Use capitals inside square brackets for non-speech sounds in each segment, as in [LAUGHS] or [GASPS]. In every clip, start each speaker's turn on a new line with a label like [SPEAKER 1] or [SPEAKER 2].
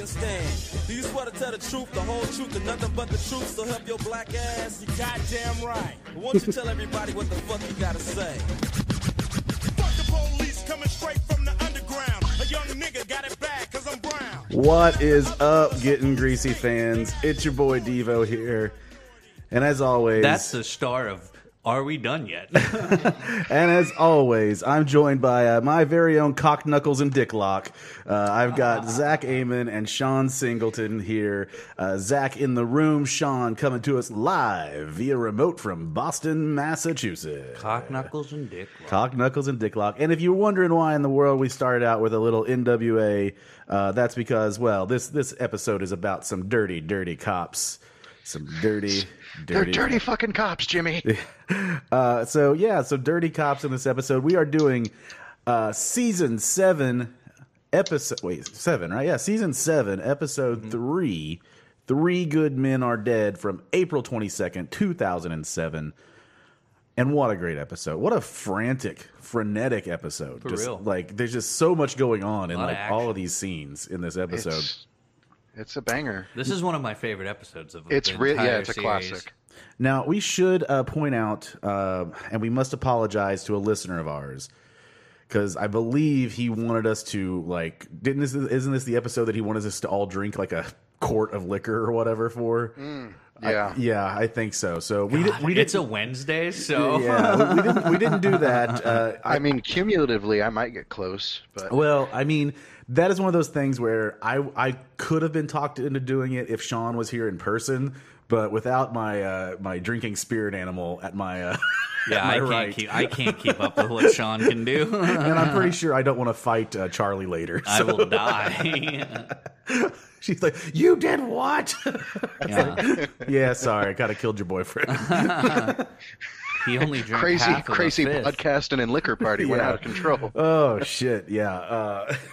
[SPEAKER 1] E. stand? Do you swear to tell the truth, the whole truth, and nothing but the truth? So help your black ass. You goddamn right. Won't you tell everybody what the fuck you gotta say?
[SPEAKER 2] Fuck the police coming straight from the underground. A young nigga got it bad cause I'm brown.
[SPEAKER 3] What is up, Getting Greasy fans? It's your boy Devo here. And as always,
[SPEAKER 4] That's the star of Are We Done Yet?
[SPEAKER 3] and as always, I'm joined by uh, my very own cock knuckles and dick lock. Uh, I've got Zach Amon and Sean Singleton here. Uh, Zach in the room, Sean coming to us live via remote from Boston, Massachusetts.
[SPEAKER 4] [LAUGHS] Cock knuckles and dick.
[SPEAKER 3] Cock Knuckles and Dick Lock. And if you're wondering why in the world we started out with a little NWA, uh, that's because well, this this episode is about some dirty, dirty cops, some dirty,
[SPEAKER 5] They're
[SPEAKER 3] dirty.
[SPEAKER 5] dirty fucking cops, Jimmy.
[SPEAKER 3] Uh, so yeah, so dirty cops in this episode. We are doing uh, season seven episode. Wait, seven, right? Yeah, season seven, episode
[SPEAKER 4] Mm-hmm.
[SPEAKER 3] three. Three good men are dead from April twenty second, two thousand and seven. And what a great episode! What a frantic, frenetic episode!
[SPEAKER 4] For
[SPEAKER 3] just,
[SPEAKER 4] real.
[SPEAKER 3] Like there's just so much going on in
[SPEAKER 4] Lot of
[SPEAKER 3] like all
[SPEAKER 4] action.
[SPEAKER 3] of these scenes in this episode.
[SPEAKER 5] [LAUGHS] It's, it's a banger.
[SPEAKER 4] This is one of my favorite episodes of
[SPEAKER 5] It's
[SPEAKER 4] the
[SPEAKER 5] real.
[SPEAKER 4] entire
[SPEAKER 5] Yeah, it's a
[SPEAKER 4] series.
[SPEAKER 5] classic.
[SPEAKER 3] Now, we should uh, point out, uh, and we must apologize to a listener of ours, because I believe he wanted us to like. Didn't this isn't this the episode that he wanted us to all drink like a quart of liquor or whatever for?
[SPEAKER 5] Yeah.
[SPEAKER 3] Yeah, I think so. So we did, we
[SPEAKER 4] Mm. It's
[SPEAKER 3] didn't.
[SPEAKER 4] a Wednesday,
[SPEAKER 3] [LAUGHS]
[SPEAKER 4] so [LAUGHS]
[SPEAKER 3] yeah, we, we didn't. We didn't do that. Uh,
[SPEAKER 5] I mean, cumulatively, I might get close, but
[SPEAKER 3] Well, I mean, that is one of those things where I I could have been talked into doing it if Sean was here in person, but without my uh, my drinking spirit animal at my uh, [LAUGHS]
[SPEAKER 4] yeah, I
[SPEAKER 3] Am I
[SPEAKER 4] can't
[SPEAKER 3] right?
[SPEAKER 4] keep I can't keep up with what Sean can do. [LAUGHS]
[SPEAKER 3] and I'm pretty sure I don't want to fight uh, Charlie later. [LAUGHS]
[SPEAKER 4] I
[SPEAKER 3] So
[SPEAKER 4] will die. [LAUGHS]
[SPEAKER 3] she's like, "You did what?" [LAUGHS]
[SPEAKER 4] yeah.
[SPEAKER 3] yeah, sorry, I gotta killed your boyfriend.
[SPEAKER 4] He only drank
[SPEAKER 5] crazy,
[SPEAKER 4] half of a
[SPEAKER 5] crazy
[SPEAKER 4] fifth.
[SPEAKER 5] podcasting and liquor party went
[SPEAKER 3] Yeah.
[SPEAKER 4] [LAUGHS]
[SPEAKER 5] out of control.
[SPEAKER 3] oh shit, yeah. Uh, [LAUGHS]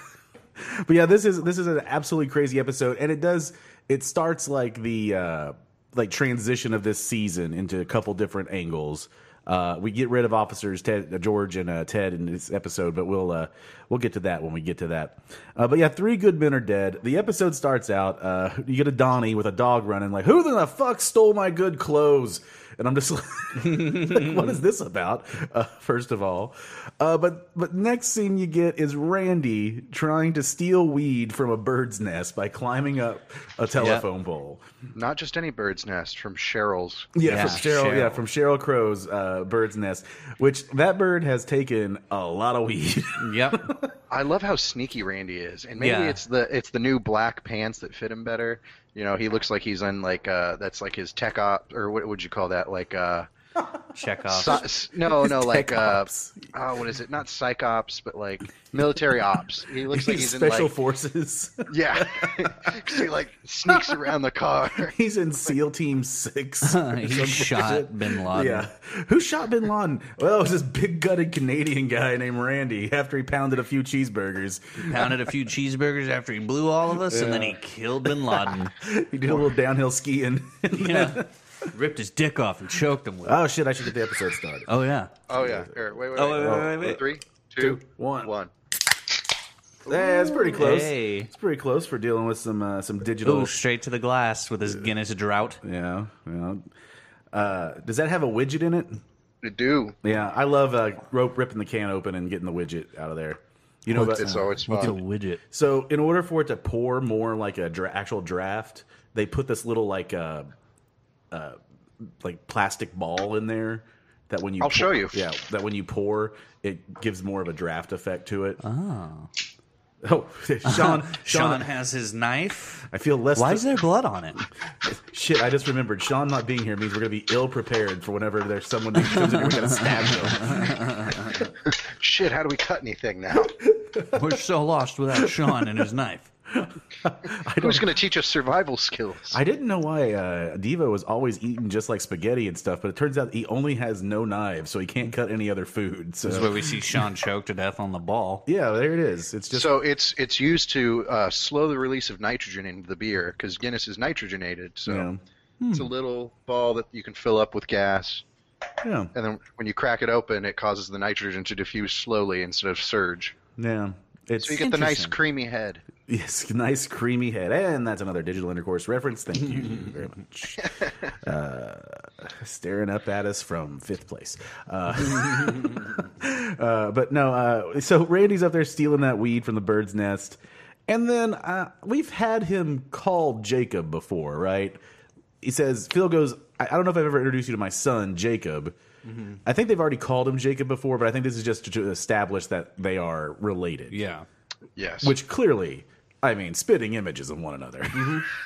[SPEAKER 3] but yeah, this is this is an absolutely crazy episode, and it does it starts like the uh, like transition of this season into a couple different angles. Uh, we get rid of officers Ted, uh, George, and uh, Ted in this episode, but we'll uh, we'll get to that when we get to that. Uh, but yeah, three good men are dead. The episode starts out. Uh, you get a Donnie with a dog running, like, "Who the fuck stole my good clothes?" And I'm just [LAUGHS] like, like, "What is this about?" Uh, first of all, uh, but but next scene you get is Randy trying to steal weed from a bird's nest by climbing up a telephone pole.
[SPEAKER 5] Not just any bird's nest from Cheryl's.
[SPEAKER 3] Yeah,
[SPEAKER 4] Yeah,
[SPEAKER 3] from Cheryl,
[SPEAKER 4] Cheryl.
[SPEAKER 3] Yeah, from Cheryl Crow's uh, bird's nest, which that bird has taken a lot of
[SPEAKER 4] [LAUGHS]
[SPEAKER 3] weed.
[SPEAKER 4] Yep.
[SPEAKER 5] I love how sneaky Randy is, and maybe
[SPEAKER 4] Yeah.
[SPEAKER 5] it's the it's the new black pants that fit him better. You know, he looks like he's in like uh that's like his tech op or what would you call that? Like uh
[SPEAKER 4] Check off.
[SPEAKER 5] so- s-
[SPEAKER 3] [LAUGHS]
[SPEAKER 5] no no like
[SPEAKER 3] tech
[SPEAKER 5] uh
[SPEAKER 3] ops.
[SPEAKER 5] oh what is it? Not psych ops, but like military ops. He
[SPEAKER 3] [LAUGHS]
[SPEAKER 5] looks like he's
[SPEAKER 3] special
[SPEAKER 5] in like
[SPEAKER 3] forces. [LAUGHS]
[SPEAKER 5] yeah, [LAUGHS] 'Cause he like sneaks around the car. [LAUGHS]
[SPEAKER 3] He's in SEAL Team Six. or
[SPEAKER 4] [LAUGHS] [LAUGHS] he
[SPEAKER 3] some
[SPEAKER 4] shot
[SPEAKER 3] bullshit.
[SPEAKER 4] Bin Laden.
[SPEAKER 3] Yeah. Who shot Bin Laden? Well, it was this big gutted Canadian guy named Randy after he pounded a few cheeseburgers.
[SPEAKER 4] Pounded a few cheeseburgers after he blew all of us, and then he killed Bin [LAUGHS] Laden.
[SPEAKER 3] He did a little downhill skiing.
[SPEAKER 4] yeah. Ripped his dick off and choked him with.
[SPEAKER 3] [LAUGHS]
[SPEAKER 4] it.
[SPEAKER 3] oh shit! I should get the episode started. [LAUGHS]
[SPEAKER 4] Oh yeah.
[SPEAKER 5] Oh yeah, here, wait wait wait.
[SPEAKER 4] Oh, wait, wait, wait, wait.
[SPEAKER 5] Three, two,
[SPEAKER 3] one.
[SPEAKER 5] one.
[SPEAKER 3] Yeah, that's pretty close.
[SPEAKER 4] Hey.
[SPEAKER 3] It's pretty close for dealing with some uh, some digital.
[SPEAKER 4] Ooh, straight to the glass with his Guinness drought.
[SPEAKER 3] Yeah, yeah. Uh, does that have a widget in it?
[SPEAKER 5] To do.
[SPEAKER 3] Yeah, I love uh, rope ripping the can open and getting the widget out of there. You know, about,
[SPEAKER 5] It's always
[SPEAKER 4] It's a
[SPEAKER 5] fun.
[SPEAKER 4] widget.
[SPEAKER 3] so in order for it to pour more like a dra- actual draft, they put this little like uh, uh, like plastic ball in there that when you
[SPEAKER 5] I'll
[SPEAKER 3] pour-
[SPEAKER 5] show you.
[SPEAKER 3] yeah that when you pour it gives more of a draft effect to it.
[SPEAKER 4] Oh.
[SPEAKER 3] Oh, [LAUGHS] Sean,
[SPEAKER 4] [LAUGHS] Sean [LAUGHS]
[SPEAKER 3] Sean,
[SPEAKER 4] has his knife.
[SPEAKER 3] I feel less.
[SPEAKER 4] Why is there blood on it?
[SPEAKER 3] Shit, I just remembered Sean not being here means we're gonna be ill prepared for whenever there's someone who comes in here, we're gonna stab
[SPEAKER 4] [LAUGHS]
[SPEAKER 3] them.
[SPEAKER 5] Shit, how do we cut anything
[SPEAKER 3] [LAUGHS]
[SPEAKER 5] now?
[SPEAKER 4] [LAUGHS] We're so lost without Sean and his knife.
[SPEAKER 5] Who's going to teach us survival skills?
[SPEAKER 3] I didn't know why uh, Devo was always eating just like spaghetti and stuff, but it turns out he only has no knives, so he can't cut any other food.
[SPEAKER 4] This is
[SPEAKER 3] So
[SPEAKER 4] where we see Sean choked to death on the ball.
[SPEAKER 3] yeah, there it is. It's just
[SPEAKER 5] so it's it's used to uh, slow the release of nitrogen into the beer because Guinness is nitrogenated. So
[SPEAKER 3] Yeah. Hmm.
[SPEAKER 5] it's a little ball that you can fill up with gas,
[SPEAKER 3] yeah,
[SPEAKER 5] and then when you crack it open, it causes the nitrogen to diffuse slowly instead of surge.
[SPEAKER 3] yeah. It's
[SPEAKER 5] So you get the nice
[SPEAKER 4] Interesting.
[SPEAKER 5] creamy head.
[SPEAKER 3] Yes, [LAUGHS] nice creamy head, and that's another digital intercourse reference. Thank you very much. Uh, staring up at us from fifth place, uh, [LAUGHS] uh, but no. Uh, so Randy's up there stealing that weed from the bird's nest, and then uh, we've had him call Jacob before, right? He says Phil goes. I, I don't know if I've ever introduced you to my son Jacob. I think they've already called him Jacob before, but I think this is just to, to establish that they are related.
[SPEAKER 6] Yeah.
[SPEAKER 5] Yes.
[SPEAKER 3] Which clearly, I mean, spitting images of one another. [LAUGHS]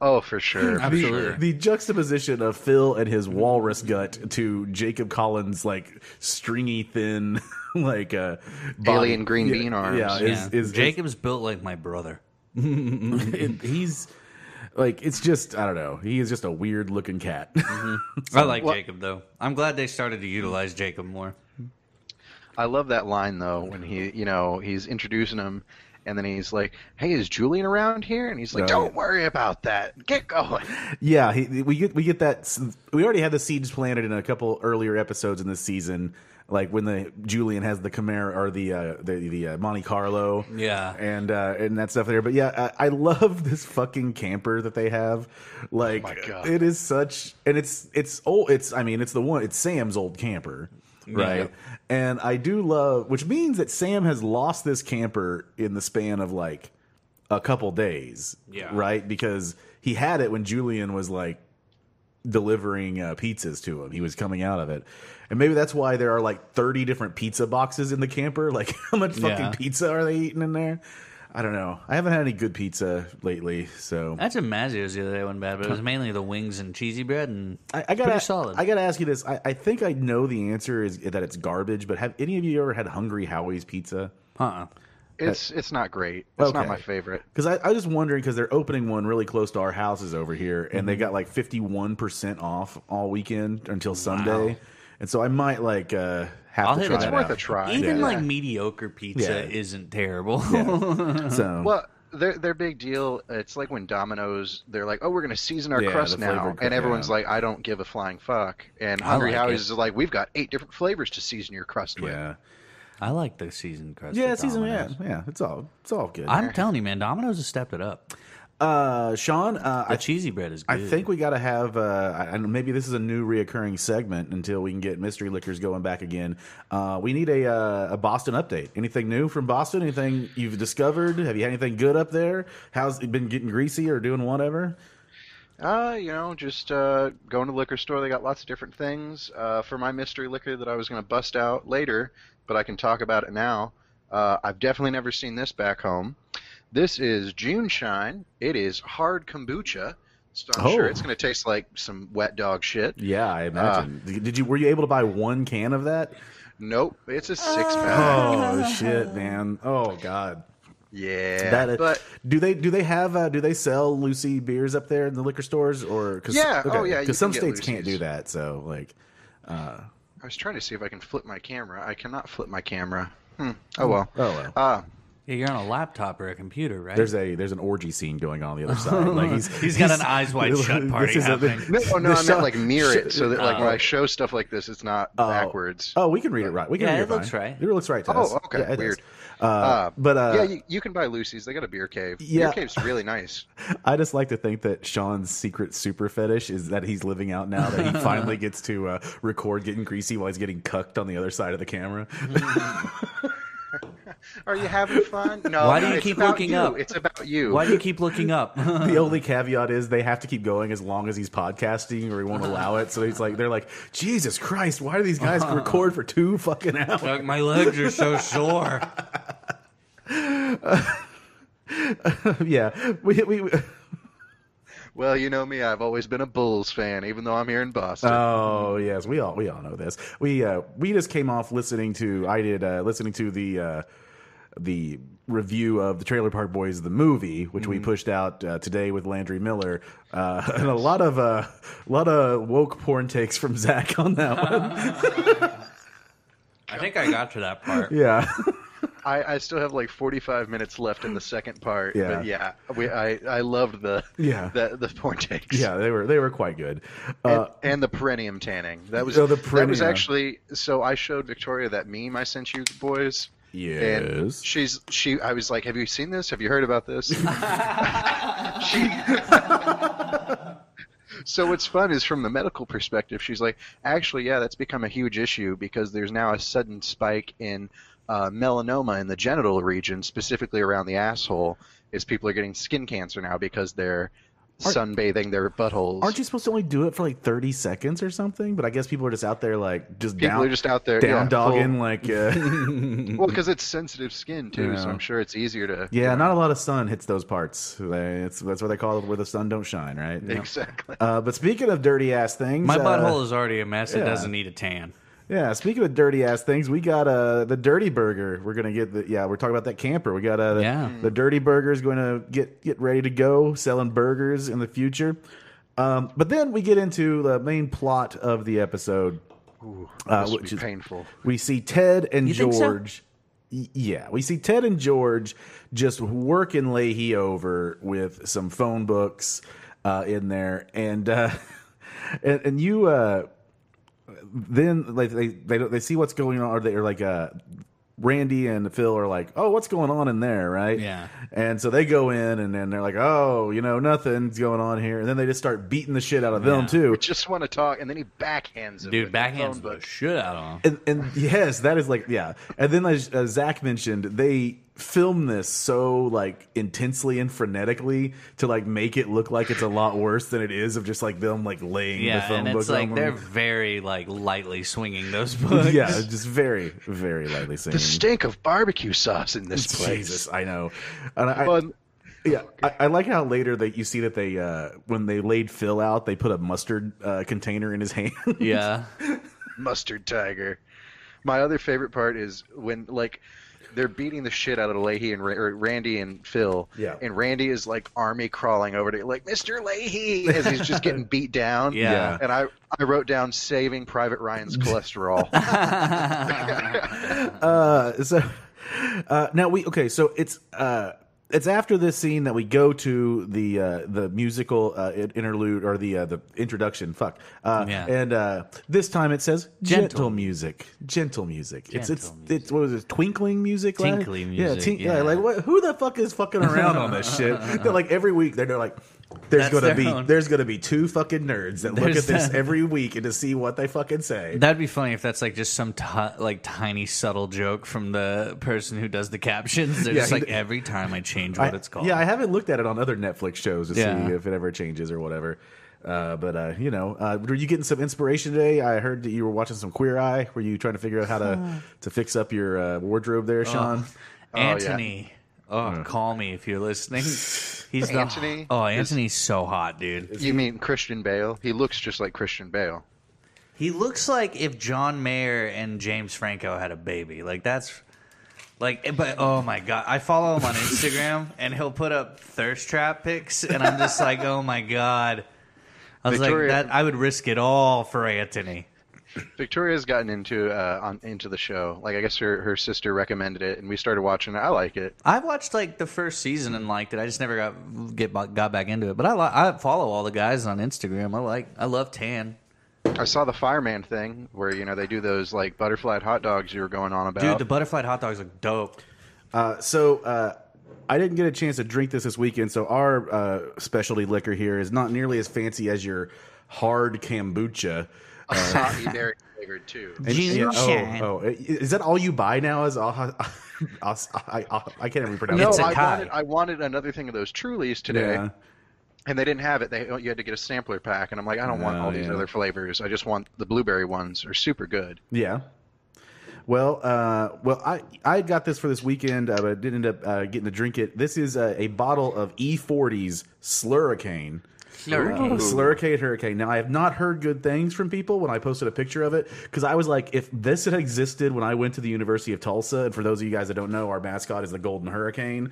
[SPEAKER 5] Oh, for sure.
[SPEAKER 3] Hmm.
[SPEAKER 5] for sure.
[SPEAKER 3] the juxtaposition of Phil and his walrus gut to Jacob Collins' like stringy thin, [LAUGHS] like uh, body-
[SPEAKER 5] Alien green
[SPEAKER 3] yeah,
[SPEAKER 5] bean arms.
[SPEAKER 3] Yeah,
[SPEAKER 4] Yeah.
[SPEAKER 3] is, is, [LAUGHS] is
[SPEAKER 4] Jacob's built like my brother.
[SPEAKER 3] it- he's like it's just I don't know. He is just a weird looking cat. [LAUGHS]
[SPEAKER 4] I like Jacob though. I'm glad they started to utilize Jacob more.
[SPEAKER 5] I love that line though when he, you know, he's introducing him, and then he's like, "Hey, is Julian around here?" And he's like,
[SPEAKER 3] Right.
[SPEAKER 5] "Don't worry about that. Get going."
[SPEAKER 3] Yeah, he, we get we get that. s- We already had the seeds planted in a couple earlier episodes in this season, like when the Julian has the Camaro or the uh, the the uh, Monte Carlo,
[SPEAKER 4] Yeah.
[SPEAKER 3] and uh, and that stuff there. But yeah, I, I love [LAUGHS] this fucking camper that they have. Like,
[SPEAKER 5] my God.
[SPEAKER 3] it is such, and it's it's old. It's I mean, it's the one. It's Sam's old camper, right? And I do love, which means that Sam has lost this camper in the span of like a couple days.
[SPEAKER 6] Yeah.
[SPEAKER 3] Right? Because he had it when Julian was like delivering uh, pizzas to him. He was coming out of it. And maybe that's why there are like 30 different pizza boxes in the camper. [LAUGHS] Like, how much fucking
[SPEAKER 4] Yeah.
[SPEAKER 3] pizza are they eating in there? I don't know. I haven't had any good pizza lately, so
[SPEAKER 4] That's a Mazio's the other day wasn't bad, but it was mainly the wings and cheesy bread and
[SPEAKER 3] I, I
[SPEAKER 4] pretty
[SPEAKER 3] gotta
[SPEAKER 4] solid.
[SPEAKER 3] I gotta ask you this. I, I think I know the answer is that it's garbage. But have any of you ever had Hungry Howie's pizza?
[SPEAKER 4] uh-uh.
[SPEAKER 5] It's it's not great. It's not
[SPEAKER 3] Okay.
[SPEAKER 5] my favorite.
[SPEAKER 3] Because I, I was just wondering because they're opening one really close to our houses over here, and
[SPEAKER 5] Mm-hmm.
[SPEAKER 3] they got like fifty one percent off all weekend until Sunday, and so I might like uh, have
[SPEAKER 4] I'll
[SPEAKER 3] to
[SPEAKER 4] hit
[SPEAKER 3] try
[SPEAKER 4] it.
[SPEAKER 3] it.
[SPEAKER 5] It's worth
[SPEAKER 3] out.
[SPEAKER 5] a try.
[SPEAKER 4] Even
[SPEAKER 5] yeah.
[SPEAKER 4] like mediocre pizza
[SPEAKER 3] Yeah.
[SPEAKER 4] isn't terrible.
[SPEAKER 3] So
[SPEAKER 5] Well, their their big deal. It's like when Domino's, they're like, "Oh, we're gonna season our
[SPEAKER 3] Yeah,
[SPEAKER 5] crust
[SPEAKER 3] the
[SPEAKER 5] now,"
[SPEAKER 3] flavored cru-
[SPEAKER 5] and everyone's
[SPEAKER 3] yeah.
[SPEAKER 5] like, "I don't give a flying fuck." And Hungry
[SPEAKER 4] like
[SPEAKER 5] Howie's
[SPEAKER 4] it.
[SPEAKER 5] is like, "We've got eight different flavors to season your crust with."
[SPEAKER 3] yeah,
[SPEAKER 4] [LAUGHS] I like the seasoned crust.
[SPEAKER 3] yeah,
[SPEAKER 4] at
[SPEAKER 3] season yeah,
[SPEAKER 4] Domino's.
[SPEAKER 3] yeah. It's all it's all good.
[SPEAKER 4] I'm telling you, man, Domino's has stepped it up.
[SPEAKER 3] uh, Sean, uh,
[SPEAKER 4] The
[SPEAKER 3] I
[SPEAKER 4] cheesy bread is good.
[SPEAKER 3] I think we got to have, uh, I, I- maybe this is a new reoccurring segment until we can get Mystery Liquors going back again. Uh, we need a, uh, a Boston update. Anything new from Boston? Anything you've discovered? Have you had anything good up there? How's it been getting greasy or doing whatever?
[SPEAKER 5] Uh, you know, just uh, going to the liquor store. They got lots of different things. Uh, for my mystery liquor that I was going to bust out later, but I can talk about it now. Uh, I've definitely never seen this back home. This is June Shine. It is hard kombucha, so I'm sure
[SPEAKER 3] Oh.
[SPEAKER 5] it's going to taste like some wet dog shit.
[SPEAKER 3] Yeah, I imagine. Ah. Did you, were you able to buy one can of that?
[SPEAKER 5] Nope, it's a six pack.
[SPEAKER 3] Oh, shit, man. Oh, God.
[SPEAKER 5] yeah,
[SPEAKER 3] That is-
[SPEAKER 5] but
[SPEAKER 3] do they do they have uh, do they sell Lucy beers up there in the liquor stores or cause,
[SPEAKER 5] Yeah, oh, yeah, you can
[SPEAKER 3] because some
[SPEAKER 5] get
[SPEAKER 3] states can't
[SPEAKER 5] Lucy's.
[SPEAKER 3] do that so like
[SPEAKER 5] I was trying to see if I can flip my camera. I cannot flip my camera. Hmm. Oh well.
[SPEAKER 3] oh well.
[SPEAKER 5] Uh,
[SPEAKER 4] Yeah, you're on a laptop or a computer, right?
[SPEAKER 3] There's a there's an orgy scene going on, on the
[SPEAKER 4] [LAUGHS]
[SPEAKER 3] other side. Like he's
[SPEAKER 4] He's got an eyes
[SPEAKER 3] [LAUGHS]
[SPEAKER 4] wide shut
[SPEAKER 3] this
[SPEAKER 4] party
[SPEAKER 3] is a-
[SPEAKER 4] happening.
[SPEAKER 5] no, no, I
[SPEAKER 3] [LAUGHS]
[SPEAKER 5] meant
[SPEAKER 3] shot-
[SPEAKER 5] like mirror it so that like when
[SPEAKER 4] Oh.
[SPEAKER 5] I show stuff like this, it's not backwards.
[SPEAKER 3] Oh, we can read it right. We can
[SPEAKER 4] Yeah,
[SPEAKER 3] read it,
[SPEAKER 4] it looks
[SPEAKER 3] fine.
[SPEAKER 4] right.
[SPEAKER 3] It looks right to
[SPEAKER 5] Oh,
[SPEAKER 3] us.
[SPEAKER 5] okay,
[SPEAKER 3] Yeah, it
[SPEAKER 5] weird.
[SPEAKER 3] does. Uh, but uh,
[SPEAKER 5] yeah, you, you can buy Lucy's. They got a beer cave.
[SPEAKER 3] Yeah.
[SPEAKER 5] Beer cave's really nice.
[SPEAKER 3] I just like to think that Sean's secret super fetish is that he's living out now that he
[SPEAKER 4] [LAUGHS]
[SPEAKER 3] finally gets to uh, record getting greasy while he's getting cucked on the other side of the
[SPEAKER 4] [LAUGHS]
[SPEAKER 3] camera.
[SPEAKER 5] Are you having fun? [LAUGHS] No.
[SPEAKER 4] Why do
[SPEAKER 5] no,
[SPEAKER 4] you
[SPEAKER 5] it's
[SPEAKER 4] keep
[SPEAKER 5] about
[SPEAKER 4] looking
[SPEAKER 5] you.
[SPEAKER 4] up?
[SPEAKER 5] It's about you.
[SPEAKER 4] Why do you keep looking
[SPEAKER 3] [LAUGHS]
[SPEAKER 4] up?
[SPEAKER 3] the only caveat is they have to keep going as long as he's podcasting, or he won't allow it. So he's like, they're like, Jesus Christ, why do these
[SPEAKER 4] [LAUGHS]
[SPEAKER 3] guys record for two fucking hours?
[SPEAKER 4] Doug, my legs are so sore.
[SPEAKER 3] yeah, we we.
[SPEAKER 5] Well, you know me. I've always been a Bulls fan, even though I'm here in Boston.
[SPEAKER 3] Oh yes, we all we all know this. We uh, we just came off listening to I did uh, listening to the uh, the review of the Trailer Park Boys the movie, which
[SPEAKER 5] Mm-hmm.
[SPEAKER 3] we pushed out uh, today with Landry Miller, uh, [LAUGHS] and a lot of uh, a lot of woke porn takes from Zach on that
[SPEAKER 5] [LAUGHS]
[SPEAKER 3] one.
[SPEAKER 4] [LAUGHS] I think I got to that part.
[SPEAKER 3] yeah,
[SPEAKER 5] I, I still have like 45 minutes left in the second part.
[SPEAKER 3] Yeah.
[SPEAKER 5] But yeah, we, I I loved the
[SPEAKER 3] Yeah.
[SPEAKER 5] the the porn takes.
[SPEAKER 3] yeah, they were they were quite good.
[SPEAKER 5] and,
[SPEAKER 3] Uh,
[SPEAKER 5] and the perineum tanning. That was
[SPEAKER 3] Oh, the
[SPEAKER 5] that was
[SPEAKER 3] perineum.
[SPEAKER 5] actually so I showed Victoria that meme I sent you boys And
[SPEAKER 3] Yes.
[SPEAKER 5] she's she. I was like, "Have you seen this? Have you heard about this?" she. [LAUGHS] so what's fun is from the medical perspective. She's like, "Actually, yeah, that's become a huge issue because there's now a sudden spike in uh, melanoma in the genital region, specifically around the asshole. Is people are getting skin cancer now because they're sunbathing their buttholes."
[SPEAKER 3] Aren't you supposed to only do it for like 30 seconds or something? But I guess people are just out there like just
[SPEAKER 5] People
[SPEAKER 3] down,
[SPEAKER 5] are just out there
[SPEAKER 3] down
[SPEAKER 5] yeah,
[SPEAKER 3] dogging
[SPEAKER 5] full-
[SPEAKER 3] like uh,
[SPEAKER 5] Well, because it's sensitive skin too, so
[SPEAKER 3] Yeah.
[SPEAKER 5] I'm sure it's easier to.
[SPEAKER 3] yeah. Not a lot of sun hits those parts. They- It's, that's what they call it, where the sun don't shine, right?
[SPEAKER 5] [LAUGHS] Exactly.
[SPEAKER 3] Uh, but speaking of dirty ass things,
[SPEAKER 4] My
[SPEAKER 3] uh,
[SPEAKER 4] butthole is already a mess.
[SPEAKER 3] yeah.
[SPEAKER 4] It doesn't need a tan.
[SPEAKER 3] Yeah, speaking of dirty ass things, we got uh the dirty burger. We're gonna get the yeah. We're talking about that camper. We got uh the,
[SPEAKER 4] Yeah.
[SPEAKER 3] the dirty burger is going to get get ready to go selling burgers in the future. Um, but then we get into the main plot of the episode. uh,
[SPEAKER 5] this would
[SPEAKER 3] which
[SPEAKER 5] be
[SPEAKER 3] is-
[SPEAKER 5] painful.
[SPEAKER 3] We see Ted and
[SPEAKER 4] You think so?
[SPEAKER 3] George. Y- Yeah, we see Ted and George just working Leahy over with some phone books uh, in there, and uh, [LAUGHS] and and you uh, then like they they don't- they see what's going on, or they are like uh, Randy and Phil are like, oh, what's going on in there, right?
[SPEAKER 4] Yeah.
[SPEAKER 3] and so they go in, and then they're like, oh, you know, nothing's going on here, and then they just start beating the shit out of them
[SPEAKER 4] Yeah.
[SPEAKER 3] too.
[SPEAKER 5] Just want to talk, and then he backhands him.
[SPEAKER 4] Dude,
[SPEAKER 5] with the
[SPEAKER 4] backhands
[SPEAKER 5] phone
[SPEAKER 4] the
[SPEAKER 5] book.
[SPEAKER 4] shit out of him.
[SPEAKER 3] and, and yes, that is like yeah. And then as uh, Zach mentioned, they film this so like intensely and frenetically to like make it look like it's a lot worse than it is of just like them like laying the
[SPEAKER 4] Yeah,
[SPEAKER 3] phone
[SPEAKER 4] and
[SPEAKER 3] book
[SPEAKER 4] it's
[SPEAKER 3] on
[SPEAKER 4] like
[SPEAKER 3] them.
[SPEAKER 4] they're very like lightly swinging those
[SPEAKER 3] [LAUGHS]
[SPEAKER 4] books.
[SPEAKER 3] yeah, just very very lightly singing.
[SPEAKER 5] The stink of barbecue sauce in this place.
[SPEAKER 3] Jesus, I know. And I,
[SPEAKER 5] But
[SPEAKER 3] Yeah, I, I like how later that you see that they uh, when they laid Phil out, they put a mustard uh, container in his hand. [LAUGHS]
[SPEAKER 4] yeah.
[SPEAKER 5] mustard tiger. My other favorite part is when like they're beating the shit out of Leahy and Ra- or Randy and Phil.
[SPEAKER 3] Yeah.
[SPEAKER 5] And Randy is like army crawling over to like Mr. Leahy as he's
[SPEAKER 3] [LAUGHS]
[SPEAKER 5] just getting beat down.
[SPEAKER 4] Yeah. Yeah.
[SPEAKER 5] And I I wrote down saving Private
[SPEAKER 3] [LAUGHS]
[SPEAKER 5] Ryan's cholesterol.
[SPEAKER 3] uh, so uh, now we okay. So it's uh, it's after this scene that we go to the uh, the musical uh, in- interlude or the uh, the introduction. Fuck. Uh,
[SPEAKER 4] Yeah.
[SPEAKER 3] And uh, this time it says gentle,
[SPEAKER 4] Gentle.
[SPEAKER 3] music, gentle music. it's it's
[SPEAKER 4] Gentle
[SPEAKER 3] it's what was it? Twinkling music. like?
[SPEAKER 4] Tinkly
[SPEAKER 3] Yeah,
[SPEAKER 4] music,
[SPEAKER 3] tink- yeah.
[SPEAKER 4] yeah.
[SPEAKER 3] Like what? Who the fuck is fucking around on this
[SPEAKER 4] [LAUGHS]
[SPEAKER 3] shit? They're like every week they're, they're like. There's
[SPEAKER 4] That's
[SPEAKER 3] gonna
[SPEAKER 4] their
[SPEAKER 3] be
[SPEAKER 4] own.
[SPEAKER 3] there's gonna be two fucking nerds that look
[SPEAKER 4] There's
[SPEAKER 3] at this
[SPEAKER 4] that.
[SPEAKER 3] every week and to see what they fucking say.
[SPEAKER 4] That'd be funny if that's like just some ti like tiny subtle joke from the person who does the captions. They're
[SPEAKER 3] Yeah,
[SPEAKER 4] just
[SPEAKER 3] he-
[SPEAKER 4] like every time I change
[SPEAKER 3] I-
[SPEAKER 4] what it's called.
[SPEAKER 3] Yeah, I haven't looked at it on other Netflix shows to
[SPEAKER 4] Yeah.
[SPEAKER 3] see if it ever changes or whatever. Uh, but uh, you know, uh, were you getting some inspiration today? I heard that you were watching some Queer Eye. Were you trying to figure out how to to fix up your uh, wardrobe there, Sean?
[SPEAKER 4] Anthony. Oh, call me if you're listening. He's the,
[SPEAKER 5] Anthony
[SPEAKER 4] Oh, Anthony's so hot, dude.
[SPEAKER 5] you mean Christian Bale? He looks just like Christian Bale.
[SPEAKER 4] He looks like if John Mayer and James Franco had a baby. Like that's like but oh my god. I follow
[SPEAKER 5] [LAUGHS]
[SPEAKER 4] him on Instagram and he'll put up thirst trap pics and I'm just like, "Oh my god." I was
[SPEAKER 5] Victoria-
[SPEAKER 4] like that I would risk it all for Anthony.
[SPEAKER 5] Victoria's gotten into uh, on into the show. Like I guess her, her sister recommended it, and we started watching it. I like it.
[SPEAKER 4] I've watched like the first season and liked it. I just never got get ba- got back into it. But I li- I follow all the guys on Instagram. I like I love tan.
[SPEAKER 5] I saw the fireman thing where you know they do those like butterfly hot dogs you were going on about.
[SPEAKER 4] Dude, the butterfly hot dogs look dope.
[SPEAKER 3] Uh, so uh, I didn't get a chance to drink this this weekend. So our uh, specialty liquor here is not nearly as fancy as your hard kombucha.
[SPEAKER 4] [LAUGHS]
[SPEAKER 5] Hot Uh, berry flavored too.
[SPEAKER 3] And-
[SPEAKER 4] Ginseng.
[SPEAKER 3] yeah, oh, oh, is that all you buy now? Is [LAUGHS] ah- ah- I, I, I can't even pronounce
[SPEAKER 5] No,
[SPEAKER 4] It's
[SPEAKER 3] it.
[SPEAKER 4] a
[SPEAKER 5] I
[SPEAKER 4] tie.
[SPEAKER 5] wanted I wanted another thing of those Trulies today,
[SPEAKER 3] Yeah.
[SPEAKER 5] and they didn't have it. They you had to get a sampler pack, and I'm like, I don't want
[SPEAKER 3] Oh,
[SPEAKER 5] all these
[SPEAKER 3] yeah.
[SPEAKER 5] other flavors. I just want the blueberry ones. Are super good.
[SPEAKER 3] Yeah. Well, uh, well, I I had got this for this weekend, uh, but I did end up uh, getting to drink it. This is uh, a, a bottle of E40's Slurricane.
[SPEAKER 4] Slurricane.
[SPEAKER 3] Ooh, Slurricane Hurricane. Now, I have not heard good things from people when I posted a picture of it because I was like, if this had existed when I went to the University of Tulsa, and for those of you guys that don't know, our mascot is the Golden Hurricane.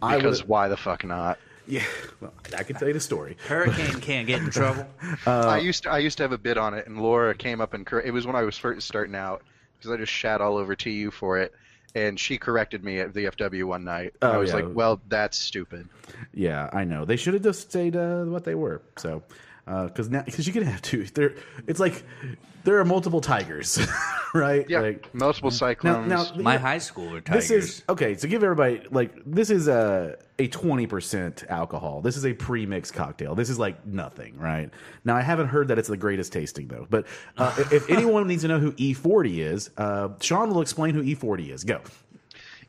[SPEAKER 3] I
[SPEAKER 5] Because
[SPEAKER 3] was,
[SPEAKER 5] why the fuck not?
[SPEAKER 3] yeah, well, I can tell you the story.
[SPEAKER 4] Hurricane can't get
[SPEAKER 3] [LAUGHS]
[SPEAKER 4] in trouble.
[SPEAKER 3] Oh.
[SPEAKER 5] I used to, I used to have a bid on it, and Laura came up and cor- it was when I was first starting out because I just shat all over TU for it, and she corrected me at the FW one night. I
[SPEAKER 3] Oh,
[SPEAKER 5] was
[SPEAKER 3] yeah.
[SPEAKER 5] like, well, that's stupid.
[SPEAKER 3] Yeah, I know. They should have just stayed uh, what they were. So, because now because you can have two. There, it's like there are multiple tigers, [LAUGHS] right?
[SPEAKER 5] Yeah,
[SPEAKER 3] Like,
[SPEAKER 5] multiple
[SPEAKER 3] now,
[SPEAKER 5] cyclones.
[SPEAKER 3] now
[SPEAKER 4] My high school were tigers.
[SPEAKER 3] this is okay. So give everybody like this is a a twenty percent alcohol. This is a pre mixed cocktail. This is like nothing, right? Now I haven't heard that it's the greatest tasting though. But uh, if-
[SPEAKER 4] [LAUGHS]
[SPEAKER 3] if anyone needs to know who E forty is, uh, Sean will explain who E forty is. Go.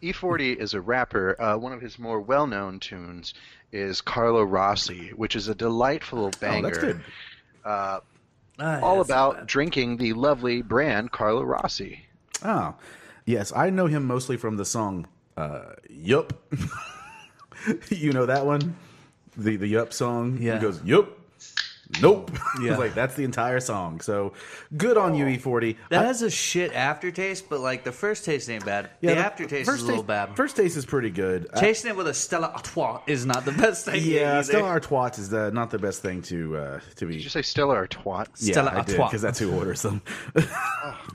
[SPEAKER 5] E40 E is a rapper. Uh, one of his more well-known tunes is Carlo Rossi, which is a delightful
[SPEAKER 3] Oh,
[SPEAKER 5] banger.
[SPEAKER 3] that's good.
[SPEAKER 4] Ah,
[SPEAKER 5] All
[SPEAKER 4] that's-
[SPEAKER 5] about drinking the lovely brand Carlo Rossi.
[SPEAKER 3] Oh, yes, I know him mostly from the song uh, "Yup." [LAUGHS] you know that one, the the "Yup" song.
[SPEAKER 4] Yeah.
[SPEAKER 3] he goes "Yup." Nope. [LAUGHS]
[SPEAKER 4] Yeah.
[SPEAKER 3] like that's the entire song. So good on E you, E40.
[SPEAKER 4] That has a shit aftertaste, but like the first taste ain't bad. the, aftertaste is a little
[SPEAKER 3] taste,
[SPEAKER 4] bad.
[SPEAKER 3] First taste is pretty good. Uh,
[SPEAKER 4] Chasing it with a Stella Artois is not the best thing.
[SPEAKER 3] yeah,
[SPEAKER 4] either.
[SPEAKER 3] Stella Artois is the, not the best thing to uh, to be.
[SPEAKER 5] Did you say Stella or twat?
[SPEAKER 3] yeah,
[SPEAKER 4] Stella
[SPEAKER 3] I did
[SPEAKER 4] Artois.
[SPEAKER 3] because that's who orders
[SPEAKER 4] [LAUGHS]
[SPEAKER 3] them.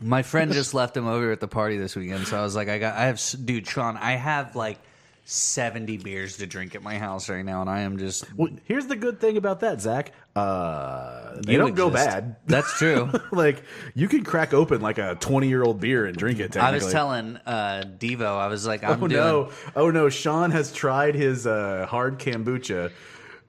[SPEAKER 4] My friend just left him over at the party this weekend, so I was like, I got, I have, s- dude, Sean, I have like seventy beers to drink at my house right now, and I am just,
[SPEAKER 3] well, here's the good thing about that, Zach. Uh,
[SPEAKER 4] They
[SPEAKER 3] you don't go
[SPEAKER 4] exist.
[SPEAKER 3] bad.
[SPEAKER 4] That's
[SPEAKER 3] [LAUGHS]
[SPEAKER 4] true.
[SPEAKER 3] like you can crack open like a 20 year old beer and drink it.
[SPEAKER 4] I
[SPEAKER 3] Technically.
[SPEAKER 4] was telling uh, Devo, I was like, I'm
[SPEAKER 3] Oh
[SPEAKER 4] doing.
[SPEAKER 3] no! Oh no! Sean has tried his uh, hard kombucha.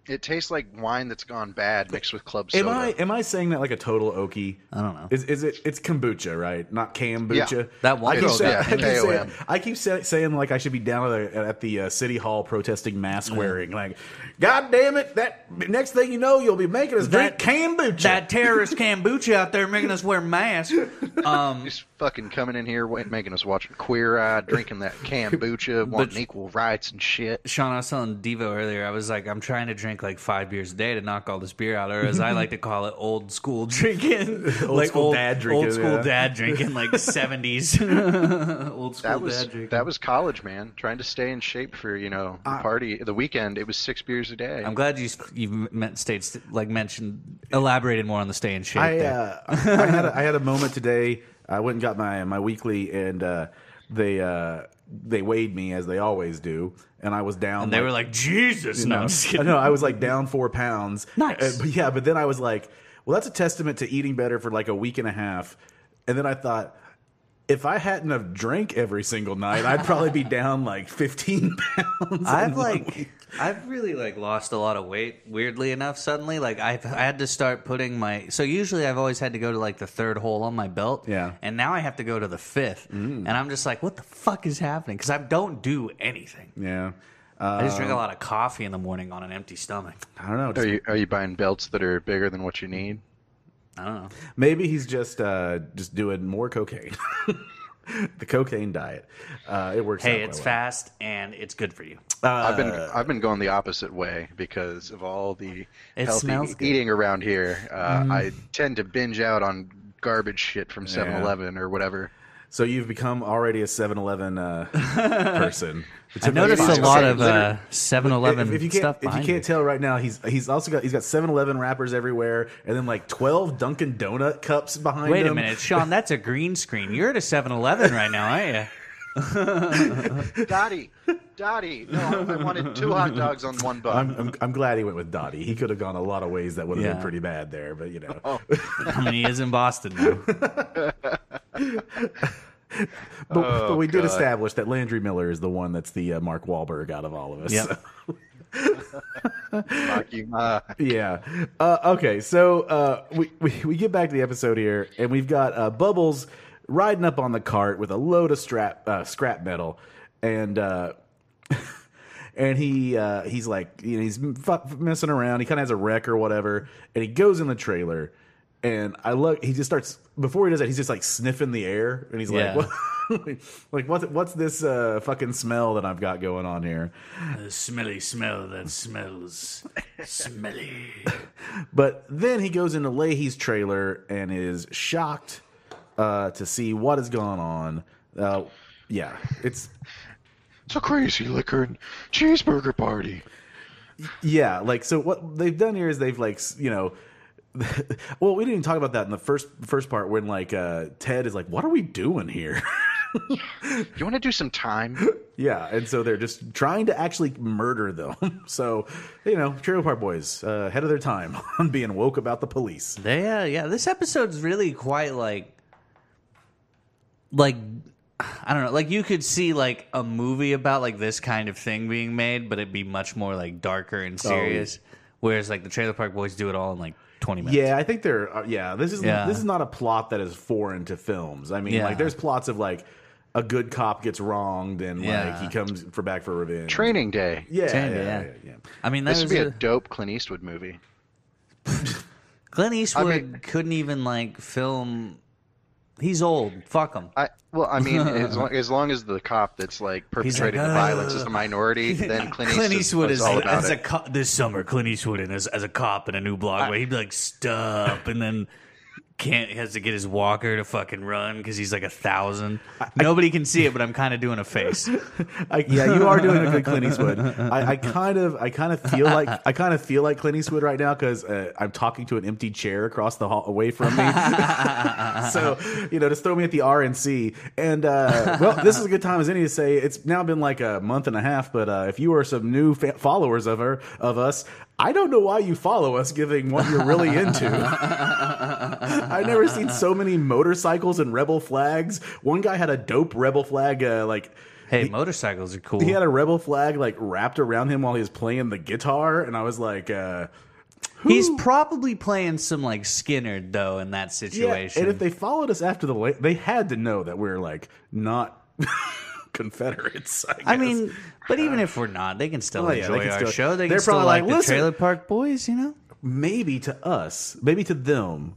[SPEAKER 5] It tastes like wine that's gone bad mixed with club
[SPEAKER 3] Am
[SPEAKER 5] soda.
[SPEAKER 3] I am I saying that like a total okie? I
[SPEAKER 4] don't know.
[SPEAKER 3] Is is it? It's kombucha, right? Not kombucha.
[SPEAKER 5] Yeah.
[SPEAKER 4] That one
[SPEAKER 3] I keep,
[SPEAKER 5] girl
[SPEAKER 3] saying,
[SPEAKER 5] did.
[SPEAKER 3] I keep,
[SPEAKER 5] Yeah,
[SPEAKER 3] saying,
[SPEAKER 5] KOM.
[SPEAKER 3] I keep say, saying like I should be down at, the- at the uh, city hall protesting mask wearing. Like, god damn it! That next thing you know, you'll be making us
[SPEAKER 4] That-
[SPEAKER 3] drink kombucha.
[SPEAKER 4] That [LAUGHS] terrorist kombucha out there making us wear masks. Um,
[SPEAKER 5] He's fucking coming in here, wa- making us watch Queer Eye, drinking
[SPEAKER 4] [LAUGHS]
[SPEAKER 5] that kombucha, wanting equal rights and shit.
[SPEAKER 4] Sean, I was telling Devo earlier, I was like, I'm trying to drink like five beers a day to knock all this beer out, or as I like to call it, old school drinking.
[SPEAKER 3] [LAUGHS] Old
[SPEAKER 4] like
[SPEAKER 3] school dad drinking,
[SPEAKER 4] Old school
[SPEAKER 3] yeah. [LAUGHS]
[SPEAKER 4] dad drinking, like [LAUGHS] 70s. old school
[SPEAKER 5] That was
[SPEAKER 4] dad drinking.
[SPEAKER 5] that was college, man. Trying to stay in shape for you know the party, the weekend. It was six beers a day.
[SPEAKER 4] I'm glad you you meant states like mentioned elaborated more on the stay in shape.
[SPEAKER 3] I,
[SPEAKER 4] there.
[SPEAKER 3] uh, I had a, I had a moment today. I went and got my my weekly, and uh, they uh, they weighed me as they always do, and I was down.
[SPEAKER 4] and they were like, Jesus,
[SPEAKER 3] [LAUGHS]
[SPEAKER 4] no,
[SPEAKER 3] No,
[SPEAKER 4] I'm just kidding.
[SPEAKER 3] no, uh, I was like down four pounds.
[SPEAKER 4] Nice.
[SPEAKER 3] Uh, but yeah, but then I was like, well, that's a testament to eating better for like a week and a half. And then I thought, if I hadn't have drank every single night, I'd probably be down like fifteen [LAUGHS] pounds.
[SPEAKER 4] I've like I've really like lost a lot of weight weirdly enough suddenly like I've I had to start putting my so usually I've always had to go to like the third hole on my belt
[SPEAKER 3] Yeah. Mm.
[SPEAKER 4] and now I have to go to the fifth and I'm just like what the fuck is happening because I don't do anything
[SPEAKER 3] yeah, Uh,
[SPEAKER 4] I just drink a lot of coffee in the morning on an empty stomach
[SPEAKER 3] I don't know.
[SPEAKER 5] Are
[SPEAKER 3] Just-
[SPEAKER 5] you are you buying belts that are bigger than what you need?
[SPEAKER 4] I don't know
[SPEAKER 3] Maybe he's just uh, just doing more cocaine. [LAUGHS] the cocaine diet. Uh, it works. out
[SPEAKER 4] hey
[SPEAKER 3] quite
[SPEAKER 4] it's
[SPEAKER 3] well.
[SPEAKER 4] fast and it's good for you
[SPEAKER 5] I've been
[SPEAKER 4] Uh,
[SPEAKER 5] I've been going the opposite way because of all the
[SPEAKER 4] It
[SPEAKER 5] healthy
[SPEAKER 4] smells good. Mm.
[SPEAKER 5] eating around here. Uh, I tend to binge out on garbage shit from 7-Eleven
[SPEAKER 4] [LAUGHS]
[SPEAKER 5] or whatever.
[SPEAKER 3] So you've become already a 7-Eleven uh, person.
[SPEAKER 4] I noticed
[SPEAKER 5] fine.
[SPEAKER 4] a lot
[SPEAKER 5] Say-
[SPEAKER 4] of uh, 7-Eleven
[SPEAKER 3] if, if you can't,
[SPEAKER 4] stuff
[SPEAKER 3] if you
[SPEAKER 4] behind
[SPEAKER 3] can't tell right now, he's he's also got he's got 7-Eleven wrappers everywhere, and then like twelve Dunkin' Donut cups behind
[SPEAKER 4] Wait
[SPEAKER 3] him.
[SPEAKER 4] a minute, Sean. That's a green screen. You're at a 7-Eleven right now, aren't you?
[SPEAKER 3] [LAUGHS]
[SPEAKER 5] Dottie, Dottie. No, I, I wanted two hot dogs on one bun.
[SPEAKER 3] I'm, I'm I'm glad he went with Dottie. He could have gone a lot of ways that would have
[SPEAKER 4] Yeah.
[SPEAKER 3] been pretty bad there, but you know.
[SPEAKER 4] I mean, he is in
[SPEAKER 3] [LAUGHS]
[SPEAKER 4] Boston now.
[SPEAKER 3] But, but we did establish that Landry Miller is the one that's the uh, Mark Wahlberg out of all of us.
[SPEAKER 4] Yep.
[SPEAKER 3] so.
[SPEAKER 5] Fuck you, Ma.
[SPEAKER 3] Yeah. Uh, okay. So uh, we, we we get back to the episode here, and we've got uh, Bubbles riding up on the cart with a load of strap uh, scrap metal, and uh, [LAUGHS] and he uh, he's like you know he's f- messing around. He kind of has a wreck or whatever, and he goes in the trailer, and I look. He just starts before he does that. He's just like sniffing the air, and he's
[SPEAKER 4] Yeah.
[SPEAKER 3] like, what? [LAUGHS] like what? What's this uh, fucking smell that I've got going on here?
[SPEAKER 4] The smelly smell that smells smelly.
[SPEAKER 3] But then he goes into Leahy's trailer and is shocked uh, to see what has gone on. Uh, yeah, it's
[SPEAKER 5] It's a crazy liquor and cheeseburger party.
[SPEAKER 3] yeah, like so. What they've done here is they've like s- you know, [LAUGHS] well, we didn't even talk about that in the first first part when like uh, Ted is like, "What are we doing here?" [LAUGHS]
[SPEAKER 5] You want to do some [LAUGHS] time?
[SPEAKER 3] Yeah, and so they're just trying to actually murder them. [LAUGHS] So, you know, Trailer Park Boys, uh, ahead of their time [LAUGHS] on being woke about the police.
[SPEAKER 4] They, uh, yeah, this episode's really quite like, like, I don't know, like you could see like a movie about like this kind of thing being made, but it'd be much more like darker and
[SPEAKER 5] Oh,
[SPEAKER 4] serious. Whereas like the Trailer Park Boys do it all in like twenty minutes.
[SPEAKER 3] Yeah, I think they're. Uh, yeah, this is
[SPEAKER 4] Yeah.
[SPEAKER 3] this is not a plot that is foreign to films. I mean,
[SPEAKER 4] Yeah.
[SPEAKER 3] like there's plots of like a good cop gets wronged and like
[SPEAKER 4] Yeah.
[SPEAKER 3] he comes for back for revenge.
[SPEAKER 5] Training Day.
[SPEAKER 3] Yeah, yeah,
[SPEAKER 4] Kinda,
[SPEAKER 3] yeah,
[SPEAKER 4] yeah.
[SPEAKER 3] yeah, yeah.
[SPEAKER 4] I mean, that
[SPEAKER 5] This would
[SPEAKER 4] was
[SPEAKER 5] be
[SPEAKER 4] a,
[SPEAKER 5] a dope Clint Eastwood movie.
[SPEAKER 4] Clint Eastwood
[SPEAKER 5] mean-
[SPEAKER 4] couldn't even like film. He's old. Fuck him.
[SPEAKER 5] I well, I mean, as, long, as long as the cop that's like perpetrating the
[SPEAKER 4] "Ugh."
[SPEAKER 5] violence is a [LAUGHS] minority, then Clint, Eastwood is all about
[SPEAKER 4] as a
[SPEAKER 5] it. [LAUGHS]
[SPEAKER 4] co- this summer. Clint Eastwood in as, as a cop in a new block where he'd be like stop and then can't has to get his walker to fucking run because he's like a thousand. Nobody can see it, but I'm kind of doing
[SPEAKER 3] [LAUGHS]
[SPEAKER 4] a face.
[SPEAKER 3] I, yeah, you are doing a good Clint Eastwood. I, I kind of, I kind of feel like, I kind of feel like Clint Eastwood right now because uh, I'm talking to an empty chair across the hall away from me. [LAUGHS] so you know, just throw me at the RNC. And uh, well, this is a good time as any to say it's now been like a month and a half. But uh, if you are some new fa- followers of her of us, I don't know why you follow us, given what you're really into. [LAUGHS] I've never seen so many motorcycles and rebel flags. One guy had a dope rebel flag, uh, like.
[SPEAKER 4] Hey, motorcycles are cool.
[SPEAKER 3] He had a rebel flag like wrapped around him while he was playing the guitar, and I was like, uh,
[SPEAKER 4] he's probably playing some like Skinner though in that
[SPEAKER 3] yeah.
[SPEAKER 4] situation.
[SPEAKER 3] And if they followed us after the la- they had to know that we are like not [LAUGHS] Confederates. I,
[SPEAKER 4] I
[SPEAKER 3] guess.
[SPEAKER 4] mean, but even if we're not, they can still
[SPEAKER 3] Oh, yeah, they
[SPEAKER 4] enjoy
[SPEAKER 3] can
[SPEAKER 4] our
[SPEAKER 3] still-
[SPEAKER 4] show. They
[SPEAKER 3] they're
[SPEAKER 4] can still
[SPEAKER 3] probably
[SPEAKER 4] like,
[SPEAKER 3] like,
[SPEAKER 4] the
[SPEAKER 3] "Listen."
[SPEAKER 4] Trailer Park Boys, you know.
[SPEAKER 3] maybe to us, maybe to them,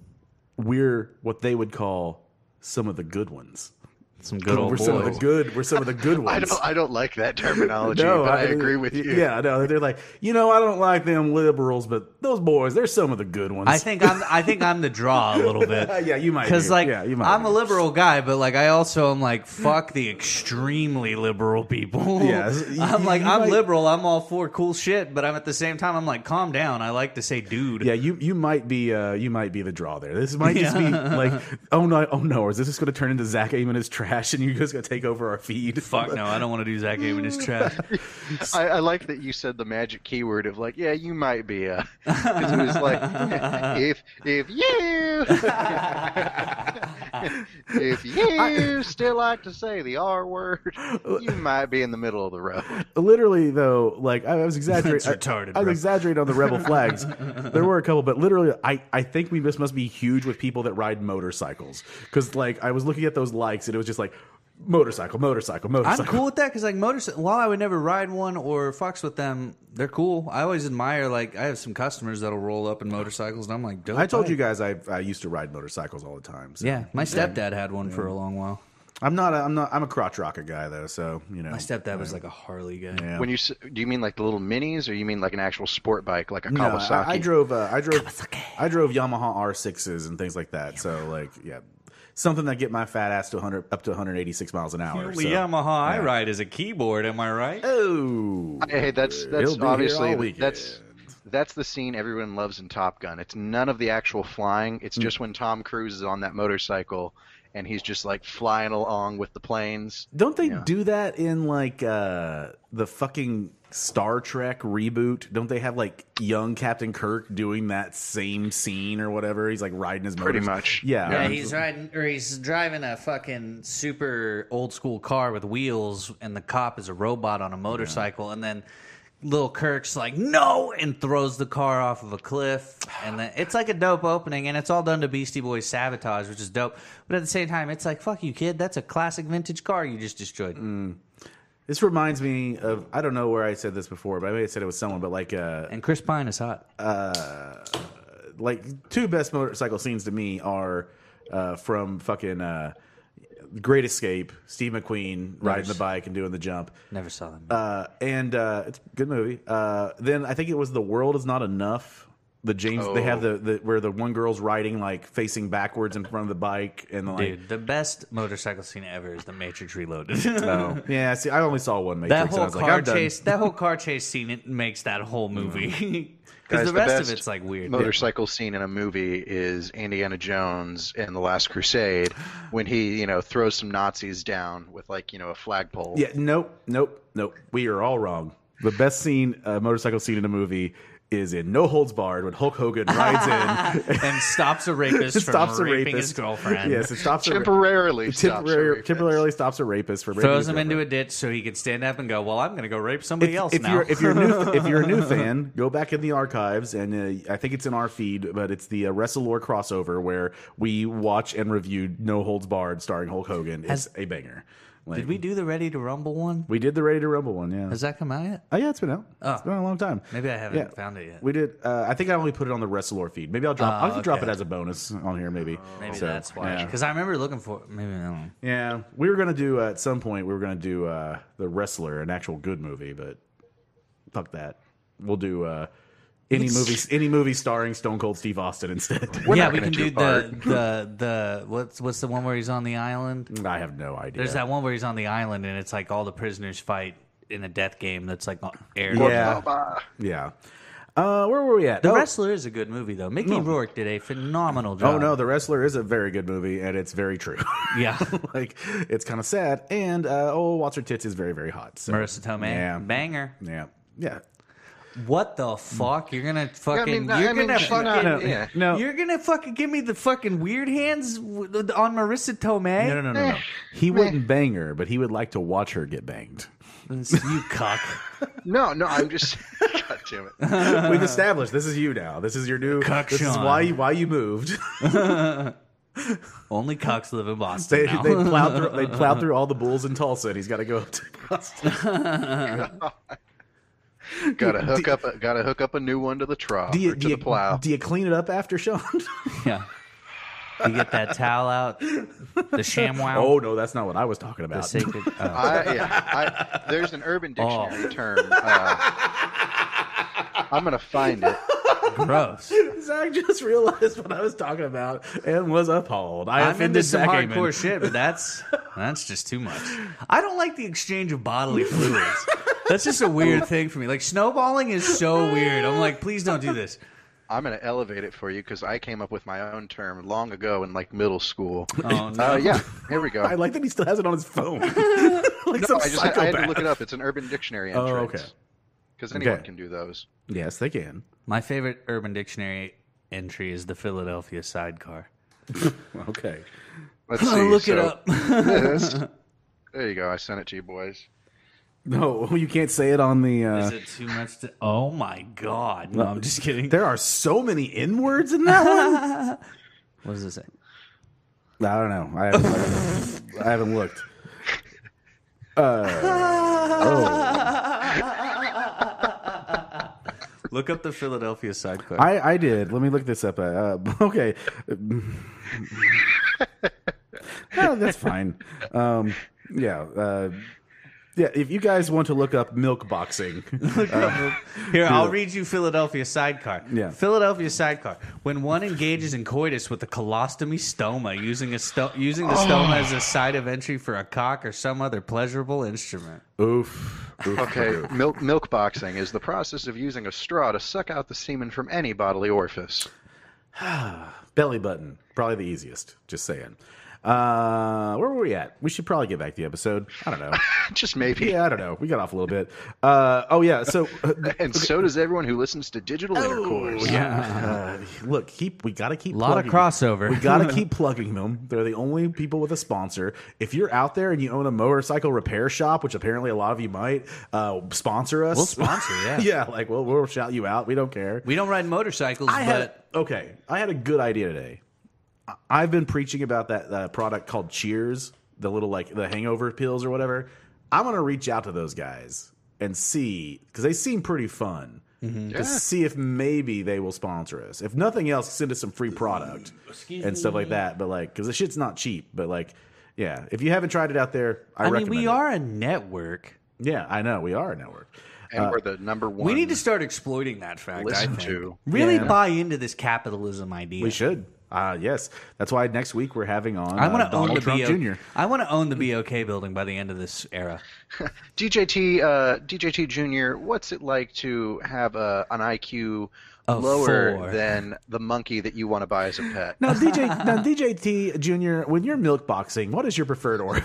[SPEAKER 3] we're what they would call some of the good ones.
[SPEAKER 4] Some good old
[SPEAKER 3] we're some of the
[SPEAKER 4] boys.
[SPEAKER 3] good. We're some of the [LAUGHS] good ones.
[SPEAKER 5] I don't, I don't like [LAUGHS] that terminology, but I, agree with you.
[SPEAKER 3] Yeah, no, they're like, you know, I don't like them liberals, but those boys, they're some of the good ones. Uh,
[SPEAKER 4] I think I'm. I think I'm the draw a little bit.
[SPEAKER 3] yeah, you might
[SPEAKER 4] Because
[SPEAKER 3] be.
[SPEAKER 4] like
[SPEAKER 3] yeah, you might
[SPEAKER 4] I'm
[SPEAKER 3] be.
[SPEAKER 4] a liberal guy, but like I also am like fuck the extremely liberal people.
[SPEAKER 3] [LAUGHS]
[SPEAKER 4] [LAUGHS]
[SPEAKER 3] Yeah, so y-
[SPEAKER 4] I'm like
[SPEAKER 3] you
[SPEAKER 4] I'm
[SPEAKER 3] might-
[SPEAKER 4] liberal. I'm all for cool shit, but I'm at the same time I'm like calm down. I like to say dude.
[SPEAKER 3] Yeah, you you might be uh, you might be the draw there. This might just be like, oh no, oh no, or is this just going to turn into Zach Amen is trash and you just going to take over our feed?
[SPEAKER 4] Fuck no, I don't want to do Zach
[SPEAKER 3] [LAUGHS]
[SPEAKER 4] Aven is trash.
[SPEAKER 5] I, I like that you said the magic keyword of like, yeah, you might be a. [LAUGHS] 'cause it was [LAUGHS] like, if if [LAUGHS] you if you still like to say the R word, you might be in the middle of the road.
[SPEAKER 3] Literally though, like I, I was exaggerating.
[SPEAKER 4] That's retarded,
[SPEAKER 3] I, I was
[SPEAKER 4] bro.
[SPEAKER 3] exaggerating on the rebel flags. There were a couple, but literally, I I think we just must be huge with people that ride motorcycles because like I was looking at those likes and it was just like motorcycle, motorcycle,
[SPEAKER 4] I'm
[SPEAKER 3] motorcycle.
[SPEAKER 4] cool with that because like motorcycle. While I would never ride one or fucks with them, they're cool. I always admire like I have some customers that'll roll up in motorcycles, and I'm like, dope.
[SPEAKER 3] I told you
[SPEAKER 4] bike.
[SPEAKER 3] guys I, I used to ride motorcycles all the time. So.
[SPEAKER 4] Yeah, my stepdad had one for a long while.
[SPEAKER 3] I'm not a, I'm not I'm a crotch rocket guy though, so you know
[SPEAKER 4] My stepdad was like a Harley guy.
[SPEAKER 3] Yeah.
[SPEAKER 5] When you s- do you mean like the little minis, or you mean like an actual sport bike, like a
[SPEAKER 3] No,
[SPEAKER 5] Kawasaki?
[SPEAKER 3] I, I drove. Uh, I drove. I drove Yamaha R sixes and things like that. So like, yeah, something that get my fat ass to 100 up to 186 miles an hour. So.
[SPEAKER 4] Only Yamaha I ride is a keyboard. Am I right?
[SPEAKER 3] Oh,
[SPEAKER 5] Hey, that's
[SPEAKER 3] He'll be
[SPEAKER 5] that's
[SPEAKER 3] here all
[SPEAKER 5] obviously
[SPEAKER 3] weekend.
[SPEAKER 5] that's that's the scene everyone loves in Top Gun. It's none of the actual flying.
[SPEAKER 3] Hmm.
[SPEAKER 5] It's just when Tom Cruise is on that motorcycle and he's just like flying along with the planes.
[SPEAKER 3] Don't they do that in like uh the fucking Star Trek reboot? Don't they have like young Captain Kirk doing that same scene or whatever? He's like riding his
[SPEAKER 5] Pretty
[SPEAKER 3] motors-
[SPEAKER 5] much.
[SPEAKER 3] Yeah.
[SPEAKER 4] Yeah, he's riding or he's driving a fucking super old school car with wheels, and the cop is a robot on a motorcycle, and then little Kirk's like no, and throws the car off of a cliff, and then it's like a dope opening, and it's all done to Beastie Boys sabotage, which is dope. But at the same time, it's like fuck you, kid, that's a classic vintage car you just destroyed.
[SPEAKER 3] This reminds me of I don't know where I said this before, but I may have said it with someone, but like uh
[SPEAKER 4] And Chris Pine is hot.
[SPEAKER 3] like two best motorcycle scenes to me are uh, from fucking uh, Great Escape, Steve McQueen riding the bike and doing the jump.
[SPEAKER 4] Never saw them.
[SPEAKER 3] Uh, and uh, it's a good movie. Uh, then I think it was The World Is Not Enough. The James they have
[SPEAKER 4] Oh.
[SPEAKER 3] the, the where the one girl's riding like facing backwards in front of the bike and like
[SPEAKER 4] Dude, the best motorcycle scene ever is the Matrix Reloaded. [LAUGHS]
[SPEAKER 3] no. yeah. See, I only saw one Matrix.
[SPEAKER 4] that
[SPEAKER 3] and I
[SPEAKER 4] whole
[SPEAKER 3] was like,
[SPEAKER 4] car
[SPEAKER 3] I'm done.
[SPEAKER 4] chase, that
[SPEAKER 3] [LAUGHS]
[SPEAKER 4] whole car chase scene, it makes that whole movie. [LAUGHS]
[SPEAKER 5] Guys,
[SPEAKER 4] Because the rest of
[SPEAKER 5] best
[SPEAKER 4] it's like weird.
[SPEAKER 5] Motorcycle scene in a movie is Indiana Jones in The Last Crusade when he, you know, throws some Nazis down with like, you know, a flagpole.
[SPEAKER 3] Yeah, nope, nope, nope. We are all wrong. The best scene, uh, motorcycle scene in a movie, is in No Holds Barred when Hulk Hogan
[SPEAKER 4] [LAUGHS]
[SPEAKER 3] rides in.
[SPEAKER 4] [LAUGHS] and
[SPEAKER 3] [LAUGHS]
[SPEAKER 4] stops a rapist
[SPEAKER 3] It
[SPEAKER 4] from
[SPEAKER 3] stops a
[SPEAKER 4] raping his
[SPEAKER 3] rapist.
[SPEAKER 4] girlfriend.
[SPEAKER 3] yes, it stops a ra-
[SPEAKER 5] Temporarily
[SPEAKER 3] it
[SPEAKER 5] stops a
[SPEAKER 3] temporarily-
[SPEAKER 5] rapist.
[SPEAKER 3] temporarily stops a rapist for raping
[SPEAKER 4] Throws him into a ditch so he could stand up and go, Well, I'm going to go rape somebody else
[SPEAKER 3] if
[SPEAKER 4] now.
[SPEAKER 3] you're if you're new if you're a new fan, go back in the archives and uh, I think it's in our feed, but it's the uh, Wrestlelore crossover where we watch and reviewed No Holds Barred starring Hulk Hogan. It's
[SPEAKER 4] Has-
[SPEAKER 3] a banger. Like,
[SPEAKER 4] [LAUGHS] Did we do the Ready to Rumble one?
[SPEAKER 3] we did the Ready to Rumble one, yeah.
[SPEAKER 4] Has that come out yet?
[SPEAKER 3] Oh yeah, it's been out. It's been out a long time.
[SPEAKER 4] Maybe I haven't found it yet.
[SPEAKER 3] We did. Uh, I think I only put it on the Wrestlelore feed. Maybe I'll drop.
[SPEAKER 4] Oh,
[SPEAKER 3] I'll just drop it
[SPEAKER 4] okay.
[SPEAKER 3] as a bonus on here. Maybe.
[SPEAKER 4] Maybe
[SPEAKER 3] So,
[SPEAKER 4] that's why.
[SPEAKER 3] Yeah.
[SPEAKER 4] Because I remember looking for maybe I don't know.
[SPEAKER 3] Yeah. we were gonna do uh, at some point. We were gonna do uh, the Wrestler, an actual good movie, but fuck that. We'll do uh, any movie. Any movie starring Stone Cold Steve Austin
[SPEAKER 4] [LAUGHS]
[SPEAKER 3] instead. [LAUGHS]
[SPEAKER 4] yeah,
[SPEAKER 5] not
[SPEAKER 4] we
[SPEAKER 5] gonna
[SPEAKER 4] can
[SPEAKER 5] do
[SPEAKER 4] do the, the the what's what's the one where he's on the island?
[SPEAKER 3] I have no idea.
[SPEAKER 4] There's that one where he's on the island and it's like all the prisoners fight in a death game that's like on- aired.
[SPEAKER 3] Yeah.
[SPEAKER 5] Bah.
[SPEAKER 3] Yeah. Uh, where were we at?
[SPEAKER 4] The
[SPEAKER 3] Oh,
[SPEAKER 4] Wrestler is a good movie though. Mickey Rourke did a phenomenal job.
[SPEAKER 3] Oh no, The Wrestler is a very good movie, and it's very true. [LAUGHS]
[SPEAKER 4] Yeah.
[SPEAKER 3] like it's kind of sad, and uh, oh, Watch Her Tits is very very hot. So.
[SPEAKER 4] Marissa Tomei.
[SPEAKER 3] Yeah.
[SPEAKER 4] Banger.
[SPEAKER 3] Yeah. Yeah.
[SPEAKER 4] What the fuck? You're gonna
[SPEAKER 5] I
[SPEAKER 4] fucking
[SPEAKER 5] mean, no,
[SPEAKER 4] you're
[SPEAKER 5] I mean,
[SPEAKER 4] gonna
[SPEAKER 5] fuck,
[SPEAKER 4] fucking
[SPEAKER 5] no, yeah.
[SPEAKER 3] No.
[SPEAKER 4] You're gonna fucking give me the fucking weird hands w- on Marissa Tomei?
[SPEAKER 3] No, no, no, no, no. He wouldn't bang her, but he would like to watch her get banged.
[SPEAKER 4] You cuck.
[SPEAKER 5] No, no, I'm just. [LAUGHS] God damn it.
[SPEAKER 3] We've established this is you now. This is your new.
[SPEAKER 4] Cuck
[SPEAKER 3] this is
[SPEAKER 4] Sean.
[SPEAKER 3] why you, why you moved. [LAUGHS]
[SPEAKER 4] Only cucks live in Boston
[SPEAKER 3] they,
[SPEAKER 4] now.
[SPEAKER 3] they plowed through. They plowed [LAUGHS] through all the bulls in Tulsa, and he's got to go up to Boston.
[SPEAKER 5] Gotta hook up. A, gotta hook up a new one to the trough
[SPEAKER 3] Do you,
[SPEAKER 5] or to
[SPEAKER 3] do, you,
[SPEAKER 5] the plow.
[SPEAKER 3] do you clean it up after Sean?
[SPEAKER 4] yeah. You get that towel out, the ShamWow,
[SPEAKER 3] [LAUGHS] oh no, that's not what I was talking
[SPEAKER 4] the
[SPEAKER 3] about.
[SPEAKER 4] sacred. oh.
[SPEAKER 5] I, yeah, I, there's an Urban Dictionary term. Uh, I'm gonna find it.
[SPEAKER 4] gross.
[SPEAKER 3] [LAUGHS] Zach just realized what I was talking about and was appalled. I
[SPEAKER 4] I'm into
[SPEAKER 3] offended
[SPEAKER 4] some
[SPEAKER 3] Zach
[SPEAKER 4] hardcore
[SPEAKER 3] Amen.
[SPEAKER 4] shit, but that's that's just too much. I don't like the exchange of bodily fluids. That's just a weird thing for me. Like snowballing is so weird. I'm like, please don't do this.
[SPEAKER 5] I'm gonna elevate it for you because I came up with my own term long ago in like middle school.
[SPEAKER 4] Oh no.
[SPEAKER 5] Uh, yeah, here we go.
[SPEAKER 3] I like that he still has it on his [LAUGHS] phone. like
[SPEAKER 5] No, I just had, I had to look it up. It's an Urban Dictionary
[SPEAKER 3] Oh,
[SPEAKER 5] entrance.
[SPEAKER 3] okay.
[SPEAKER 5] Because anyone
[SPEAKER 3] Okay.
[SPEAKER 5] can do those.
[SPEAKER 3] Yes, they can.
[SPEAKER 4] My favorite Urban Dictionary entry is the Philadelphia sidecar.
[SPEAKER 3] Okay.
[SPEAKER 5] Let's see.
[SPEAKER 4] Look it
[SPEAKER 5] so
[SPEAKER 4] up.
[SPEAKER 5] this- there you go. I sent it to you boys.
[SPEAKER 3] No, [LAUGHS] you can't say it on the. Uh,
[SPEAKER 4] Is it too much to? Oh my god! No, I'm just kidding.
[SPEAKER 3] there are so many N words in that one.
[SPEAKER 4] What does it say?
[SPEAKER 3] I don't know. I haven't, I haven't looked. Uh, oh,
[SPEAKER 4] Look up the Philadelphia sidecar.
[SPEAKER 3] I, I did. Let me look this up. Uh, [LAUGHS] okay. No, Oh, that's fine. Um, yeah. Uh, yeah. If you guys want to look up milk boxing, uh,
[SPEAKER 4] Here, I'll read you Philadelphia sidecar.
[SPEAKER 3] Yeah.
[SPEAKER 4] Philadelphia sidecar. When one engages in coitus with a colostomy stoma, using a sto- using the
[SPEAKER 3] Oh.
[SPEAKER 4] stoma as a site of entry for a cock or some other pleasurable instrument.
[SPEAKER 3] oof. oof.
[SPEAKER 5] Okay, milk milk boxing is the process of using a straw to suck out the semen from any bodily orifice. [LAUGHS]
[SPEAKER 3] Belly button. Probably the easiest. Just saying. Uh, where were we at? We should probably get back to the episode. I don't know.
[SPEAKER 5] Just maybe.
[SPEAKER 3] Yeah, I don't know. We got off a little bit. Uh, oh yeah. So uh,
[SPEAKER 5] And so does everyone who listens to digital intercourse.
[SPEAKER 3] yeah. Uh, look, keep we gotta keep
[SPEAKER 4] Lot of
[SPEAKER 3] plugging-
[SPEAKER 4] crossover.
[SPEAKER 3] We
[SPEAKER 4] [LAUGHS]
[SPEAKER 3] gotta keep plugging them. They're the only people with a sponsor. If you're out there and you own a motorcycle repair shop, which apparently a lot of you might, uh, sponsor us.
[SPEAKER 4] We'll sponsor,
[SPEAKER 3] [LAUGHS]
[SPEAKER 4] yeah.
[SPEAKER 3] yeah, like we'll we'll shout you out. We don't care.
[SPEAKER 4] We don't ride motorcycles,
[SPEAKER 3] I had
[SPEAKER 4] but
[SPEAKER 3] okay. I had a good idea today. I- I've been preaching about that uh, product called Cheers, the little like the hangover pills or whatever. I want to reach out to those guys and see because they seem pretty fun.
[SPEAKER 4] Mm-hmm.
[SPEAKER 3] To see if maybe they will sponsor us. If nothing else, send us some free product and stuff like that. But like, because the shit's not cheap. But like, yeah, if you haven't tried it out there, I,
[SPEAKER 4] I, mean,
[SPEAKER 3] recommend.
[SPEAKER 4] we
[SPEAKER 3] it.
[SPEAKER 4] are a network.
[SPEAKER 3] Yeah, I know we are a network.
[SPEAKER 5] and we're the number one.
[SPEAKER 4] We need to start exploiting that fact. I
[SPEAKER 5] listen
[SPEAKER 4] think.
[SPEAKER 5] to.
[SPEAKER 4] Really
[SPEAKER 3] Yeah.
[SPEAKER 4] buy into this capitalism idea.
[SPEAKER 3] We should. Uh, yes. That's why next week we're having on
[SPEAKER 4] I want
[SPEAKER 3] uh,
[SPEAKER 4] to own
[SPEAKER 3] Donald
[SPEAKER 4] the
[SPEAKER 3] Trump
[SPEAKER 4] BO-
[SPEAKER 3] Jr.
[SPEAKER 4] I want to own the BOK building by the end of this era.
[SPEAKER 5] DJT, uh, DJT Junior, what's it like to have a, an IQ
[SPEAKER 4] Of
[SPEAKER 5] lower
[SPEAKER 4] four.
[SPEAKER 5] than the monkey that you want to
[SPEAKER 4] [LAUGHS]
[SPEAKER 5] buy as a pet?
[SPEAKER 3] Now, DJ, now DJT Jr., when you're milk boxing, what is your preferred order?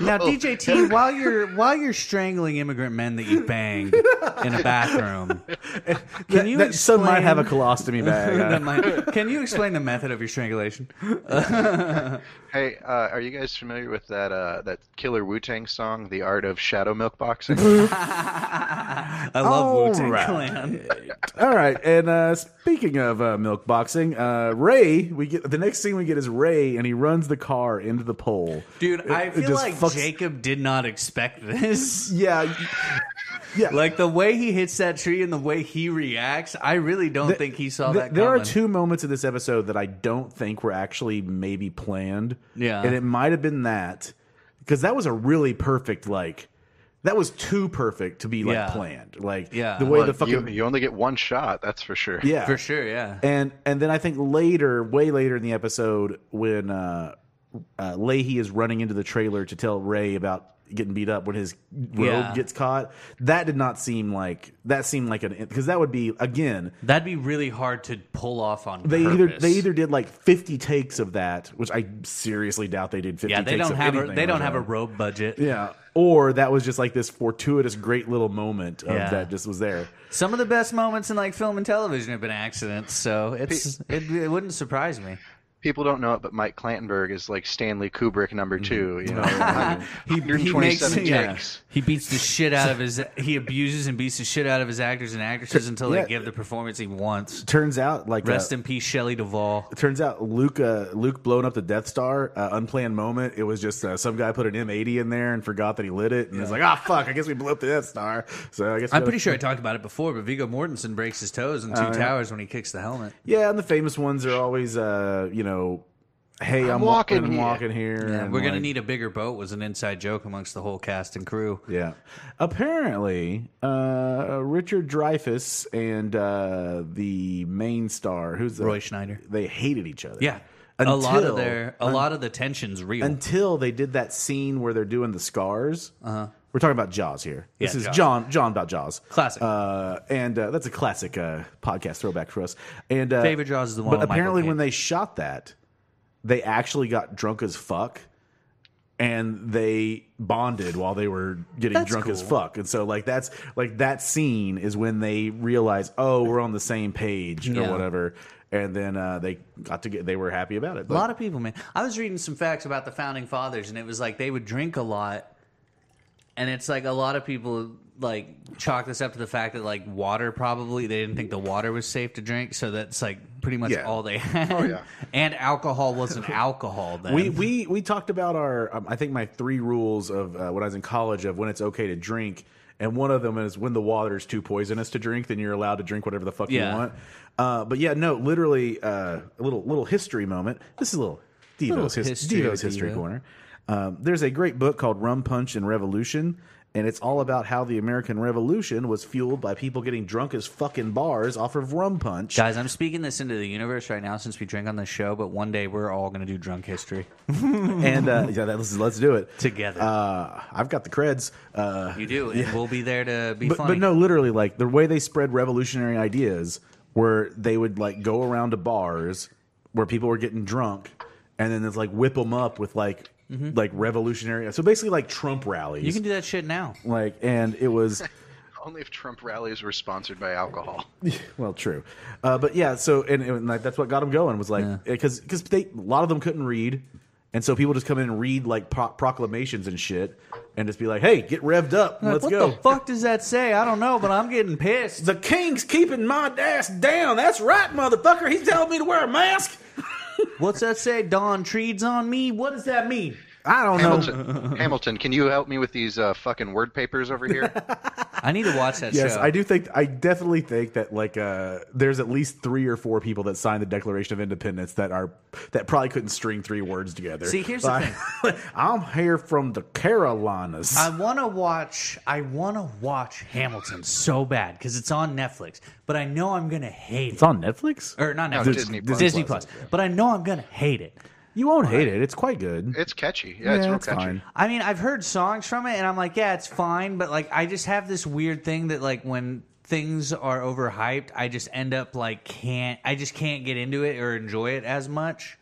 [SPEAKER 4] Now,
[SPEAKER 3] Oh.
[SPEAKER 4] DJT, while you're while you're strangling immigrant men that you banged in
[SPEAKER 3] [LAUGHS]
[SPEAKER 4] a bathroom, can [LAUGHS] you
[SPEAKER 3] that some might have a
[SPEAKER 4] explain- [LAUGHS]
[SPEAKER 3] colostomy bag.
[SPEAKER 4] That might- can you explain the method of your strangulation?
[SPEAKER 5] Hey, uh, are you guys familiar with that uh, that killer Wu Tang song, "The Art of Shadow Milk Boxing"?
[SPEAKER 4] [LAUGHS] I love
[SPEAKER 3] All
[SPEAKER 4] Wu Tang
[SPEAKER 3] right.
[SPEAKER 4] Clan.
[SPEAKER 3] All right, and uh, speaking of uh, milk boxing, uh, Ray, we get the next thing we get is Ray, and he runs the car into the pole.
[SPEAKER 4] Dude, I
[SPEAKER 3] it
[SPEAKER 4] feel
[SPEAKER 3] just
[SPEAKER 4] like
[SPEAKER 3] fucks-
[SPEAKER 4] Jacob did not expect this.
[SPEAKER 3] Yeah, yeah.
[SPEAKER 4] Like the way he hits that tree and the way he reacts, I really don't think he saw
[SPEAKER 3] Th-
[SPEAKER 4] Oh, that.
[SPEAKER 3] there are
[SPEAKER 4] coming.
[SPEAKER 3] two moments of this episode that I don't think were actually maybe planned.
[SPEAKER 4] Yeah.
[SPEAKER 3] and it might have been that because that was a really perfect like. That was too perfect to be like
[SPEAKER 4] Yeah.
[SPEAKER 3] planned. Like
[SPEAKER 4] Yeah.
[SPEAKER 3] the way
[SPEAKER 5] Well,
[SPEAKER 3] the fucking
[SPEAKER 5] you, you only get one shot, that's for sure.
[SPEAKER 3] yeah
[SPEAKER 4] for sure. Yeah,
[SPEAKER 3] And and then I think later, way later in the episode, when uh, uh, Leahy is running into the trailer to tell Ray about getting beat up when his robe
[SPEAKER 4] Yeah.
[SPEAKER 3] gets caught, that did not seem like that seemed like an because that would be again
[SPEAKER 4] that'd be really hard to pull off on.
[SPEAKER 3] they either
[SPEAKER 4] purpose.
[SPEAKER 3] they either did like fifty takes of that, which I seriously doubt they did fifty.
[SPEAKER 4] yeah they
[SPEAKER 3] takes
[SPEAKER 4] don't
[SPEAKER 3] of
[SPEAKER 4] have a,
[SPEAKER 3] anything
[SPEAKER 4] they
[SPEAKER 3] like
[SPEAKER 4] don't have
[SPEAKER 3] that.
[SPEAKER 4] a robe budget.
[SPEAKER 3] yeah, or that was just like this fortuitous great little moment of
[SPEAKER 4] Yeah.
[SPEAKER 3] that just was there.
[SPEAKER 4] Some of the best moments in like film and television have been accidents, so it's it, it wouldn't surprise me.
[SPEAKER 5] People don't know it, but Mike Clantonburg is like Stanley Kubrick number two. You know, 127 takes.
[SPEAKER 4] he beats the shit out of his he abuses and beats the shit out of his actors and actresses until
[SPEAKER 3] Yeah.
[SPEAKER 4] they give the performance he wants.
[SPEAKER 3] Turns out like
[SPEAKER 4] Rest
[SPEAKER 3] uh,
[SPEAKER 4] in peace, Shelley Duvall.
[SPEAKER 3] It turns out Luke uh, Luke blowing up the Death Star, uh, unplanned moment. It was just uh, some guy put an M80 in there and forgot that he lit it, and it's like, ah, fuck, I guess we blew up the Death Star. So I guess we
[SPEAKER 4] I'm
[SPEAKER 3] gotta-
[SPEAKER 4] pretty sure I talked about it before, but Vigo Mortensen breaks his toes in
[SPEAKER 3] Oh,
[SPEAKER 4] Two Towers when he kicks the helmet.
[SPEAKER 3] yeah. And the famous ones are always, uh, you know, hey, I'm,
[SPEAKER 5] walking
[SPEAKER 3] walking, I'm
[SPEAKER 5] here.
[SPEAKER 3] walking here. and
[SPEAKER 4] We're gonna
[SPEAKER 3] like-
[SPEAKER 4] need a bigger boat was an inside joke amongst the whole cast and crew.
[SPEAKER 3] Yeah. Apparently, uh, Richard Dreyfuss and uh, the main star, who's the,
[SPEAKER 4] Roy Schneider.
[SPEAKER 3] they hated each other.
[SPEAKER 4] Yeah. a lot of their a lot of the tension's real.
[SPEAKER 3] until they did that scene where they're doing the scars. Uh-huh. We're talking about Jaws here. This
[SPEAKER 4] Yeah,
[SPEAKER 3] is
[SPEAKER 4] Jaws.
[SPEAKER 3] John John about Jaws.
[SPEAKER 4] Classic.
[SPEAKER 3] Uh, and uh, that's a classic uh, podcast throwback for us. And uh,
[SPEAKER 4] Favorite Jaws is the one
[SPEAKER 3] But
[SPEAKER 4] with Michael
[SPEAKER 3] apparently,
[SPEAKER 4] Caine.
[SPEAKER 3] when they shot that, they actually got drunk as fuck. And they bonded while they were getting
[SPEAKER 4] That's
[SPEAKER 3] drunk as
[SPEAKER 4] cool.
[SPEAKER 3] fuck, and so like that's like that scene is when they realize, oh, we're on the same page or
[SPEAKER 4] Yeah.
[SPEAKER 3] whatever, and then uh, they got to get they were happy about it.
[SPEAKER 4] A lot of people, man. I was reading some facts about the founding fathers, and it was like they would drink a lot, and it's like a lot of people like chalk this up to the fact that like water probably they didn't think the water was safe to drink, so that's like pretty much
[SPEAKER 3] Yeah.
[SPEAKER 4] all they had.
[SPEAKER 5] yeah.
[SPEAKER 4] [LAUGHS] and
[SPEAKER 3] [LAUGHS]
[SPEAKER 4] alcohol wasn't alcohol then.
[SPEAKER 3] we we we talked about our um, I think my three rules of uh, when I was in college of when it's okay to drink, and one of them is when the water is too poisonous to drink, then you're allowed to drink whatever the fuck
[SPEAKER 4] Yeah.
[SPEAKER 3] you want. Uh, but yeah, no, literally uh, a little little history moment. This is a little Devo's, his,
[SPEAKER 4] history,
[SPEAKER 3] Devo's history
[SPEAKER 4] Devo.
[SPEAKER 3] corner. Um, there's a great book called Rum Punch and Revolution. And it's all about how the American Revolution was fueled by people getting drunk as fucking bars off of rum punch.
[SPEAKER 4] Guys, I'm speaking this into the universe right now since we drink on this show, but one day we're all gonna do drunk
[SPEAKER 3] [LAUGHS]
[SPEAKER 4] history
[SPEAKER 3] And uh, yeah, that, let's, let's do it.
[SPEAKER 4] together.
[SPEAKER 3] Uh, I've got the creds. Uh,
[SPEAKER 4] you do, and we'll be there to be
[SPEAKER 3] but,
[SPEAKER 4] funny.
[SPEAKER 3] but no, literally, like the way they spread revolutionary ideas, where they would like go around to bars where people were getting drunk, and then it's like whip them up with like like revolutionary. So basically, like Trump rallies,
[SPEAKER 4] Mm-hmm. you can do that shit now.
[SPEAKER 3] like, and it
[SPEAKER 4] [LAUGHS]
[SPEAKER 3] was
[SPEAKER 5] [LAUGHS] Only if Trump rallies were sponsored by alcohol.
[SPEAKER 3] well, true, uh, but yeah. So and, and like, that's what got them going was like because because they a lot of them couldn't read. And so people just come in and read like pro- proclamations and shit, and just be like, "Hey, get revved up, and
[SPEAKER 4] Like,
[SPEAKER 3] let's
[SPEAKER 4] what
[SPEAKER 3] go."
[SPEAKER 4] the fuck does that say? I don't know, but I'm getting pissed.
[SPEAKER 3] The king's keeping my ass down. That's right, motherfucker. He's telling me to wear a mask.
[SPEAKER 4] What's that say? Don Treads on me? [LAUGHS] What does that mean?
[SPEAKER 3] I don't know.
[SPEAKER 5] Hamilton, Hamilton, can you help me with these uh, fucking word papers over here?
[SPEAKER 4] I need to watch that
[SPEAKER 3] Yes,
[SPEAKER 4] show.
[SPEAKER 3] I do think I definitely think that like uh, there's at least three or four people that signed the Declaration of Independence that are that probably couldn't string three words together.
[SPEAKER 4] See, here's the
[SPEAKER 3] [LAUGHS] thing: I'm here from the Carolinas.
[SPEAKER 4] I want to watch. I want to watch Hamilton so bad because it's on Netflix. But I know I'm gonna hate
[SPEAKER 3] it's
[SPEAKER 4] it.
[SPEAKER 3] on Netflix.
[SPEAKER 4] Or not Netflix.
[SPEAKER 5] Disney Plus.
[SPEAKER 4] Disney
[SPEAKER 3] Plus,
[SPEAKER 4] Plus. But I know I'm gonna hate it.
[SPEAKER 3] You won't hate it. It's quite good.
[SPEAKER 5] It's catchy. Yeah, it's real catchy.
[SPEAKER 4] I mean, I've heard songs from it, and I'm like, yeah, it's fine. But like, I just have this weird thing that like when things are overhyped, I just end up like can't. I just can't get into it or enjoy it as much.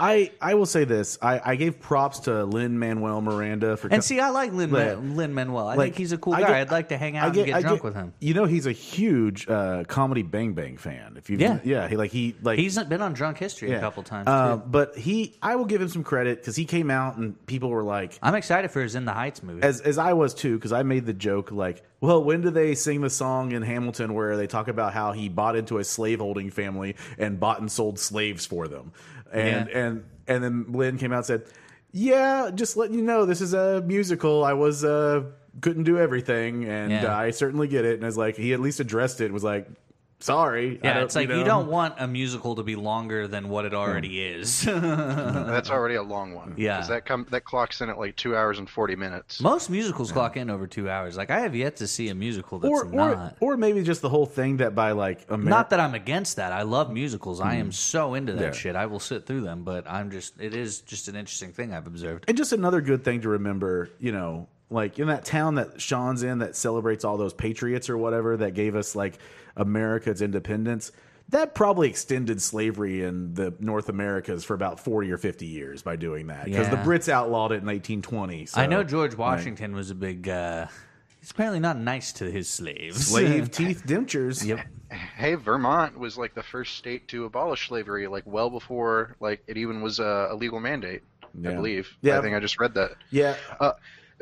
[SPEAKER 3] I I will say this. I, I gave props to Lin Manuel Miranda for co-
[SPEAKER 4] And see, I like Lin
[SPEAKER 3] Like-
[SPEAKER 4] Lin Manuel. I
[SPEAKER 3] like,
[SPEAKER 4] think he's a cool
[SPEAKER 3] I
[SPEAKER 4] guy.
[SPEAKER 3] get-
[SPEAKER 4] I'd like to hang out
[SPEAKER 3] I
[SPEAKER 4] and get
[SPEAKER 3] I
[SPEAKER 4] drunk with him.
[SPEAKER 3] You know, he's a huge uh, comedy Bang Bang fan. If you
[SPEAKER 4] Yeah.
[SPEAKER 3] yeah, he like he like
[SPEAKER 4] He's been on Drunk History
[SPEAKER 3] yeah.
[SPEAKER 4] a couple times.
[SPEAKER 3] Uh,
[SPEAKER 4] too.
[SPEAKER 3] but he, I will give him some credit because he came out and people were like,
[SPEAKER 4] I'm excited for his In the Heights movie.
[SPEAKER 3] as as I was too, because I made the joke like, well, when do they sing the song in Hamilton where they talk about how he bought into a slaveholding family and bought and sold slaves for them, and
[SPEAKER 4] Yeah.
[SPEAKER 3] and and then Lynn came out and said, yeah, just letting you know this is a musical. I was uh couldn't do everything, and
[SPEAKER 4] Yeah.
[SPEAKER 3] I certainly get it. And it's like he at least addressed it. and Was like, sorry, I
[SPEAKER 4] yeah,
[SPEAKER 3] don't-
[SPEAKER 4] it's like you,
[SPEAKER 3] know."
[SPEAKER 4] don't want a musical to be longer than what it already is. [LAUGHS]
[SPEAKER 5] Uh, That's already a long one.
[SPEAKER 4] Yeah.
[SPEAKER 5] 'Cause that come that clocks in at like two hours and forty minutes.
[SPEAKER 4] Most musicals clock in over two hours. Like I have yet to see a musical that's
[SPEAKER 3] Or, or
[SPEAKER 4] not.
[SPEAKER 3] or maybe just the whole thing that by like Ameri-
[SPEAKER 4] not that I'm against that. I love musicals. I am so into that
[SPEAKER 3] Hmm. Yeah.
[SPEAKER 4] shit. I will sit through them, but I'm just it is just an interesting thing I've observed.
[SPEAKER 3] And just another good thing to remember, you know, like in that town that Sean's in that celebrates all those patriots or whatever that gave us like America's independence, that probably extended slavery in the North Americas for about 40 or 50 years by doing that because
[SPEAKER 4] Yeah.
[SPEAKER 3] the Brits outlawed it in 1820. So
[SPEAKER 4] I know George Washington was a big uh he's apparently not nice to his slaves.
[SPEAKER 3] slave teeth dentures.
[SPEAKER 4] yep.
[SPEAKER 5] Hey, Vermont was like the first state to abolish slavery, like well before like it even was a, a legal mandate.
[SPEAKER 3] Yeah.
[SPEAKER 5] I believe.
[SPEAKER 3] Yeah.
[SPEAKER 5] I think I just read that.
[SPEAKER 3] Yeah.
[SPEAKER 5] Uh,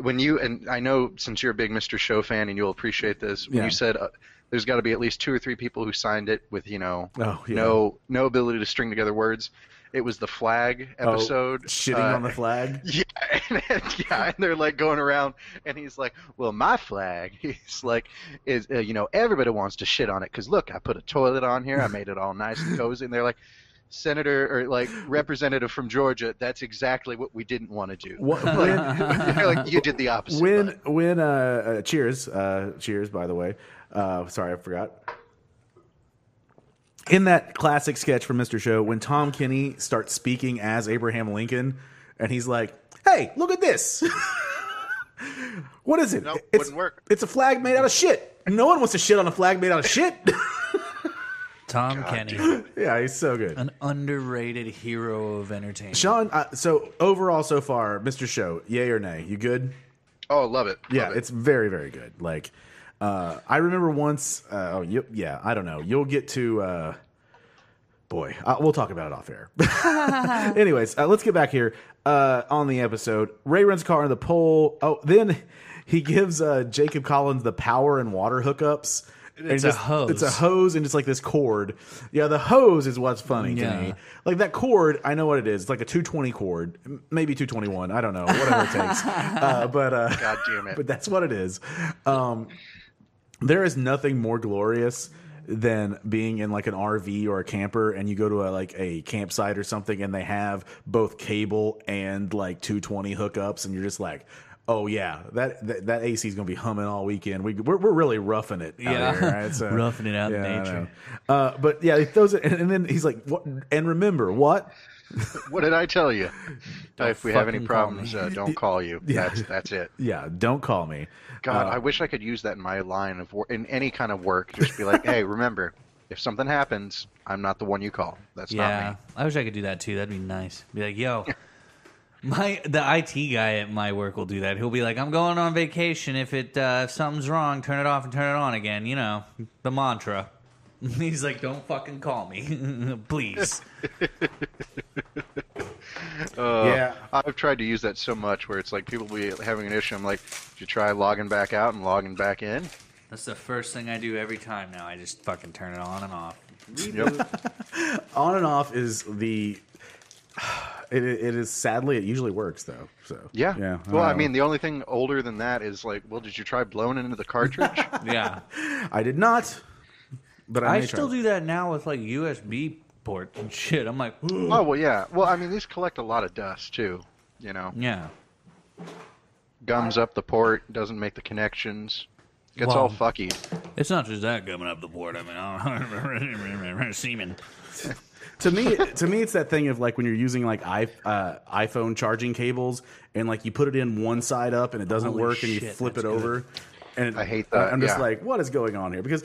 [SPEAKER 5] when you and I know since you're a big Mr. Show fan and you'll appreciate this, when
[SPEAKER 3] Yeah.
[SPEAKER 5] you said uh, there's got to be at least two or three people who signed it with you know
[SPEAKER 3] Oh, yeah.
[SPEAKER 5] no no ability to string together words. It was the flag
[SPEAKER 3] Oh,
[SPEAKER 5] episode.
[SPEAKER 3] shitting
[SPEAKER 5] uh,
[SPEAKER 3] on the flag.
[SPEAKER 5] Yeah, [LAUGHS] and, and- yeah, and they're like going around, and he's like, "Well, my flag." [LAUGHS] He's like, "Is uh, you know everybody wants to shit on it because look, I put a toilet on here, I made it all nice and cozy." And they're like, "Senator or like representative from Georgia, that's exactly what we didn't want to do."
[SPEAKER 3] What-
[SPEAKER 5] [LAUGHS] Like, you're like, you did the opposite.
[SPEAKER 3] when
[SPEAKER 5] bud."
[SPEAKER 3] when uh, uh cheers uh cheers by the way uh sorry i forgot in that classic sketch from mr show when tom kinney starts speaking as abraham lincoln and he's like hey look at this [LAUGHS] what is it
[SPEAKER 5] Nope,
[SPEAKER 3] it's,
[SPEAKER 5] wouldn't work.
[SPEAKER 3] it's a flag made out of shit no one wants to shit on a flag made out of shit
[SPEAKER 4] [LAUGHS]
[SPEAKER 3] [LAUGHS]
[SPEAKER 4] Tom Kenny,
[SPEAKER 3] yeah he's so good
[SPEAKER 4] an underrated hero of entertainment.
[SPEAKER 3] sean uh, so overall so far mr show yay or nay you good
[SPEAKER 5] oh, love it.
[SPEAKER 3] Yeah,
[SPEAKER 5] love it.
[SPEAKER 3] it's very very good. Like uh, I remember once. Uh, oh, you, yeah. I don't know. You'll get to. Uh, boy, uh, we'll talk about it off air. [LAUGHS] Anyways, uh, let's get back here uh, on the episode. Ray runs car in the pole. Oh, then he gives uh, Jacob Collins the power and water hookups. And
[SPEAKER 4] It's a
[SPEAKER 3] just-
[SPEAKER 4] hose.
[SPEAKER 3] It's a hose and it's like this cord. Yeah, the hose is what's funny to
[SPEAKER 4] Yeah.
[SPEAKER 3] me. Like that cord, I know what it is. It's like a 220 cord, m- maybe 221. I don't know, whatever it
[SPEAKER 4] [LAUGHS]
[SPEAKER 3] takes. Uh, but uh,
[SPEAKER 5] God damn it.
[SPEAKER 3] but that's what it is. Um, there is nothing more glorious than being in like an RV or a camper and you go to a like a campsite or something and they have both cable and like 220 hookups and you're just like oh yeah that that, that AC is going to be humming all weekend we we're, we're really roughing it out
[SPEAKER 4] Yeah.
[SPEAKER 3] here, right? So-
[SPEAKER 4] [LAUGHS] Roughing it out in
[SPEAKER 3] I
[SPEAKER 4] nature.
[SPEAKER 3] know. uh but yeah he throws it and, and then he's like what and remember what
[SPEAKER 5] What did I tell you? if we have any
[SPEAKER 4] fucking call
[SPEAKER 5] problems,
[SPEAKER 4] me.
[SPEAKER 5] uh, don't call you.
[SPEAKER 3] [LAUGHS] Yeah.
[SPEAKER 5] That's that's it.
[SPEAKER 3] yeah don't call me
[SPEAKER 5] God, I wish I could use that in my line of work, in any kind of work. Just be like, hey, remember, if something happens, I'm not the one you call. That's not
[SPEAKER 4] yeah,
[SPEAKER 5] me.
[SPEAKER 4] I wish I could do that too. That'd be nice. Be like, yo, my the IT guy at my work will do that. He'll be like, I'm going on vacation. If it uh, if something's wrong, turn it off and turn it on again. You know the mantra. [LAUGHS] He's like, don't fucking call me, [LAUGHS] please. Uh,
[SPEAKER 3] yeah
[SPEAKER 5] I've tried to use that so much where it's like people will be having an issue. I'm like, did you try logging back out and logging back in?
[SPEAKER 4] That's the first thing I do every time now. I just fucking turn it on and off.
[SPEAKER 5] Yep.
[SPEAKER 3] on and off is the [SIGHS] It, it is sadly it usually works though. So
[SPEAKER 5] Yeah.
[SPEAKER 3] yeah.
[SPEAKER 5] well, I
[SPEAKER 3] don't
[SPEAKER 5] mean, the only thing older than that is like, well, did you try blowing it into the cartridge?
[SPEAKER 4] Yeah.
[SPEAKER 3] know. I did not, but I,
[SPEAKER 4] I
[SPEAKER 3] may
[SPEAKER 4] still
[SPEAKER 3] try.
[SPEAKER 4] do that now with like USB ports and shit. I'm like, [GASPS]
[SPEAKER 5] oh well, yeah. Well, I mean, these collect a lot of dust too. You know,
[SPEAKER 4] yeah.
[SPEAKER 5] gums up the port, doesn't make the connections, gets
[SPEAKER 4] Wow.
[SPEAKER 5] all fucky.
[SPEAKER 4] It's not just that coming up the board. I mean, [LAUGHS] I don't semen.
[SPEAKER 3] to me to me it's that thing of like when you're using like i uh, iphone charging cables and like you put it in one side up and it doesn't
[SPEAKER 4] Holy
[SPEAKER 3] work and you
[SPEAKER 4] shit,
[SPEAKER 3] flip it
[SPEAKER 4] that's
[SPEAKER 3] over and it-
[SPEAKER 5] I hate that,
[SPEAKER 3] i'm just
[SPEAKER 5] yeah.
[SPEAKER 3] like what is going on here because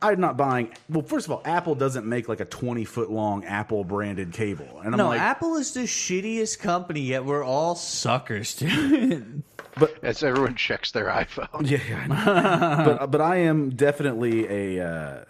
[SPEAKER 3] i'm not buying well first of all apple doesn't make like a 20 foot long apple branded cable and i'm
[SPEAKER 4] No,
[SPEAKER 3] like
[SPEAKER 4] Apple is the shittiest company, yet we're all suckers to
[SPEAKER 5] As everyone [LAUGHS] checks their iPhone.
[SPEAKER 3] yeah, yeah, I know. but but i am definitely a uh,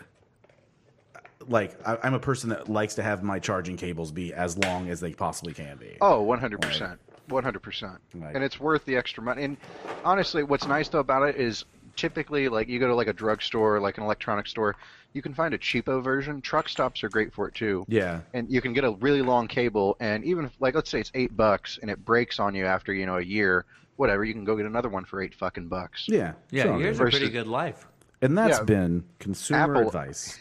[SPEAKER 3] like I, i'm a person that likes to have my charging cables be as long as they possibly can be
[SPEAKER 5] Oh, 100%. 100%.
[SPEAKER 3] Right.
[SPEAKER 5] And it's worth the extra money. And honestly, what's nice though about it is typically like you go to like a drugstore, like an electronics store, you can find a cheapo version. Truck stops are great for it too.
[SPEAKER 3] Yeah.
[SPEAKER 5] And you can get a really long cable and even if, like let's say it's 8 bucks and it breaks on you after, you know, a year, whatever, you can go get another one for 8 fucking bucks.
[SPEAKER 3] yeah
[SPEAKER 4] [LAUGHS] Yeah,
[SPEAKER 3] sure.
[SPEAKER 4] yours are
[SPEAKER 5] Versus-
[SPEAKER 4] pretty good life.
[SPEAKER 3] And that's
[SPEAKER 5] Yeah.
[SPEAKER 3] been consumer
[SPEAKER 5] Apple-
[SPEAKER 3] advice.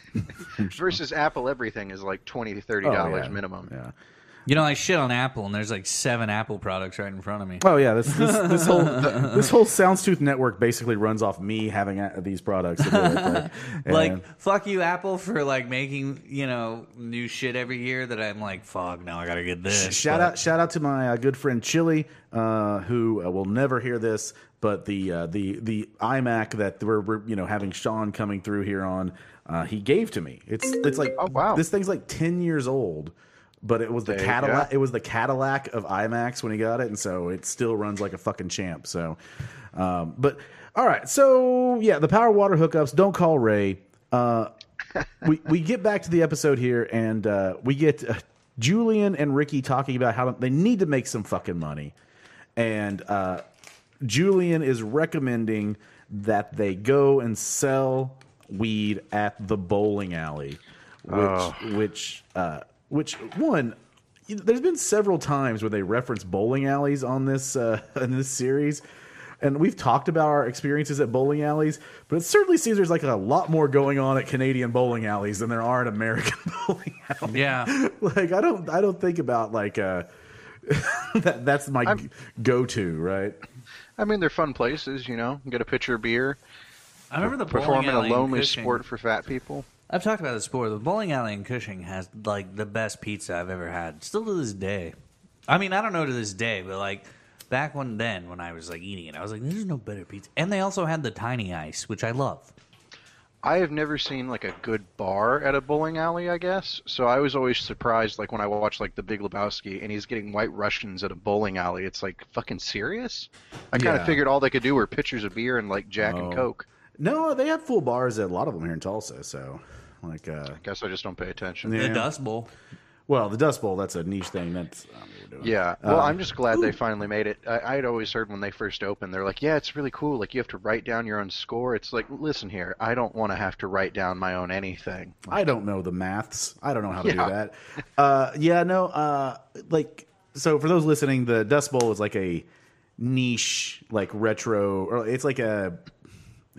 [SPEAKER 5] Versus Apple everything is like 20 to 30
[SPEAKER 3] Oh,
[SPEAKER 5] dollars
[SPEAKER 3] yeah.
[SPEAKER 5] minimum.
[SPEAKER 3] Yeah.
[SPEAKER 4] You know, I shit on Apple, and there's like seven Apple products right in front of me.
[SPEAKER 3] Oh yeah. This this, this
[SPEAKER 5] [LAUGHS]
[SPEAKER 3] whole this whole Soundstooth network basically runs off me having a, these products. to do it, Like, and-
[SPEAKER 4] Like, fuck you, Apple, for like making you know new shit every year. That I'm like, fuck, now I gotta get this.
[SPEAKER 3] shout
[SPEAKER 4] but-
[SPEAKER 3] out shout out to my uh, good friend Chili, uh, who uh, will never hear this. But the uh, the the iMac that we're, we're you know having Sean coming through here on, uh, he gave to me. It's it's like
[SPEAKER 5] Oh, wow.
[SPEAKER 3] this thing's like ten years old. But it was the
[SPEAKER 5] There you
[SPEAKER 3] Cadillac.
[SPEAKER 5] go.
[SPEAKER 3] It was the Cadillac of IMAX when he got it, and so it still runs like a fucking champ. So, um, but all right. So yeah, the power water hookups. Don't call Ray. Uh, [LAUGHS] we we get back to the episode here, and uh, we get uh, Julian and Ricky talking about how they need to make some fucking money, and uh, Julian is recommending that they go and sell weed at the bowling alley, which which uh, which one. you know, There's been several times where they reference bowling alleys on this uh, [LAUGHS] in this series, and we've talked about our experiences at bowling alleys, but it certainly seems there's like a lot more going on at Canadian bowling alleys than there are at American [LAUGHS] bowling alleys.
[SPEAKER 4] Yeah,
[SPEAKER 3] Like I don't I don't think about like uh [LAUGHS] that that's my
[SPEAKER 5] I'm-
[SPEAKER 3] go to, right?
[SPEAKER 5] I mean, they're fun places, you know. Get a pitcher of beer,
[SPEAKER 4] I remember the
[SPEAKER 5] perform
[SPEAKER 4] bowling
[SPEAKER 5] in a
[SPEAKER 4] alley in
[SPEAKER 5] lonely
[SPEAKER 4] Cushing.
[SPEAKER 5] sport for fat people.
[SPEAKER 4] I've talked about this before. The bowling alley in Cushing has like the best pizza I've ever had. Still to this day. I mean, I don't know to this day, but like back when then when I was like eating it, I was like, "There's no better pizza." And they also had the tiny ice, which I love.
[SPEAKER 5] I have never seen like a good bar at a bowling alley, I guess. So I was always surprised, like when I watch like The Big Lebowski, and he's getting white Russians at a bowling alley. It's like fucking serious. I kind
[SPEAKER 3] Yeah.
[SPEAKER 5] of figured all they could do were pitchers of beer and like Jack and
[SPEAKER 3] Oh.
[SPEAKER 5] Coke.
[SPEAKER 3] No, they have full bars at a lot of them here in Tulsa, so like uh
[SPEAKER 5] Guess I just don't pay attention.
[SPEAKER 3] Yeah.
[SPEAKER 5] Yeah.
[SPEAKER 4] The Dust Bowl.
[SPEAKER 3] well, the Dust Bowl, that's a niche thing. That's um, I don't know what we're doing.
[SPEAKER 5] Well, I'm just glad they finally made it. I, I'd always heard when they first opened, they're like, "Yeah, it's really cool. Like you have to write down your own score." It's like, listen here, I don't want to have to write down my own anything.
[SPEAKER 3] I don't know the maths. I don't know how to
[SPEAKER 5] Yeah.
[SPEAKER 3] do that. Uh, yeah, no. Uh, like, so for those listening, the Dust Bowl is like a niche, like retro, or it's like a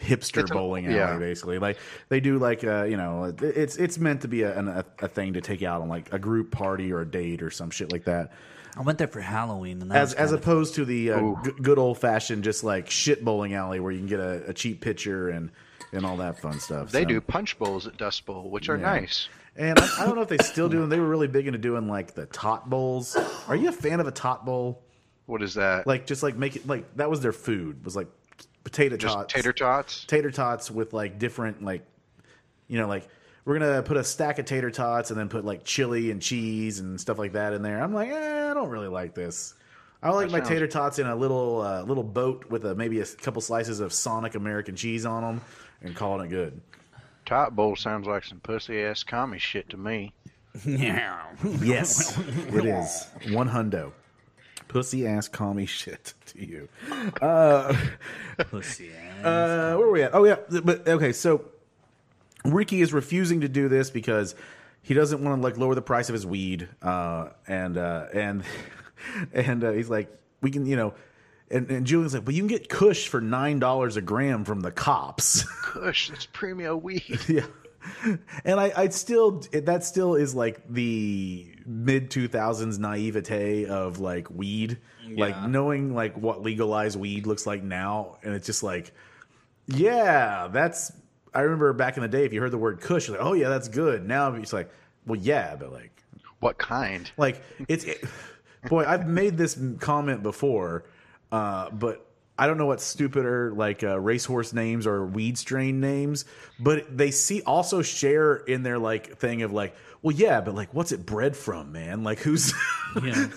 [SPEAKER 3] hipster
[SPEAKER 5] It's an-
[SPEAKER 3] bowling alley,
[SPEAKER 5] yeah.
[SPEAKER 3] basically. Like they do like uh, you know, it- it's it's meant to be a, an, a a thing to take out on like a group party or a date or some shit like that.
[SPEAKER 4] I went there for Halloween, and that
[SPEAKER 3] As
[SPEAKER 4] was
[SPEAKER 3] as
[SPEAKER 4] kinda-
[SPEAKER 3] opposed to the uh, g- good old fashioned, just like shit bowling alley where you can get a, a cheap pitcher and and all that fun stuff.
[SPEAKER 5] They
[SPEAKER 3] so.
[SPEAKER 5] do punch bowls at Dust Bowl, which are nice.
[SPEAKER 3] And I, I don't know if they still do them. They were really big into doing like the tot bowls. Are you a fan of a tot bowl?
[SPEAKER 5] What is that?
[SPEAKER 3] Like just like make it like that was their food was like potato
[SPEAKER 5] Just
[SPEAKER 3] tots,
[SPEAKER 5] tater tots.
[SPEAKER 3] tater tots with like different like you know like we're gonna put a stack of tater tots and then put like chili and cheese and stuff like that in there. I'm like, eh, I don't really like this. I like my
[SPEAKER 5] sounds-
[SPEAKER 3] tater tots in a little uh, little boat with a, maybe a couple slices of Sonic American cheese on them and calling it good.
[SPEAKER 5] Top bowl sounds like some pussy ass commie shit to me.
[SPEAKER 4] yeah.
[SPEAKER 3] Yes, it is one hundo. Pussy ass commie shit [LAUGHS] to you. [LAUGHS]
[SPEAKER 4] Pussy ass.
[SPEAKER 3] Uh, where are we at? Oh yeah, but okay. So Ricky is refusing to do this because he doesn't want to like lower the price of his weed, uh, and uh, and [LAUGHS] and uh, he's like, we can, you know, and, and Julian's like, but you can get Kush for nine dollars a gram from the cops. [LAUGHS]
[SPEAKER 5] Kush, that's premium weed.
[SPEAKER 3] yeah, and I, I still that still is like the mid two thousands naivete of like weed, like knowing like what legalized weed looks like now, and it's just like, yeah, that's. I remember back in the day, if you heard the word Kush, you're like, oh yeah, that's good. Now it's like, well, yeah, but like
[SPEAKER 5] What kind?
[SPEAKER 3] like it's it, boy, I've made this m- comment before, uh, but I don't know what stupider like uh, racehorse names or weed strain names, but they see also share in their like thing of like, well, yeah, but like, what's it bred from, man? Like, who's [LAUGHS]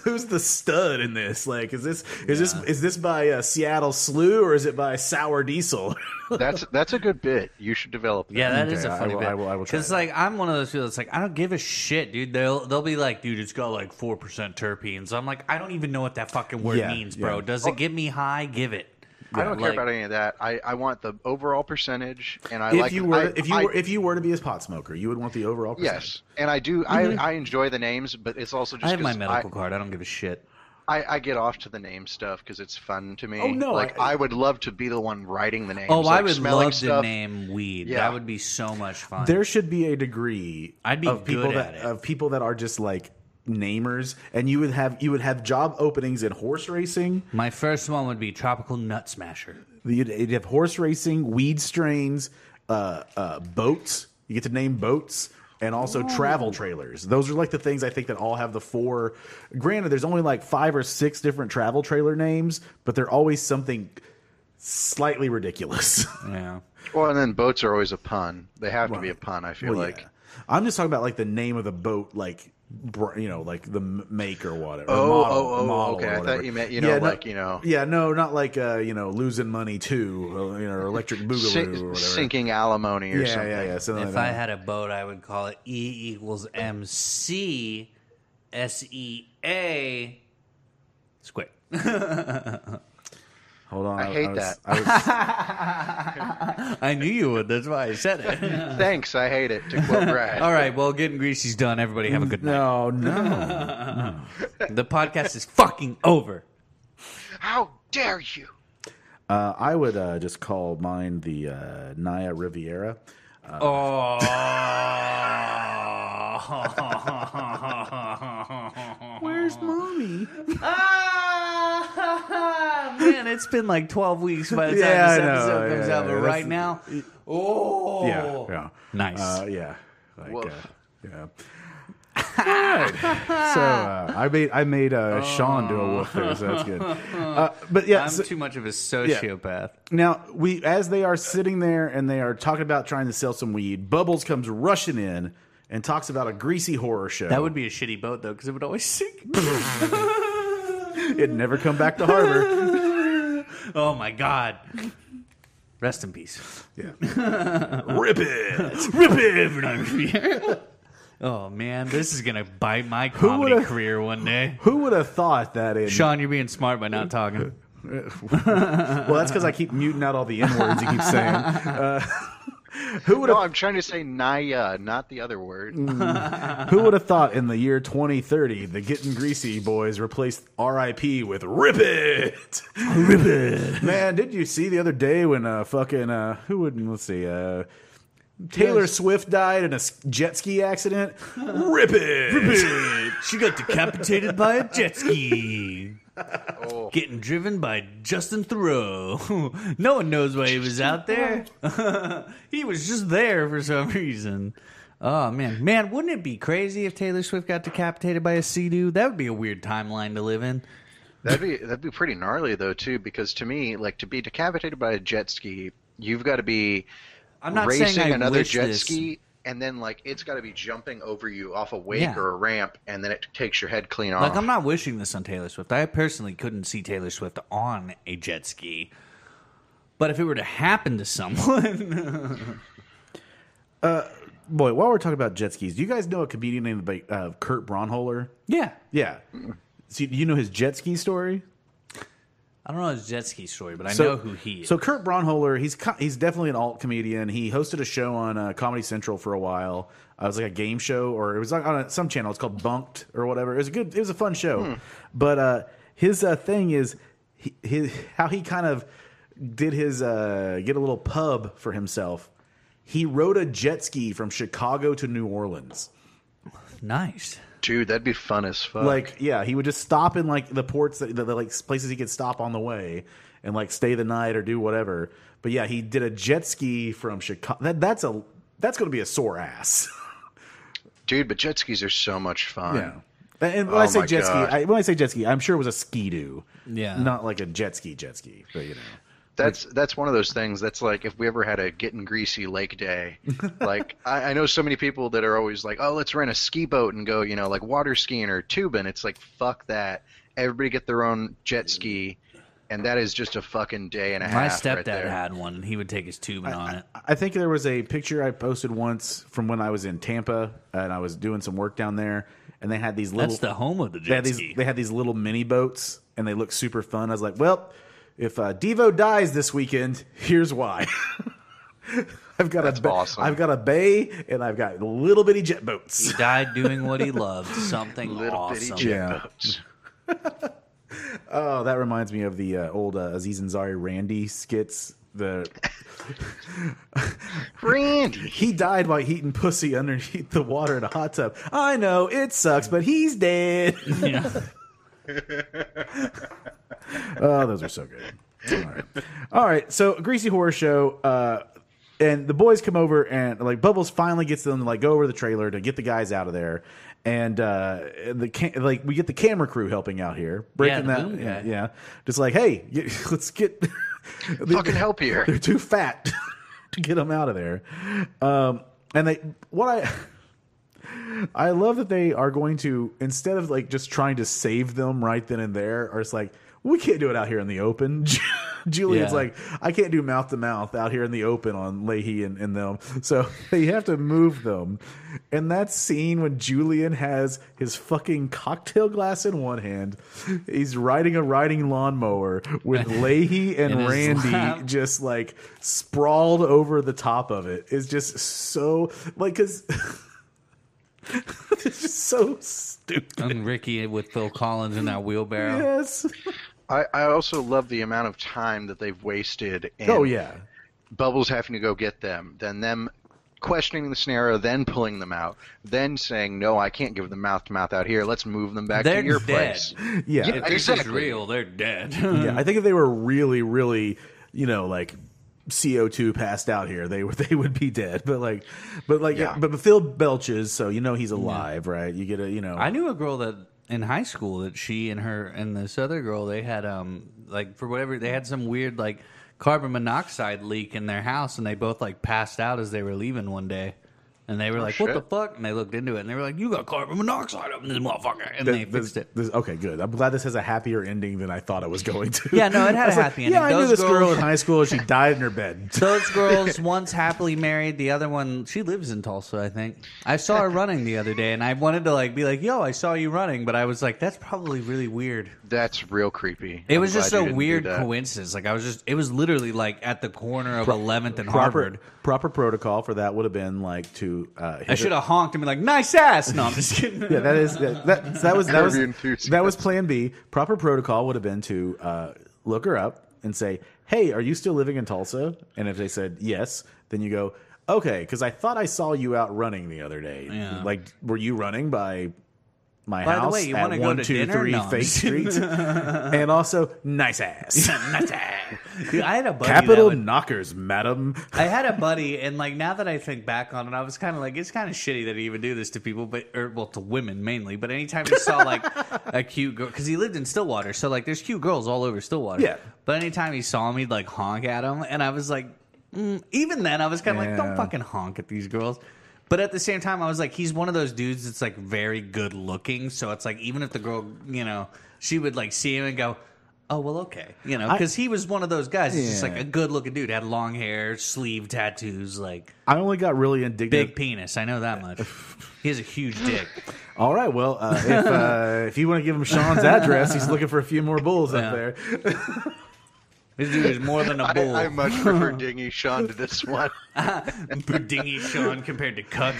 [SPEAKER 3] who's the stud in this? Like, is this is this is this by uh, Seattle Slew or is it by Sour Diesel?
[SPEAKER 5] That's that's a good bit. You should develop. That.
[SPEAKER 4] Yeah, that is
[SPEAKER 3] Okay, I
[SPEAKER 4] a funny
[SPEAKER 3] will-
[SPEAKER 4] bit.
[SPEAKER 3] I will- I will try
[SPEAKER 4] Because
[SPEAKER 3] that.
[SPEAKER 4] like I'm one of those people that's like I don't give a shit, dude. They'll they'll be like, dude, it's got like four percent terpenes. I'm like, I don't even know what that fucking word
[SPEAKER 3] Yeah, Oh.
[SPEAKER 4] means, bro.
[SPEAKER 3] yeah.
[SPEAKER 4] Does it get me high? Give it.
[SPEAKER 5] I don't
[SPEAKER 4] Like-
[SPEAKER 5] care about any of that. I, I want the overall percentage, and I
[SPEAKER 3] if
[SPEAKER 5] like
[SPEAKER 3] you were
[SPEAKER 5] I-
[SPEAKER 3] if you
[SPEAKER 5] I-
[SPEAKER 3] were if you were to be a pot smoker, you would want the overall. Percentage.
[SPEAKER 5] yes, and I do.
[SPEAKER 3] Mm-hmm.
[SPEAKER 5] I, I enjoy the names, but it's also just
[SPEAKER 4] I have my
[SPEAKER 5] 'cause
[SPEAKER 4] medical card. I don't give a shit.
[SPEAKER 5] I, I get off to the name stuff because it's fun to me.
[SPEAKER 3] Oh, no,
[SPEAKER 5] like
[SPEAKER 3] I-
[SPEAKER 5] I, would love to be the one writing the names.
[SPEAKER 4] Oh, I
[SPEAKER 5] like,
[SPEAKER 4] would
[SPEAKER 5] smelling
[SPEAKER 4] love
[SPEAKER 5] stuff.
[SPEAKER 4] to name weed.
[SPEAKER 5] Yeah.
[SPEAKER 4] That would be so much fun.
[SPEAKER 3] There should be a degree
[SPEAKER 4] I'd be
[SPEAKER 3] of people
[SPEAKER 4] good
[SPEAKER 3] that
[SPEAKER 4] at it.
[SPEAKER 3] of people that are just like namers, and you would have you would have job openings in horse racing.
[SPEAKER 4] my first one would be tropical nut smasher.
[SPEAKER 3] You'd, you'd have horse racing, weed strains, uh, uh, boats. You get to name boats. And also travel trailers. Those are like the things I think that all have the four. Granted, there's only like five or six different travel trailer names, but they're always something slightly ridiculous. [LAUGHS]
[SPEAKER 4] Yeah.
[SPEAKER 5] Well, and then boats are always a pun. They have to be a pun. I feel
[SPEAKER 3] Well,
[SPEAKER 5] like.
[SPEAKER 3] yeah. I'm just talking about like the name of the boat, like br- you know, like the m- make or whatever.
[SPEAKER 5] Oh,
[SPEAKER 3] model,
[SPEAKER 5] oh, oh,
[SPEAKER 3] model or
[SPEAKER 5] okay. I thought
[SPEAKER 3] whatever.
[SPEAKER 5] you meant, you know,
[SPEAKER 3] no-
[SPEAKER 5] like, you know-
[SPEAKER 3] Yeah, no, not like uh, you know, losing money too, or, you know, or electric boogaloo
[SPEAKER 5] Sin-
[SPEAKER 3] or whatever.
[SPEAKER 5] sinking alimony or
[SPEAKER 3] yeah,
[SPEAKER 5] something.
[SPEAKER 3] yeah, yeah. Something
[SPEAKER 4] If I
[SPEAKER 3] like that.
[SPEAKER 4] had a boat, I would call it E equals M C S E A squared. [LAUGHS]
[SPEAKER 3] Hold on,
[SPEAKER 5] I hate
[SPEAKER 3] was-
[SPEAKER 5] that.
[SPEAKER 3] I
[SPEAKER 5] [LAUGHS]
[SPEAKER 3] was-
[SPEAKER 4] I knew you would. That's why I said
[SPEAKER 5] [LAUGHS]
[SPEAKER 4] it.
[SPEAKER 5] Thanks, I hate it. To [LAUGHS] quote Brad.
[SPEAKER 4] All right. Well, getting greasy's done. Everybody have a good night.
[SPEAKER 3] no, no.
[SPEAKER 4] The podcast is fucking over.
[SPEAKER 5] How dare you?
[SPEAKER 3] Uh, I would uh, just call mine the uh, Naya Riviera.
[SPEAKER 4] Oh.
[SPEAKER 3] Where's mommy?
[SPEAKER 4] [LAUGHS] Ah, [LAUGHS] man, it's been like 12 weeks by the time
[SPEAKER 3] Yeah,
[SPEAKER 4] this
[SPEAKER 3] I know.
[SPEAKER 4] episode
[SPEAKER 3] Yeah,
[SPEAKER 4] comes
[SPEAKER 3] yeah,
[SPEAKER 4] out, but
[SPEAKER 3] yeah.
[SPEAKER 4] right
[SPEAKER 3] That's-
[SPEAKER 4] now, oh,
[SPEAKER 3] Yeah, yeah.
[SPEAKER 4] nice.
[SPEAKER 3] Uh, yeah. Like,
[SPEAKER 5] Woof.
[SPEAKER 3] uh, yeah. Good. so uh, I made I made uh, Sean do a woof there, so that's good. Uh, but yeah,
[SPEAKER 4] I'm
[SPEAKER 3] so-
[SPEAKER 4] too much of a sociopath.
[SPEAKER 3] now we as they are sitting there and they are talking about trying to sell some weed, Bubbles comes rushing in and talks about a greasy horror show.
[SPEAKER 4] That would be a shitty boat though, because it would always sink.
[SPEAKER 3] [LAUGHS] it never come back to harbor.
[SPEAKER 4] oh my god. Rest in peace.
[SPEAKER 3] yeah. Rip it.
[SPEAKER 4] Rip it every night. oh man, this is gonna bite my comedy
[SPEAKER 3] would've-
[SPEAKER 4] career one day.
[SPEAKER 3] Who would have thought that in
[SPEAKER 4] Sean, you're being smart by not talking.
[SPEAKER 3] Well, that's because I keep muting out all the N words you keep saying. Uh, who would
[SPEAKER 5] No,
[SPEAKER 3] have
[SPEAKER 5] I'm trying to say Naya, not the other word.
[SPEAKER 4] Mm.
[SPEAKER 3] Who would have thought in the year 2030 the Getting Greasy boys replaced RIP with Rip It? Rip It. [LAUGHS] Man, did you see the other day when uh, fucking, uh, who wouldn't, let's see, uh, Taylor Swift died in a s- jet ski accident? Rip It.
[SPEAKER 4] she got decapitated by a jet ski.
[SPEAKER 5] Oh.
[SPEAKER 4] Getting driven by Justin Thoreau. [LAUGHS] no one knows why he was out there. [LAUGHS] he was just there for some reason. Oh man, man, wouldn't it be crazy if Taylor Swift got decapitated by a sea-doo? That would be a weird timeline to live in.
[SPEAKER 5] That'd be that'd be pretty gnarly though too, because to me, like to be decapitated by a jet ski, you've got to be
[SPEAKER 4] I'm not saying
[SPEAKER 5] racing
[SPEAKER 4] I
[SPEAKER 5] another
[SPEAKER 4] wish
[SPEAKER 5] jet
[SPEAKER 4] this.
[SPEAKER 5] ski, and then like it's got to be jumping over you off a wake
[SPEAKER 4] Yeah.
[SPEAKER 5] or a ramp, and then it takes your head clean off.
[SPEAKER 4] Like I'm not wishing this on Taylor Swift. I personally couldn't see Taylor Swift on a jet ski. But if it were to happen to someone, [LAUGHS]
[SPEAKER 3] Boy, while we're talking about jet skis, do you guys know a comedian named uh, Kurt Braunholer?
[SPEAKER 4] yeah,
[SPEAKER 3] Yeah. See, you know his jet ski story?
[SPEAKER 4] I don't know his jet ski story, but I know who he is.
[SPEAKER 3] So Kurt Braunholer, he's co- he's definitely an alt comedian. He hosted a show on uh, Comedy Central for a while. Uh, it was like a game show, or it was like on a, some channel. It's called Bunked or whatever. It was a good. It was a fun show. But uh, his uh, thing is he, his how he kind of did his uh, get a little pub for himself. He rode a jet ski from Chicago to New Orleans.
[SPEAKER 4] nice.
[SPEAKER 5] Dude, that'd be fun as fuck.
[SPEAKER 3] like yeah he would just stop in like the ports that the, the like places he could stop on the way and like stay the night or do whatever but yeah he did a jet ski from chicago that, that's a that's going to be a sore ass [LAUGHS]
[SPEAKER 5] dude, but jet skis are so much fun.
[SPEAKER 3] and and when
[SPEAKER 5] Oh
[SPEAKER 3] i say
[SPEAKER 5] my
[SPEAKER 3] jet
[SPEAKER 5] God.
[SPEAKER 3] ski I, when i say jet ski i'm sure it was a ski do
[SPEAKER 4] Yeah.
[SPEAKER 3] not like a jet ski jet ski but you know
[SPEAKER 5] That's that's one of those things. That's like if we ever had a getting greasy lake
[SPEAKER 3] [LAUGHS]
[SPEAKER 5] day. like I, I know so many people that are always like, oh, let's rent a ski boat and go, you know, like water skiing or tubing. It's like fuck that. Everybody get their own jet ski, and that is just a fucking day and a
[SPEAKER 4] My
[SPEAKER 5] half. right
[SPEAKER 4] stepdad
[SPEAKER 5] there.
[SPEAKER 4] had one. and He would take his tubing on it.
[SPEAKER 3] I think there was a picture I posted once from when I was in Tampa and I was doing some work down there, and they had these little.
[SPEAKER 4] That's the home of the
[SPEAKER 3] they had
[SPEAKER 4] jet
[SPEAKER 3] these
[SPEAKER 4] ski.
[SPEAKER 3] they had these little mini boats, and they looked super fun. I was like, well, if uh, Devo dies this weekend, here's why. [LAUGHS] I've got a ba-
[SPEAKER 5] awesome.
[SPEAKER 3] I've got a bay, and I've got little bitty jet boats.
[SPEAKER 4] he died doing what he [LAUGHS] loved. Something
[SPEAKER 5] little
[SPEAKER 4] awesome.
[SPEAKER 5] bitty jet
[SPEAKER 3] Yeah.
[SPEAKER 5] boats.
[SPEAKER 3] Oh, that reminds me of the uh, old uh, Aziz Ansari Randy skits. The [LAUGHS]
[SPEAKER 5] Randy.
[SPEAKER 3] he died by eating pussy underneath the water in a hot tub. I know it sucks, but he's dead.
[SPEAKER 4] Yeah.
[SPEAKER 3] [LAUGHS] Oh, those are so good. All right. All right. So Greasy Horror Show, uh, and the boys come over and like Bubbles finally gets them to like go over the trailer to get the guys out of there. And uh, the ca- like we get the camera crew helping out here, breaking
[SPEAKER 4] the
[SPEAKER 3] that,
[SPEAKER 4] boom
[SPEAKER 3] yeah,
[SPEAKER 4] guy.
[SPEAKER 3] yeah. just like hey, y- [LAUGHS] let's get
[SPEAKER 5] Fucking help here.
[SPEAKER 3] They're too fat [LAUGHS] to get them out of there. Um, and they what I I [LAUGHS] love that they are going to instead of like just trying to save them right then and there, are just like we can't do it out here in the open. [LAUGHS] Julian's
[SPEAKER 4] Yeah.
[SPEAKER 3] like, I can't do mouth to mouth out here in the open on Leahy and, and them. So [LAUGHS] they have to move them. And that scene when Julian has his fucking cocktail glass in one hand, he's riding a riding lawnmower
[SPEAKER 5] [LAUGHS]
[SPEAKER 3] with Leahy and
[SPEAKER 4] In his
[SPEAKER 3] Randy
[SPEAKER 4] lap.
[SPEAKER 3] just like sprawled over the top of it is just so like because [LAUGHS] it's just so stupid.
[SPEAKER 4] and Ricky with Phil Collins in that wheelbarrow.
[SPEAKER 3] Yes.
[SPEAKER 5] I, I also love the amount of time that they've wasted. And
[SPEAKER 3] Oh yeah.
[SPEAKER 5] Bubbles having to go get them, then them questioning the scenario, then pulling them out, then saying, "No, I can't give them mouth to mouth out here. Let's move them back
[SPEAKER 4] They're
[SPEAKER 5] to your
[SPEAKER 4] dead.
[SPEAKER 5] place."
[SPEAKER 3] Yeah.
[SPEAKER 5] Yeah.
[SPEAKER 4] If this is
[SPEAKER 5] Exactly.
[SPEAKER 4] real, they're dead.
[SPEAKER 5] [LAUGHS]
[SPEAKER 3] Yeah, I think if they were really, really, you know, like CO two passed out here, they [LAUGHS] would they would be dead. But like, but like,
[SPEAKER 5] Yeah.
[SPEAKER 3] but, but Phil belches, so you know he's alive, right? You get a, you know,
[SPEAKER 4] I knew a girl that in high school that she and her and this other girl they had um like for whatever they had some weird like carbon monoxide leak in their house and they both like passed out as they were leaving one day. And they were like, "What the
[SPEAKER 5] shit.
[SPEAKER 4] fuck?" And they looked into it, and they were like, "You got carbon monoxide up in this motherfucker," and they
[SPEAKER 3] this-
[SPEAKER 4] fixed it.
[SPEAKER 3] this- okay, good. I'm glad this has a happier ending than I thought it was going to.
[SPEAKER 4] Yeah, no, it
[SPEAKER 3] I
[SPEAKER 4] had a
[SPEAKER 3] was like,
[SPEAKER 4] happy ending.
[SPEAKER 3] Yeah, I knew
[SPEAKER 4] Those
[SPEAKER 3] this girl
[SPEAKER 4] girls-
[SPEAKER 3] in high school.
[SPEAKER 4] [LAUGHS]
[SPEAKER 3] She died in her bed.
[SPEAKER 4] Those girls, one's happily married, the other one, she lives in Tulsa, I think. I saw her running the other day, and I wanted to like be like, "Yo, I saw you running," but I was like, "That's probably really weird."
[SPEAKER 5] That's real creepy.
[SPEAKER 4] It
[SPEAKER 5] I'm
[SPEAKER 4] was just
[SPEAKER 5] glad you
[SPEAKER 4] a
[SPEAKER 5] didn't do
[SPEAKER 4] weird
[SPEAKER 5] that.
[SPEAKER 4] coincidence. Like I was just, it was literally like at the corner of 11th and
[SPEAKER 3] Proper
[SPEAKER 4] Harvard.
[SPEAKER 3] proper protocol for that would have been like to. Uh, hit
[SPEAKER 4] I
[SPEAKER 3] a-
[SPEAKER 4] should have honked and been like, "Nice ass." No, I'm just kidding.
[SPEAKER 3] Yeah, that is that. that, that was that was
[SPEAKER 5] Curb your enthusiasm.
[SPEAKER 3] that was Plan B. Proper protocol would have been to uh, look her up and say, "Hey, are you still living in Tulsa?" And if they said yes, then you go, "Okay," because I thought I saw you out running the other day.
[SPEAKER 4] Yeah.
[SPEAKER 3] Like, were you running by my
[SPEAKER 4] By the
[SPEAKER 3] house
[SPEAKER 4] way, you
[SPEAKER 3] at
[SPEAKER 4] wanna go
[SPEAKER 3] one
[SPEAKER 4] to
[SPEAKER 3] two
[SPEAKER 4] dinner?
[SPEAKER 3] three
[SPEAKER 4] No, I'm
[SPEAKER 3] Faith
[SPEAKER 4] just
[SPEAKER 3] Street?
[SPEAKER 4] [LAUGHS]
[SPEAKER 3] and also, nice ass.
[SPEAKER 4] Nice
[SPEAKER 3] [LAUGHS]
[SPEAKER 4] ass. Dude, I had a buddy. that
[SPEAKER 3] Capital
[SPEAKER 4] would-
[SPEAKER 3] knockers, madam.
[SPEAKER 4] I had a buddy, and like now that I think back on it, I was kind of like, it's kind of shitty that he even do this to people, but or well, to women mainly. But anytime he saw
[SPEAKER 5] [LAUGHS]
[SPEAKER 4] like a cute girl, because he lived in Stillwater, so like there's cute girls all over Stillwater.
[SPEAKER 3] Yeah.
[SPEAKER 4] But anytime he saw him, he'd like honk at him, and I was like, mm, even then, I was kind of like,
[SPEAKER 3] Yeah.
[SPEAKER 4] don't fucking honk at these girls. But at the same time, I was like, he's one of those dudes that's like very good looking, so it's like even if the girl, you know, she would like see him and go. oh well, okay, you know, because he was one of those guys. He's just like
[SPEAKER 3] Yeah.
[SPEAKER 4] a good looking dude, had long hair, sleeve tattoos, like
[SPEAKER 3] I only got really indignant.
[SPEAKER 4] big penis. I know that much. He has a huge dick.
[SPEAKER 3] All right, well, uh, if, [LAUGHS] uh, if you want to give him Sean's address, he's looking for a few more bulls up
[SPEAKER 4] Yeah.
[SPEAKER 3] there.
[SPEAKER 4] This dude is more than a bull. [LAUGHS]
[SPEAKER 5] [LAUGHS] I, I much prefer Dingy Sean to this one.
[SPEAKER 4] Dingy Sean compared to Cuck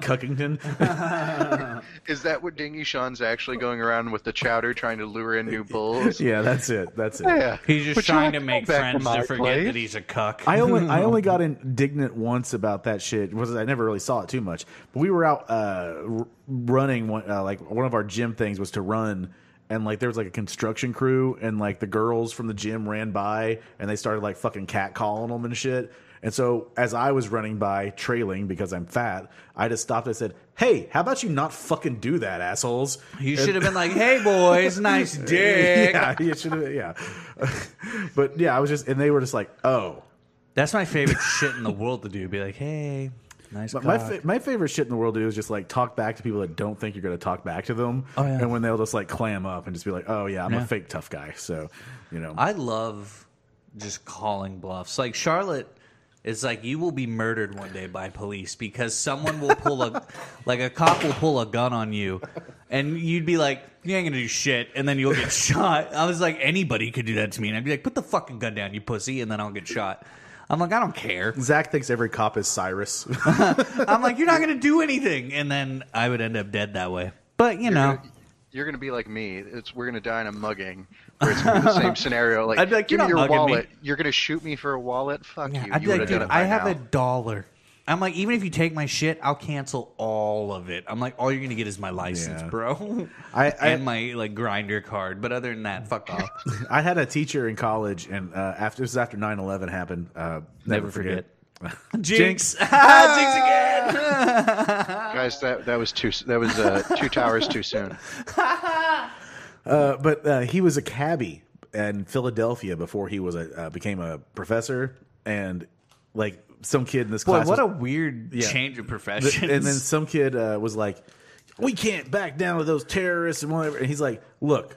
[SPEAKER 3] [LAUGHS] Sean Cuckington.
[SPEAKER 5] Is that what Dingy Sean's actually going around with the chowder trying to lure in new bulls?
[SPEAKER 3] yeah, that's it. That's it.
[SPEAKER 5] Yeah.
[SPEAKER 4] He's just
[SPEAKER 5] Would you
[SPEAKER 4] trying
[SPEAKER 5] like
[SPEAKER 4] to
[SPEAKER 5] go
[SPEAKER 4] make
[SPEAKER 5] back
[SPEAKER 4] friends
[SPEAKER 5] my
[SPEAKER 4] to forget
[SPEAKER 5] place?
[SPEAKER 4] that he's a cuck.
[SPEAKER 3] I only I
[SPEAKER 4] [LAUGHS]
[SPEAKER 3] only got indignant once about that shit. Was I never really saw it too much. But we were out uh, r- running one uh, like one of our gym things was to run, and like there was like a construction crew, and like the girls from the gym ran by, and they started like fucking catcalling them and shit. And so as I was running by, trailing because I'm fat, I just stopped. and said, "Hey, how about you not fucking do that, assholes?"
[SPEAKER 4] you
[SPEAKER 3] And-
[SPEAKER 4] should have been like, "Hey boys, nice
[SPEAKER 3] [LAUGHS]
[SPEAKER 4] dick."
[SPEAKER 3] Yeah, you should have. Yeah, [LAUGHS] but yeah, I was just, and they were just like, "Oh."
[SPEAKER 4] That's my favorite shit in the world to do. Be like, "Hey, nice
[SPEAKER 3] But
[SPEAKER 4] cuck."
[SPEAKER 3] my fa- my favorite shit in the world to do is just like talk back to people that don't think you're going to talk back to them,
[SPEAKER 4] Oh, yeah.
[SPEAKER 3] and when they'll just like clam up and just be like, "Oh yeah, I'm
[SPEAKER 4] Yeah.
[SPEAKER 3] a fake tough guy," so you know,
[SPEAKER 4] I love just calling bluffs. Like Charlotte is like you will be murdered one day by police because someone will pull a [LAUGHS] like a cop will pull a gun on you and you'd be like, You ain't gonna do shit and then you'll get [LAUGHS] shot. I was like, anybody could do that to me and I'd be like, Put the fucking gun down, you pussy, and then I'll get shot. I'm like, I don't care.
[SPEAKER 3] Zach thinks every cop is Cyrus. [LAUGHS]
[SPEAKER 4] I'm like, you're not gonna do anything and then I would end up dead that way. But you know,
[SPEAKER 5] You're gonna be like me. It's we're gonna die in a mugging. Where it's gonna be the
[SPEAKER 4] [LAUGHS]
[SPEAKER 5] same scenario. Like,
[SPEAKER 4] I'd be like,
[SPEAKER 5] give
[SPEAKER 4] "You're
[SPEAKER 5] me your
[SPEAKER 4] not mugging me."
[SPEAKER 5] wallet. You're gonna shoot me for a wallet. Fuck
[SPEAKER 4] Yeah,
[SPEAKER 5] you.
[SPEAKER 4] I'd
[SPEAKER 5] you
[SPEAKER 4] be like,
[SPEAKER 5] would've done
[SPEAKER 4] dude,
[SPEAKER 5] it by
[SPEAKER 4] I have
[SPEAKER 5] now.
[SPEAKER 4] a dollar. I'm like, even if you take my shit, I'll cancel all of it. I'm like, all you're gonna get is my license,
[SPEAKER 3] Yeah.
[SPEAKER 4] bro,
[SPEAKER 3] I- I-
[SPEAKER 4] [LAUGHS] and my like grinder card. But other than that, fuck off.
[SPEAKER 3] I had a teacher in college, and uh, after this is after 9-11 happened. Uh, never,
[SPEAKER 4] Never
[SPEAKER 3] forget.
[SPEAKER 4] [LAUGHS] Jinx, [LAUGHS] Ah, Jinx again.
[SPEAKER 5] Guys, that that was too. s- That was uh, two towers
[SPEAKER 3] [LAUGHS]
[SPEAKER 5] too soon.
[SPEAKER 3] Uh, but uh, he was a cabbie in Philadelphia before he was a uh, became a professor, and like some kid in this
[SPEAKER 4] Boy,
[SPEAKER 3] class.
[SPEAKER 4] what a
[SPEAKER 3] was-
[SPEAKER 4] weird
[SPEAKER 3] Yeah.
[SPEAKER 4] change of
[SPEAKER 3] Th-
[SPEAKER 4] professions.
[SPEAKER 3] and
[SPEAKER 4] [LAUGHS]
[SPEAKER 3] then some kid uh, was like, "We can't back down to those terrorists and whatever." And he's like, "Look,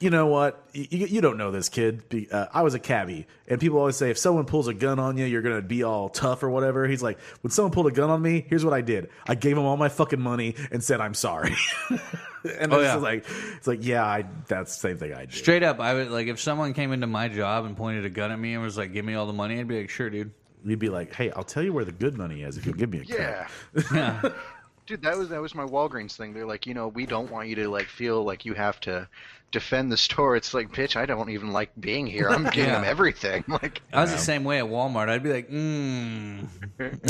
[SPEAKER 3] you know what? You, you you don't know this kid. Be- Uh, I was a cabbie, and people always say if someone pulls a gun on you, you're gonna be all tough or whatever." He's like, "When someone pulled a gun on me, here's what I did: I gave him all my fucking money and said I'm sorry." [LAUGHS] and
[SPEAKER 4] Oh,
[SPEAKER 3] it's
[SPEAKER 4] yeah.
[SPEAKER 3] like, it's like, yeah, I, that's the same thing I did.
[SPEAKER 4] straight up, I would like if someone came into my job and pointed a gun at me and was like, "Give me all the money," I'd be like, "Sure, dude."
[SPEAKER 3] You'd be like, "Hey, I'll tell you where the good money is if you'll give me a cut."
[SPEAKER 5] Yeah.
[SPEAKER 4] Yeah.
[SPEAKER 5] [LAUGHS] Dude, that was that was my Walgreens thing. They're like, you know, we don't want you to like feel like you have to defend the store. It's like, bitch, I don't even like being
[SPEAKER 3] [LAUGHS]
[SPEAKER 5] here. I'm giving
[SPEAKER 4] Yeah.
[SPEAKER 5] them everything. [LAUGHS] Like,
[SPEAKER 4] I was the same way at Walmart. I'd be like, [LAUGHS] mm.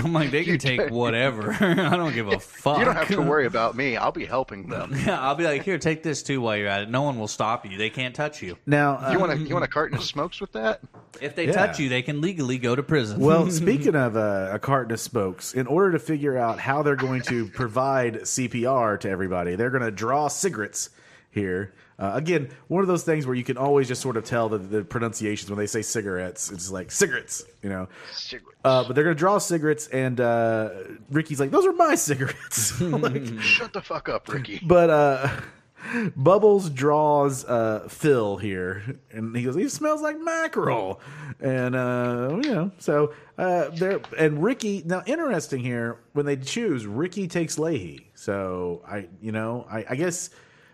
[SPEAKER 4] I'm like, they can
[SPEAKER 5] You
[SPEAKER 4] take
[SPEAKER 5] don't-
[SPEAKER 4] whatever. [LAUGHS] I don't give a fuck.
[SPEAKER 5] you don't have to
[SPEAKER 3] Oh,
[SPEAKER 5] worry about me. I'll be
[SPEAKER 3] [LAUGHS]
[SPEAKER 5] helping them.
[SPEAKER 4] Yeah, [LAUGHS] I'll be like, here, take this too while you're at it. No one will stop you. They can't touch you.
[SPEAKER 3] Now, uh,
[SPEAKER 5] You want a you want a carton of smokes with that?
[SPEAKER 4] If they
[SPEAKER 3] Yeah.
[SPEAKER 4] touch you, they can legally go to prison.
[SPEAKER 3] Well, speaking of uh, a carton of spokes, in order to figure out how they're going to provide CPR to everybody, they're going to draw cigarettes here. Uh, again, one of those things where you can always just sort of tell the, the pronunciations when they say cigarettes. It's like cigarettes, you know.
[SPEAKER 5] Cigarettes.
[SPEAKER 3] Uh, but they're going to draw cigarettes, and uh, Ricky's like, "Those are my cigarettes." [LAUGHS] Like,
[SPEAKER 5] Shut the fuck up,
[SPEAKER 3] [LAUGHS]
[SPEAKER 5] Ricky.
[SPEAKER 3] but uh, Bubbles draws uh, Phil here, and he goes, "He smells like mackerel," and uh, you know, so uh, there. And Ricky, now interesting here when they choose, Ricky takes Leahy. So I, you know, I, I guess,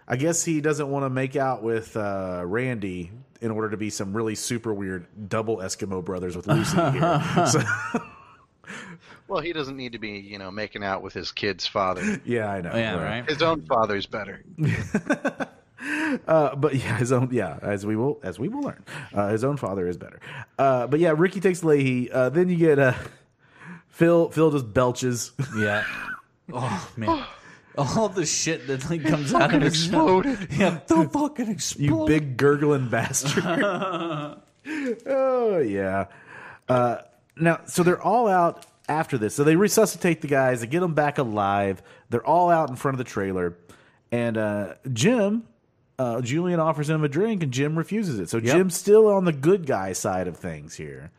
[SPEAKER 3] I guess he doesn't want to make out with uh, Randy in order to be some really super weird double Eskimo brothers with Lucy here.
[SPEAKER 4] [LAUGHS]
[SPEAKER 3] So, [LAUGHS]
[SPEAKER 5] Well, he doesn't need to be, you know, making out with his kid's father.
[SPEAKER 3] yeah, I know.
[SPEAKER 4] [LAUGHS] yeah, right?
[SPEAKER 5] [LAUGHS] His own father's better.
[SPEAKER 3] Uh, but [LAUGHS] yeah, his own yeah, as we will as we will learn, uh, his own father is better. Uh, but yeah, Ricky takes Leahy. Uh, then you get uh, [LAUGHS] Phil. Phil just belches. [LAUGHS]
[SPEAKER 4] Yeah. Oh, man. All the shit that like comes out of his mouth. [LAUGHS] Yeah, the fucking exploded.
[SPEAKER 3] You big gurgling [LAUGHS] bastard. oh yeah. Uh, now, so they're all out after this. So they resuscitate the guys. They get them back alive. They're all out in front of the trailer, and uh, Jim. Uh, Julian offers him a drink and Jim refuses it. So Jim's still on the good guy side of things here.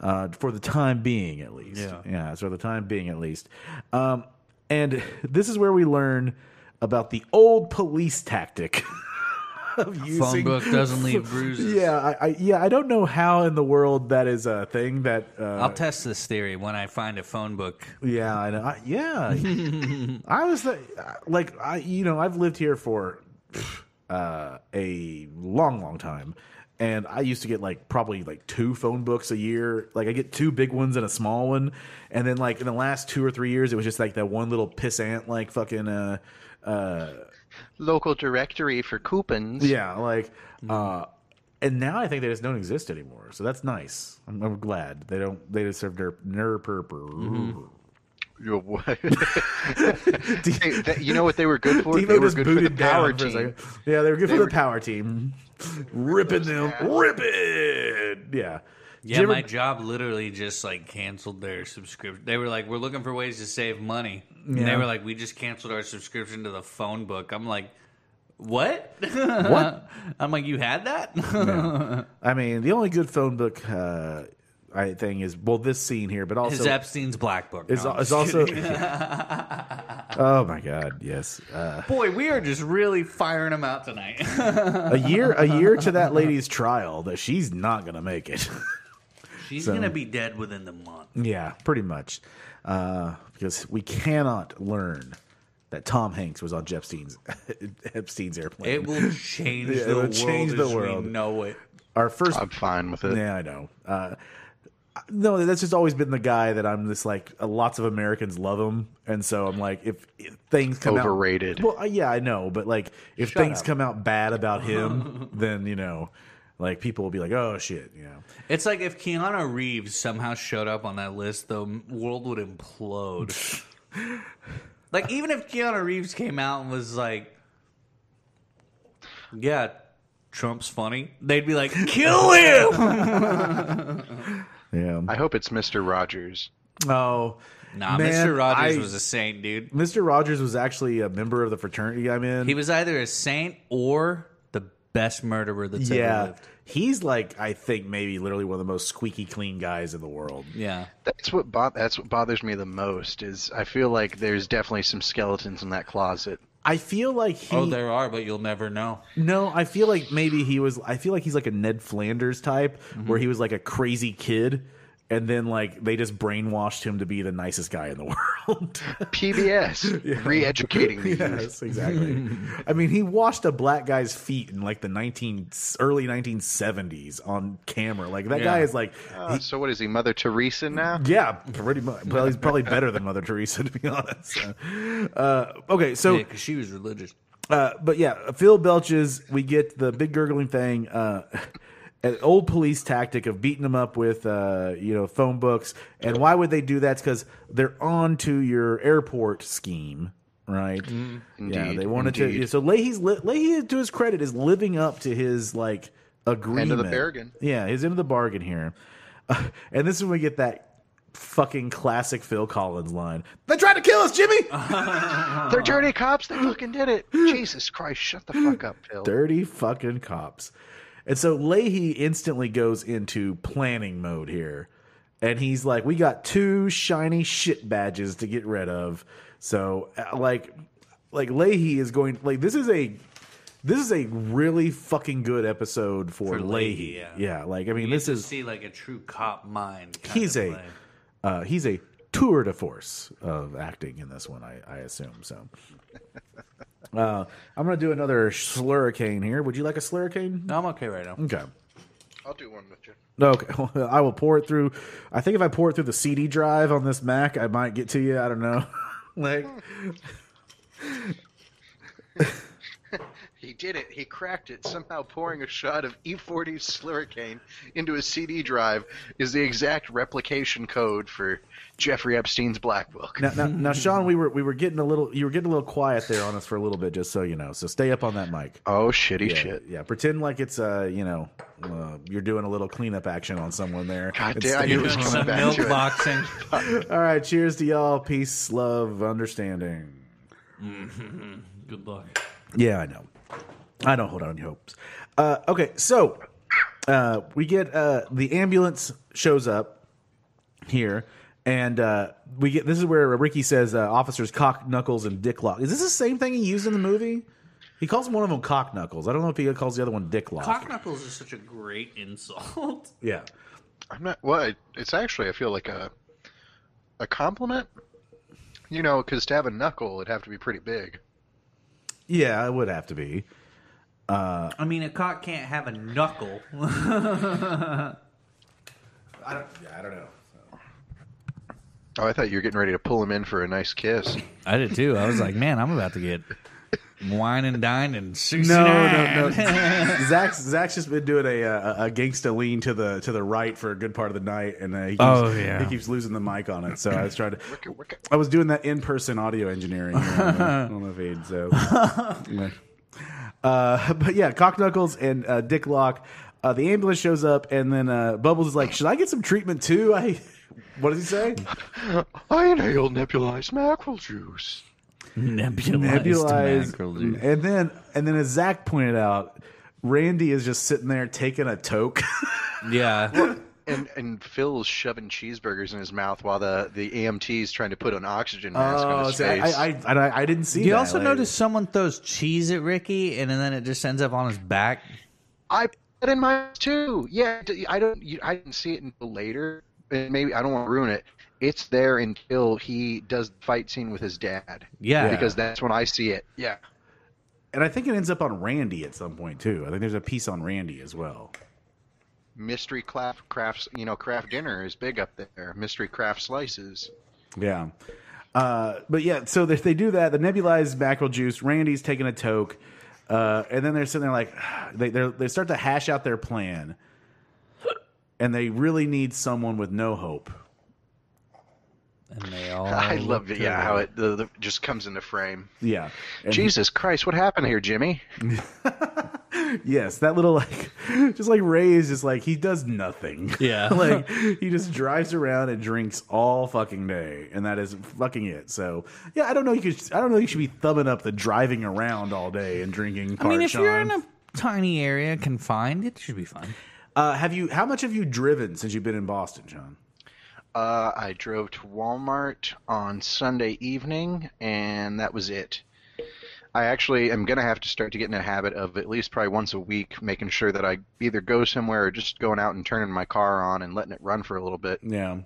[SPEAKER 3] uh, for the time being, at least.
[SPEAKER 4] Yeah.
[SPEAKER 3] yeah, so for the time being, at least. Um, [LAUGHS] and this is where we learn about the old police tactic [LAUGHS] of using
[SPEAKER 4] Phone book doesn't leave bruises.
[SPEAKER 3] Yeah, I, I yeah, I don't know how in the world that is a thing that. Uh,
[SPEAKER 4] I'll test this theory when I find a phone book.
[SPEAKER 3] yeah, I know. I, yeah, I was the, like, I you know, I've lived here for pff, uh, a long, long time, and I used to get like probably like two phone books a year. Like, I get two big ones and a small one, and then like in the last two or three years, it was just like that one little pissant, like fucking. Uh, uh,
[SPEAKER 5] Local directory for coupons.
[SPEAKER 3] Yeah, like,
[SPEAKER 5] Mm-hmm.
[SPEAKER 3] uh, and now I think they just don't exist anymore. So that's nice. I'm, I'm glad they don't. They just serve nerp nerp. nerp, nerp.
[SPEAKER 5] [LAUGHS] Your wife. [LAUGHS] Hey, that- you know what Mm-hmm. they
[SPEAKER 3] [LAUGHS]
[SPEAKER 5] were good for? they
[SPEAKER 3] Devo
[SPEAKER 5] were
[SPEAKER 3] just
[SPEAKER 5] good for the
[SPEAKER 3] booted
[SPEAKER 5] power
[SPEAKER 3] down for a
[SPEAKER 5] team.
[SPEAKER 3] second. Yeah, they were good for
[SPEAKER 5] were-
[SPEAKER 3] the power team. Ripping them, ripping. Yeah. Did
[SPEAKER 4] Yeah,
[SPEAKER 3] you ever-
[SPEAKER 4] my job literally just like canceled their subscription. They were like, "We're looking for ways to save money," and they
[SPEAKER 3] Yeah.
[SPEAKER 4] were like, "We just canceled our subscription to the phone book." I'm like, "What?
[SPEAKER 3] What?
[SPEAKER 4] [LAUGHS] I'm like, "You had that?" [LAUGHS]
[SPEAKER 3] I mean, the only good phone book uh, I thing is well, this scene here, but also
[SPEAKER 4] His Epstein's black book.
[SPEAKER 3] [LAUGHS] is,
[SPEAKER 4] No, I'm
[SPEAKER 3] is
[SPEAKER 4] just
[SPEAKER 3] also.
[SPEAKER 5] [LAUGHS]
[SPEAKER 4] kidding.
[SPEAKER 3] [LAUGHS] oh my god! Yes. Uh,
[SPEAKER 4] boy, we are just really firing him out tonight. [LAUGHS]
[SPEAKER 3] a year, a year to that lady's trial that she's not gonna make it.
[SPEAKER 4] She's gonna be dead within the month.
[SPEAKER 3] Yeah, pretty much. Uh, because we cannot learn that Tom Hanks was on Epstein's [LAUGHS] Epstein's airplane. [LAUGHS]
[SPEAKER 4] It will change
[SPEAKER 3] Yeah, it
[SPEAKER 4] the
[SPEAKER 3] will
[SPEAKER 4] world.
[SPEAKER 3] change the
[SPEAKER 4] as
[SPEAKER 3] world.
[SPEAKER 4] We know it.
[SPEAKER 3] Our first,
[SPEAKER 5] I'm fine with it.
[SPEAKER 3] yeah, I know. Uh, no, that's just always been the guy that I'm. This like uh, lots of Americans love him, and so I'm like, if, if things come
[SPEAKER 5] Overrated.
[SPEAKER 3] Out, well, uh, yeah, I know, but like if things come out bad about him, then you know, like people will be like, oh shit, you know.
[SPEAKER 4] It's like if Keanu Reeves somehow showed up on that list, the m- world
[SPEAKER 3] [LAUGHS]
[SPEAKER 4] would implode. like, even if Keanu Reeves came out and was like, yeah, Trump's funny, they'd be like,
[SPEAKER 3] [LAUGHS]
[SPEAKER 4] kill him!
[SPEAKER 3] Yeah.
[SPEAKER 5] I hope it's Mr. Rogers.
[SPEAKER 3] oh,
[SPEAKER 4] nah,
[SPEAKER 3] Man,
[SPEAKER 4] Mr. Rogers
[SPEAKER 3] I-
[SPEAKER 4] was a saint, dude.
[SPEAKER 3] Mr. Rogers was actually a member of the fraternity I'm in.
[SPEAKER 4] He was either a saint or the best murderer that's
[SPEAKER 3] yeah.
[SPEAKER 4] ever lived.
[SPEAKER 3] He's like, I think maybe literally one of the most squeaky clean guys in the world.
[SPEAKER 4] Yeah.
[SPEAKER 5] That's what bo- that's what bothers me the most is I feel like there's definitely some skeletons in that closet.
[SPEAKER 3] I feel like he.
[SPEAKER 4] Oh, there are, but you'll never know.
[SPEAKER 3] no, I feel like maybe he was. I feel like he's like a Ned Flanders type,
[SPEAKER 4] Mm-hmm.
[SPEAKER 3] where he was like a crazy kid, and then like they just brainwashed him to be the nicest guy in the [LAUGHS] world. [LAUGHS]
[SPEAKER 5] PBS re-educating the youth.
[SPEAKER 3] yes, exactly. I mean, he washed a black guy's feet in like the nineteen early nineteen seventies on camera. Like that
[SPEAKER 4] Yeah.
[SPEAKER 3] guy is like
[SPEAKER 5] Uh, so what is he, Mother Teresa now?
[SPEAKER 3] Yeah, pretty much. Well, he's probably better than Mother Teresa, to be honest. Uh, okay, so,
[SPEAKER 4] Yeah, because she was religious.
[SPEAKER 3] uh, but yeah, Phil belches. We get the big gurgling thing, uh, [LAUGHS] an old police tactic of beating them up with, uh, you know, phone books. And why would they do that? It's because they're on to your airport scheme, right? yeah,
[SPEAKER 5] Mm, Indeed,
[SPEAKER 3] they wanted to.
[SPEAKER 5] indeed.
[SPEAKER 3] So Leahy's li- Leahy, to his credit, is living up to his like agreement.
[SPEAKER 5] bargain.
[SPEAKER 3] Yeah, his end of the bargain here. [LAUGHS] and this is when we get that fucking classic Phil Collins line. They tried to kill us, Jimmy.
[SPEAKER 5] They're dirty cops. They fucking
[SPEAKER 3] [LAUGHS]
[SPEAKER 5] did it. Jesus Christ! Shut the fuck up, Phil.
[SPEAKER 3] Dirty fucking cops. And so Leahy instantly goes into planning mode here. And he's like, we got two shiny shit badges to get rid of. So uh, like like Leahy is going like this is a this is a really fucking good episode for,
[SPEAKER 4] For
[SPEAKER 3] Leahy.
[SPEAKER 4] Leahy, yeah.
[SPEAKER 3] like I mean
[SPEAKER 4] You
[SPEAKER 3] this
[SPEAKER 4] get to
[SPEAKER 3] is
[SPEAKER 4] see like a true cop mind. kind
[SPEAKER 3] he's
[SPEAKER 4] of
[SPEAKER 3] a
[SPEAKER 4] play.
[SPEAKER 3] uh, he's a tour de force of acting in this one, I, I assume.
[SPEAKER 4] [LAUGHS]
[SPEAKER 3] So uh, I'm gonna do another slurricane here. Would you like a slurricane?
[SPEAKER 4] No, I'm
[SPEAKER 3] [LAUGHS]
[SPEAKER 4] okay right now.
[SPEAKER 3] Okay.
[SPEAKER 5] I'll do one with you.
[SPEAKER 3] No, Okay. [LAUGHS] I will pour it through. I think if I pour it through the CD drive on this Mac, I might get to you. I don't know. [LAUGHS] like,
[SPEAKER 5] He did it. He cracked it. Somehow pouring a shot of E40 Slurricane into a CD drive is the exact replication code for Jeffrey Epstein's Black Book.
[SPEAKER 3] now, now, now, Sean, we were we were getting a little. You were getting a little quiet there on us for a little bit, just so you know. So stay up on that mic.
[SPEAKER 5] Oh shitty
[SPEAKER 3] Yeah,
[SPEAKER 5] shit!
[SPEAKER 3] yeah. Pretend like it's uh, you know, uh, you're doing a little cleanup action on someone there.
[SPEAKER 5] God
[SPEAKER 3] And
[SPEAKER 5] damn! I
[SPEAKER 3] stay
[SPEAKER 5] knew it was
[SPEAKER 4] Doing
[SPEAKER 5] coming
[SPEAKER 4] some
[SPEAKER 5] back
[SPEAKER 4] milk
[SPEAKER 5] to it.
[SPEAKER 4] boxing.
[SPEAKER 3] All right, cheers to y'all. Peace, love, understanding.
[SPEAKER 4] [LAUGHS] Good luck.
[SPEAKER 3] Yeah, I know. I don't hold out any hopes. Uh, okay, so uh, we get uh, the ambulance shows up here, and uh, we get this is where Ricky says uh, officers cock knuckles and dick lock. Is this the same thing he used in the movie? He calls one of them cock knuckles. I don't know if he calls the other one dick lock.
[SPEAKER 4] Cock knuckles is such a great insult.
[SPEAKER 3] yeah.
[SPEAKER 5] I'm not. Well, it- it's actually I feel like a a compliment. You know, because to have a knuckle, it'd have to be pretty big.
[SPEAKER 3] Yeah, it would have to be.
[SPEAKER 4] I mean, a cock can't have a knuckle.
[SPEAKER 3] I don't. Yeah, I don't know.
[SPEAKER 5] Oh, I thought you were getting ready to pull him in for a nice kiss.
[SPEAKER 4] I did too. I was like, man, I'm about to get wine and dine and sushi.
[SPEAKER 3] No, no, no. Zach's Zach's just been doing a, uh, a a gangsta lean to the to the right for a good part of the night, and uh, he keeps,
[SPEAKER 4] Oh, yeah.
[SPEAKER 3] he keeps losing the mic on it. So I was trying to.
[SPEAKER 5] Wicka, wicka.
[SPEAKER 3] I was doing that in person audio engineering on, on the feed.
[SPEAKER 4] [LAUGHS]
[SPEAKER 3] So, Yeah. uh, but yeah, cock knuckles and uh, dick lock. Uh, the ambulance shows up, and then uh, Bubbles is like, "Should I get some treatment too?" I. What does he
[SPEAKER 4] [LAUGHS]
[SPEAKER 3] say?
[SPEAKER 5] I inhaled nebulized mackerel juice.
[SPEAKER 4] [LAUGHS] Nebulized, mackerel,
[SPEAKER 3] Nebulize,
[SPEAKER 4] dude.
[SPEAKER 3] and then and then as Zach pointed out, Randy is just sitting there taking a toke. [LAUGHS]
[SPEAKER 4] Yeah.
[SPEAKER 5] And and Phil's shoving cheeseburgers in his mouth while the the AMT's trying to put an oxygen mask on his
[SPEAKER 3] Oh, see, I,
[SPEAKER 5] face.
[SPEAKER 3] I, I, and I I didn't see.
[SPEAKER 4] Do you
[SPEAKER 3] that,
[SPEAKER 4] also
[SPEAKER 3] like-
[SPEAKER 4] notice someone throws cheese at Ricky and then it just ends up on his back?
[SPEAKER 5] I put that in mine too. Yeah, d- I don't. you- I didn't see it until later. And maybe I don't want to ruin it. It's there until he does the fight scene with his dad.
[SPEAKER 4] Yeah.
[SPEAKER 5] because that's when I see it. Yeah.
[SPEAKER 3] And I think it ends up on Randy at some point too. I think there's a piece on Randy as well.
[SPEAKER 5] Mystery craft crafts, you know, craft dinner is big up there. Mystery craft slices.
[SPEAKER 3] Yeah. Uh, but yeah, so if they do that, the nebulized mackerel juice, Randy's taking a toke, uh, and then they're sitting there like, [SIGHS] they they're, they start to hash out their plan, and they really need someone with no hope.
[SPEAKER 4] And
[SPEAKER 3] [LAUGHS]
[SPEAKER 4] they all.
[SPEAKER 5] [LAUGHS] I loved it. Yeah, how it the, the, just comes into frame.
[SPEAKER 3] Yeah. And
[SPEAKER 5] Jesus Christ, what happened here, Jimmy?
[SPEAKER 3] Yes, that little like, [LAUGHS] just like Ray is just like he does nothing.
[SPEAKER 4] Yeah.
[SPEAKER 3] [LAUGHS]
[SPEAKER 4] [LAUGHS]
[SPEAKER 3] like he just drives around and drinks all fucking day, and that is fucking it. So yeah, I don't know. You could, I don't know. You should be thumbing up the driving around all day and drinking.
[SPEAKER 4] I mean,
[SPEAKER 3] part,
[SPEAKER 4] if you're in
[SPEAKER 3] Sean.
[SPEAKER 4] a tiny area confined, it should be fine.
[SPEAKER 3] uh, have you? How much have you driven since you've been in Boston, John?
[SPEAKER 5] Uh, I drove to Walmart on Sunday evening, and that was it. I actually am gonna have to start to get in the habit of at least probably once a week making sure that I either go somewhere or just going out and turning my car on and letting it run for a little bit.
[SPEAKER 3] Yeah,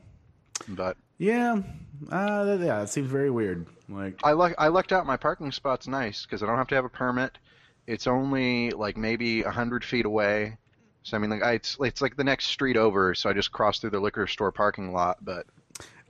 [SPEAKER 5] But
[SPEAKER 3] yeah, uh, that- yeah. It seems very weird. Like,
[SPEAKER 5] I luck I lucked out. My parking spot's nice because I don't have to have a permit. It's only like maybe a hundred feet away, so I mean, like I, it's it's like the next street over. So I just crossed through the liquor store parking lot, but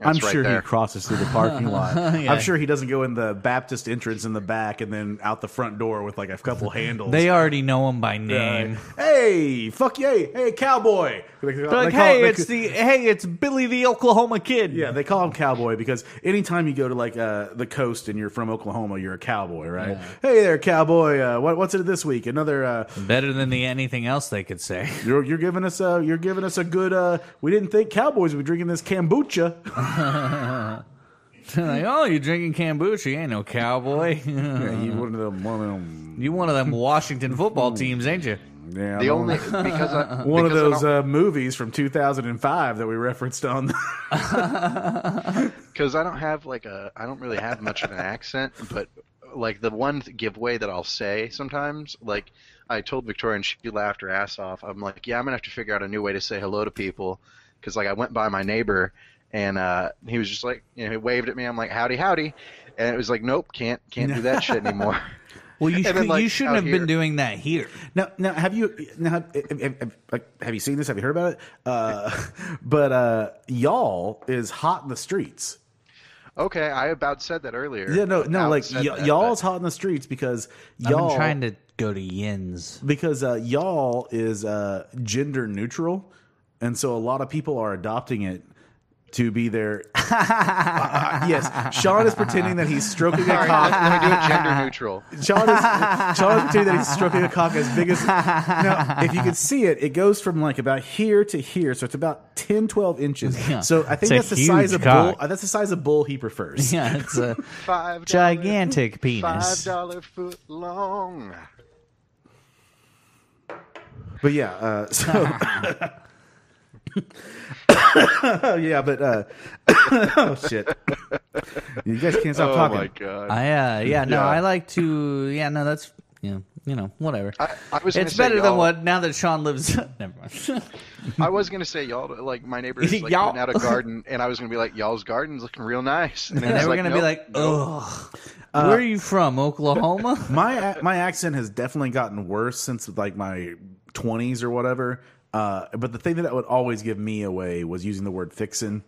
[SPEAKER 3] I'm
[SPEAKER 5] it's right
[SPEAKER 3] sure
[SPEAKER 5] there.
[SPEAKER 3] he [LAUGHS] crosses through the parking
[SPEAKER 4] [LAUGHS]
[SPEAKER 3] lot. I'm sure he doesn't go in the Baptist entrance in the back and then out the front door with like a couple handles.
[SPEAKER 4] They already know him by name.
[SPEAKER 3] Like, hey, fuck yay, hey cowboy. Like,
[SPEAKER 4] They're like, hey, it's the hey, it's Billy the Oklahoma Kid.
[SPEAKER 3] yeah, they call him cowboy because anytime you go to like uh, the coast and you're from Oklahoma, you're a cowboy, right? Hey there, cowboy. Uh, what, what's it this week? Another uh,
[SPEAKER 4] better than the anything else they could say. [LAUGHS]
[SPEAKER 3] you're you're giving us a you're giving us a good. Uh, we didn't think cowboys would be drinking this kombucha. [LAUGHS]
[SPEAKER 4] They're like, oh, you drinking kombucha? You ain't no cowboy.
[SPEAKER 3] yeah, you one of them, one of them.
[SPEAKER 4] you one of [LAUGHS] them Washington football teams, ain't you?
[SPEAKER 3] Yeah,
[SPEAKER 5] The only because I,
[SPEAKER 3] one of
[SPEAKER 5] because I
[SPEAKER 3] those
[SPEAKER 5] don't-
[SPEAKER 3] uh, movies from 2005 that we referenced on. [LAUGHS]
[SPEAKER 5] because I don't have like a I don't really have much of an accent, but like the one th- giveaway that I'll say sometimes, like I told Victoria and she laughed her ass off. I'm like, yeah, I'm gonna have to figure out a new way to say hello to people, because like I went by my neighbor and uh, he was just like, you know, he waved at me. I'm like, howdy, howdy, and it was like, nope, can't can't do that
[SPEAKER 3] [LAUGHS]
[SPEAKER 5] shit anymore.
[SPEAKER 4] Well, you,
[SPEAKER 5] And then,
[SPEAKER 4] should,
[SPEAKER 5] like,
[SPEAKER 4] you shouldn't
[SPEAKER 5] out
[SPEAKER 4] have
[SPEAKER 5] here.
[SPEAKER 4] been doing that here.
[SPEAKER 3] Now, now, have you now have, have- have- like, have you seen this? Have you heard about it? Uh, [LAUGHS] but uh, y'all is hot in the streets.
[SPEAKER 5] Okay, I about said that earlier.
[SPEAKER 3] Yeah, no, no,
[SPEAKER 5] About
[SPEAKER 3] like
[SPEAKER 5] said
[SPEAKER 3] y-
[SPEAKER 5] that,
[SPEAKER 3] y'all's
[SPEAKER 5] but-
[SPEAKER 3] hot in the streets because
[SPEAKER 4] I've
[SPEAKER 3] y'all
[SPEAKER 4] been trying to go to Yin's. [LAUGHS]
[SPEAKER 3] because uh, y'all is uh, gender neutral, and so a lot of people are adopting it to be their. [LAUGHS] Uh, yes, Sean is pretending that he's stroking a
[SPEAKER 5] All right,
[SPEAKER 3] cock.
[SPEAKER 5] let, let me do
[SPEAKER 3] [LAUGHS]
[SPEAKER 5] it gender neutral.
[SPEAKER 3] Sean is, Sean is pretending that he's stroking a cock as big as. Now, if you could see it, it goes from like about here to here, so it's about 10, 12 inches.
[SPEAKER 4] Yeah.
[SPEAKER 3] So I think
[SPEAKER 4] It's
[SPEAKER 3] that's
[SPEAKER 4] a
[SPEAKER 3] the size of
[SPEAKER 4] huge
[SPEAKER 3] bull.
[SPEAKER 4] cock.
[SPEAKER 3] uh, That's the size of bull he prefers.
[SPEAKER 4] Yeah, it's a
[SPEAKER 5] Five
[SPEAKER 4] gigantic
[SPEAKER 5] [LAUGHS] Five
[SPEAKER 4] penis.
[SPEAKER 5] dollar foot long.
[SPEAKER 3] But yeah, uh, so [LAUGHS] yeah, but uh, [COUGHS] oh shit, you guys can't stop talking.
[SPEAKER 5] god.
[SPEAKER 4] I uh, yeah, no,
[SPEAKER 5] Yeah.
[SPEAKER 4] I like to yeah, no, that's yeah, you know, whatever.
[SPEAKER 5] I, I was. gonna
[SPEAKER 4] it's
[SPEAKER 5] say
[SPEAKER 4] better than
[SPEAKER 5] y'all-
[SPEAKER 4] what now that Sean lives. [LAUGHS] Never mind.
[SPEAKER 5] I was gonna say y'all. Like
[SPEAKER 4] [LAUGHS]
[SPEAKER 5] my neighbor is like
[SPEAKER 4] Y'all.
[SPEAKER 5] putting out a garden, and I was gonna be like, y'all's garden's looking real nice. And,
[SPEAKER 4] And
[SPEAKER 5] it's
[SPEAKER 4] they were gonna be
[SPEAKER 5] nope. Uh,
[SPEAKER 4] like, "Ugh, where are you from?
[SPEAKER 5] [LAUGHS]
[SPEAKER 4] Oklahoma?"
[SPEAKER 3] my my accent has definitely gotten worse since like my 20s or whatever. Uh, but the thing that would always give me away was using the word fixin'.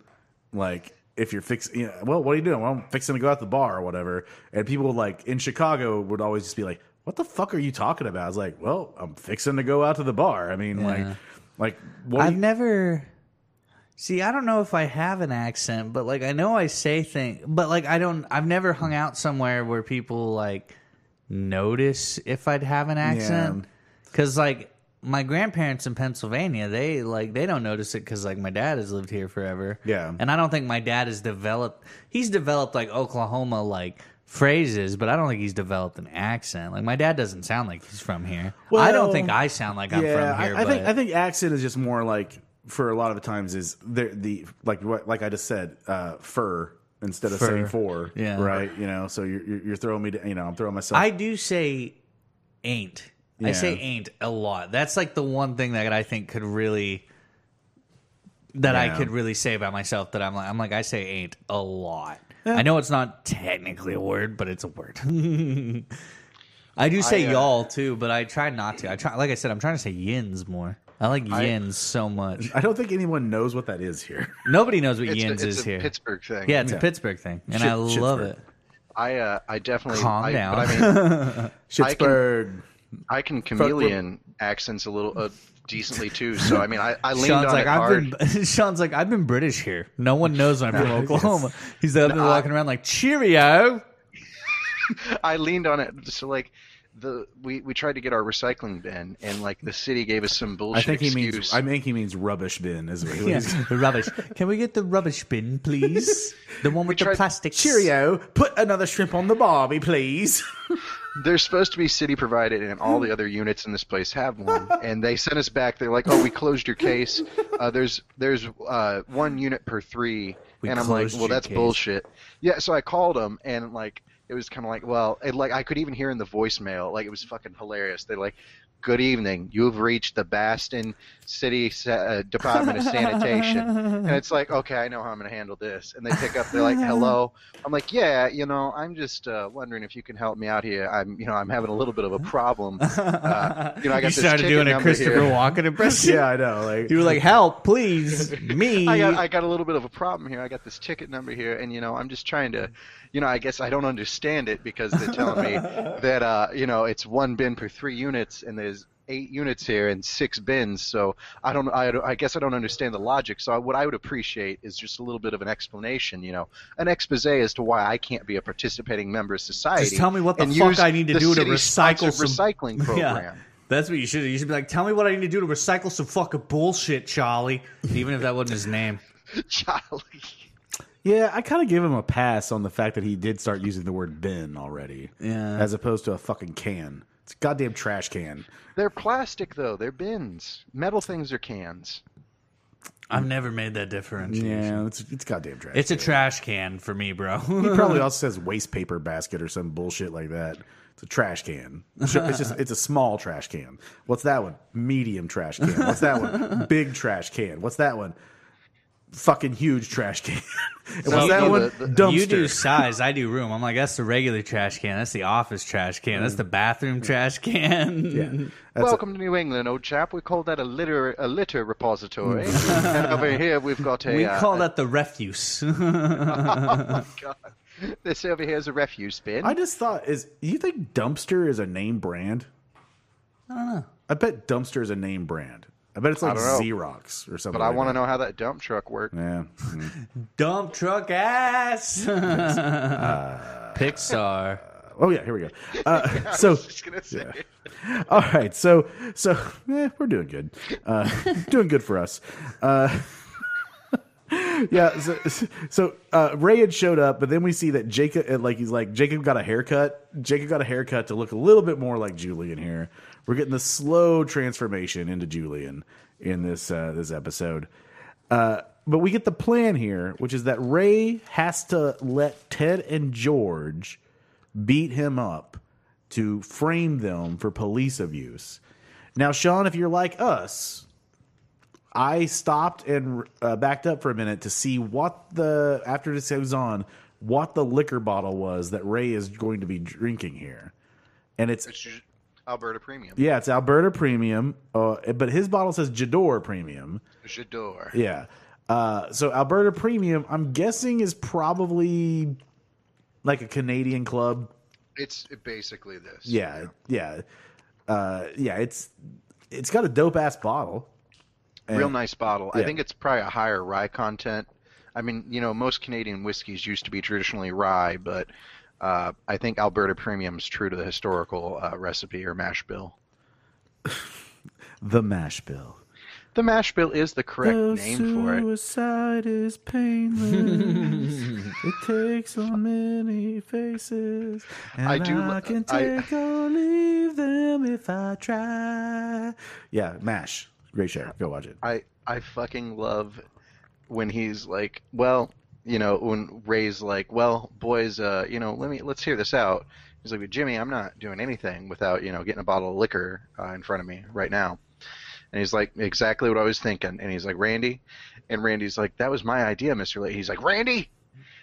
[SPEAKER 3] Like if you're fixing, you know, well, what are you doing? Well, I'm fixing to go out to the bar or whatever. And people like in Chicago would always just be like, "What the fuck are you talking about?" I was like, "Well, I'm fixing to go out to the bar." I mean,
[SPEAKER 4] Yeah.
[SPEAKER 3] like, like what? do
[SPEAKER 4] I've
[SPEAKER 3] you-
[SPEAKER 4] never. See, I don't know if I have an accent, but like I know I say things, but like I don't. I've never hung out somewhere where people like notice if I'd have an accent, because like my grandparents in Pennsylvania, they like they don't notice it because like my dad has lived here forever.
[SPEAKER 3] Yeah.
[SPEAKER 4] and I don't think my dad has developed. He's developed like Oklahoma like phrases, but I don't think he's developed an accent. Like my dad doesn't sound like he's from here. I don't
[SPEAKER 3] Well,
[SPEAKER 4] think I sound like I'm from here.
[SPEAKER 3] I, I
[SPEAKER 4] but...
[SPEAKER 3] think I think accent is just more like for a lot of the times is the the like what like I just said uh, fur instead of
[SPEAKER 4] Fur.
[SPEAKER 3] saying four.
[SPEAKER 4] Yeah.
[SPEAKER 3] right. You know, so you're you're, you're throwing me. To, you know, I'm throwing myself.
[SPEAKER 4] I do say ain't. I
[SPEAKER 3] Yeah.
[SPEAKER 4] say ain't a lot. That's like the one thing that I think could really that I
[SPEAKER 3] Yeah.
[SPEAKER 4] could really say about myself that I'm like I'm like I say ain't a lot. I know it's not technically a word, but it's a word. I do say
[SPEAKER 5] I, uh,
[SPEAKER 4] y'all too, but I try not to. I try like I said I'm trying to say yins more. I like yins so much.
[SPEAKER 3] I don't think anyone knows what that is here.
[SPEAKER 4] Nobody knows what
[SPEAKER 5] It's,
[SPEAKER 4] yins
[SPEAKER 5] a,
[SPEAKER 4] is
[SPEAKER 5] it's a
[SPEAKER 4] here.
[SPEAKER 5] Pittsburgh thing.
[SPEAKER 4] yeah, it's a
[SPEAKER 3] Yeah.
[SPEAKER 4] Pittsburgh thing, and
[SPEAKER 3] Shit-
[SPEAKER 4] I love
[SPEAKER 3] Shittsburg.
[SPEAKER 4] it.
[SPEAKER 5] I uh, I definitely
[SPEAKER 4] Calm
[SPEAKER 5] I,
[SPEAKER 4] down.
[SPEAKER 5] But I mean,
[SPEAKER 3] Pittsburgh.
[SPEAKER 5] I
[SPEAKER 4] [LAUGHS]
[SPEAKER 5] can chameleon accents a little uh, decently too. So I mean, I, I leaned
[SPEAKER 4] Sean's
[SPEAKER 5] on
[SPEAKER 4] like,
[SPEAKER 5] it
[SPEAKER 4] I've
[SPEAKER 5] hard.
[SPEAKER 4] been. [LAUGHS] Sean's like, I've been British here. No one knows I'm
[SPEAKER 5] [LAUGHS]
[SPEAKER 4] from Oklahoma. He's the other walking around like Cheerio.
[SPEAKER 5] [LAUGHS] I leaned on it. So like the we, we tried to get our recycling bin, and like the city gave us some bullshit
[SPEAKER 3] I think he
[SPEAKER 5] excuse.
[SPEAKER 3] means. I think he means rubbish bin. Is what he
[SPEAKER 4] Yeah,
[SPEAKER 3] was. [LAUGHS]
[SPEAKER 4] the rubbish. Can we get the rubbish bin, please? The one with the
[SPEAKER 5] tried-
[SPEAKER 4] plastic.
[SPEAKER 3] Cheerio. Put another shrimp on the barbie, please. [LAUGHS]
[SPEAKER 5] They're supposed to be city provided, and all the other units in this place have one. and they sent us back. They're like, "Oh, we closed your case. Uh, there's there's uh, one unit per three.
[SPEAKER 4] We
[SPEAKER 5] and I'm like,
[SPEAKER 4] closed
[SPEAKER 5] "Well,
[SPEAKER 4] your
[SPEAKER 5] that's
[SPEAKER 4] case.
[SPEAKER 5] bullshit." Yeah. So I called them, and like it was kind of like, well, it, like I could even hear in the voicemail, like it was fucking hilarious. They're like. Good evening. You've reached the Baston City Sa- uh, Department of Sanitation, and it's like, okay, I know how I'm going to handle this. And they pick up. They're like, "Hello." I'm like, "Yeah, you know, I'm just uh, wondering if you can help me out here. I'm, you know, I'm having a little bit of a problem. Uh, you know, I
[SPEAKER 4] You
[SPEAKER 5] got this
[SPEAKER 4] started
[SPEAKER 5] ticket
[SPEAKER 4] doing a
[SPEAKER 5] number
[SPEAKER 4] Christopher
[SPEAKER 5] here.
[SPEAKER 4] Walken impression.
[SPEAKER 3] yeah, I know. Like
[SPEAKER 4] You were like, help,
[SPEAKER 5] [LAUGHS]
[SPEAKER 4] please, me.
[SPEAKER 5] I got, I got a little bit of a problem here. I got this ticket number here, and you know, I'm just trying to, you know, I guess I don't understand it because they're telling
[SPEAKER 4] [LAUGHS]
[SPEAKER 5] me that, uh, you know, it's one bin per three units, and there's eight units here and six bins. So I don't, I, don't- I guess I don't understand the logic. So I, what I would appreciate is just a little bit of an explanation, you know, an expose as to why I can't be a participating member of society.
[SPEAKER 4] Just tell me what the
[SPEAKER 5] and
[SPEAKER 4] fuck
[SPEAKER 5] use
[SPEAKER 4] I need to
[SPEAKER 5] the
[SPEAKER 4] do to
[SPEAKER 5] city-sponsored
[SPEAKER 4] recycle some-
[SPEAKER 5] recycling program.
[SPEAKER 4] [LAUGHS]
[SPEAKER 5] [LAUGHS]
[SPEAKER 4] Yeah. That's what you should do. You should be like, tell me what I need to do to recycle some fucking bullshit, Charlie. Even if that wasn't his name.
[SPEAKER 5] Charlie.
[SPEAKER 3] Yeah, I kind of give him a pass on the fact that he did start using the word bin already.
[SPEAKER 4] Yeah.
[SPEAKER 3] As opposed to a fucking can. It's a goddamn trash can.
[SPEAKER 5] They're plastic though. They're bins. Metal things are cans.
[SPEAKER 4] I've never made that differentiation.
[SPEAKER 3] Yeah, it's it's goddamn trash. [LAUGHS]
[SPEAKER 4] It's a
[SPEAKER 3] can.
[SPEAKER 4] trash can for me, bro. [LAUGHS]
[SPEAKER 3] He probably also says waste paper basket or some bullshit like that. It's a trash can. Sure, It's just it's a small trash can. What's that one? Medium trash can. What's that one? Big trash can. What's that one? Fucking huge trash can. [LAUGHS] And what's
[SPEAKER 5] you
[SPEAKER 3] that
[SPEAKER 5] do
[SPEAKER 3] one?
[SPEAKER 5] the- the-
[SPEAKER 3] Dumpster.
[SPEAKER 4] You do size, I do room. I'm like, that's the regular trash can. That's the office trash can. That's the bathroom trash can.
[SPEAKER 3] Yeah. That's a-
[SPEAKER 5] Welcome to New England, old chap. We call that a litter a
[SPEAKER 3] [LAUGHS]
[SPEAKER 5] litter repository. and over here we've got a.
[SPEAKER 4] [LAUGHS] We
[SPEAKER 5] uh,
[SPEAKER 4] call that the refuse. [LAUGHS]
[SPEAKER 5] this over here is a refuse bin.
[SPEAKER 3] I just thought is you think dumpster is a name brand? I don't know. I bet dumpster is a name brand. I bet it's like
[SPEAKER 5] don't know.
[SPEAKER 3] Xerox or something.
[SPEAKER 5] but I want to know how that dump truck [LAUGHS] worked.
[SPEAKER 3] know. Yeah. Mm.
[SPEAKER 4] Dump truck ass.
[SPEAKER 3] uh,
[SPEAKER 4] Pixar.
[SPEAKER 3] Oh yeah. Here we go. Uh, [LAUGHS] so
[SPEAKER 5] Just gonna say.
[SPEAKER 3] all right. So so eh, we're doing good. Uh, doing good for us. Uh, yeah. So, so uh, Ray had showed up, but then we see that Jacob uh, like he's like Jacob got a haircut. Jacob got a haircut to look a little bit more like Julian here. We're getting the slow transformation into Julian in this uh, this episode. Uh, but we get the plan here, which is that Ray has to let Ted and George beat him up to frame them for police abuse. Now, Sean, if you're like us, I stopped and uh, backed up for a minute to see what the after this goes on, what the liquor bottle was that Ray is going to be drinking here, and it's
[SPEAKER 5] It's just Alberta Premium.
[SPEAKER 3] yeah, it's Alberta Premium, uh, but his bottle says Jador Premium.
[SPEAKER 5] J'adore.
[SPEAKER 3] Yeah. Uh, so Alberta Premium, I'm guessing is probably like a Canadian club.
[SPEAKER 5] It's basically this.
[SPEAKER 3] Yeah, yeah, uh, yeah. It's it's got a dope ass bottle.
[SPEAKER 5] Real
[SPEAKER 3] And-
[SPEAKER 5] nice bottle. I
[SPEAKER 3] yeah.
[SPEAKER 5] think it's probably a higher rye content. I mean, you know, most Canadian whiskeys used to be traditionally rye, but uh, I think Alberta Premium's true to the historical uh, recipe or mash bill.
[SPEAKER 3] The mash bill.
[SPEAKER 5] The mash bill is the correct name for it.
[SPEAKER 3] Suicide is painless.
[SPEAKER 5] [LAUGHS]
[SPEAKER 3] it takes on many faces. And
[SPEAKER 5] I do lo-
[SPEAKER 3] can
[SPEAKER 5] I-
[SPEAKER 3] take or leave them if I try. Yeah, mash. Great share. Go watch it.
[SPEAKER 5] I I fucking love when he's like, well, you know, when Ray's like, well, boys, uh, you know, let me let's hear this out. He's like, Jimmy, I'm not doing anything without you know getting a bottle of liquor uh, in front of me right now. And he's like, exactly what I was thinking. And he's like, Randy, and Randy's like, that was my idea, Mister. Lee. He's like, Randy.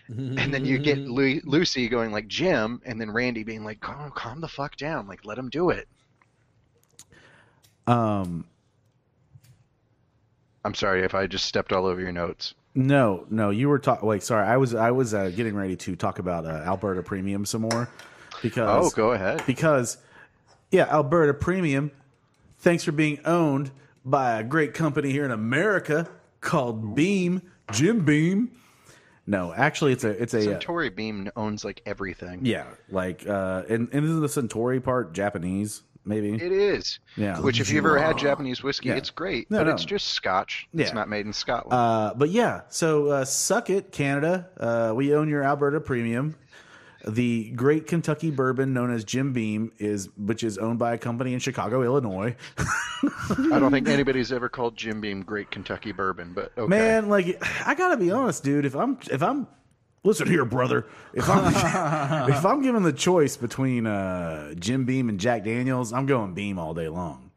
[SPEAKER 5] and then you get Lu- Lucy going like Jim, and then Randy being like, calm, calm the fuck down, like let him do it.
[SPEAKER 3] Um,
[SPEAKER 5] I'm sorry if I just stepped all over your notes.
[SPEAKER 3] no, no, you were talking. Wait, sorry, I was I was uh, getting ready to talk about uh, Alberta Premium some more because
[SPEAKER 5] Oh, go ahead.
[SPEAKER 3] because yeah, Alberta Premium. Thanks for being owned by a great company here in America called Beam Jim Beam. No, actually, it's a it's a uh,
[SPEAKER 5] Centauri Beam owns like everything.
[SPEAKER 3] yeah, like uh, and and isn't the Centauri part Japanese maybe?
[SPEAKER 5] It is.
[SPEAKER 3] Yeah.
[SPEAKER 5] Which, if you ever had Japanese whiskey,
[SPEAKER 3] Yeah.
[SPEAKER 5] it's great,
[SPEAKER 3] No,
[SPEAKER 5] but
[SPEAKER 3] no.
[SPEAKER 5] it's just Scotch. It's
[SPEAKER 3] Yeah.
[SPEAKER 5] not made in Scotland.
[SPEAKER 3] Uh, but yeah, so uh, suck it, Canada. Uh, we own your Alberta Premium. The Great Kentucky Bourbon, known as Jim Beam, is which is owned by a company in Chicago, Illinois.
[SPEAKER 5] I
[SPEAKER 3] [LAUGHS]
[SPEAKER 5] don't think anybody's ever called Jim Beam Great Kentucky Bourbon, but okay.
[SPEAKER 3] Man, like I gotta be honest, dude. If I'm if I'm listen here, brother. If I'm if I'm given the choice between uh, Jim Beam and Jack Daniels, I'm going Beam all day long.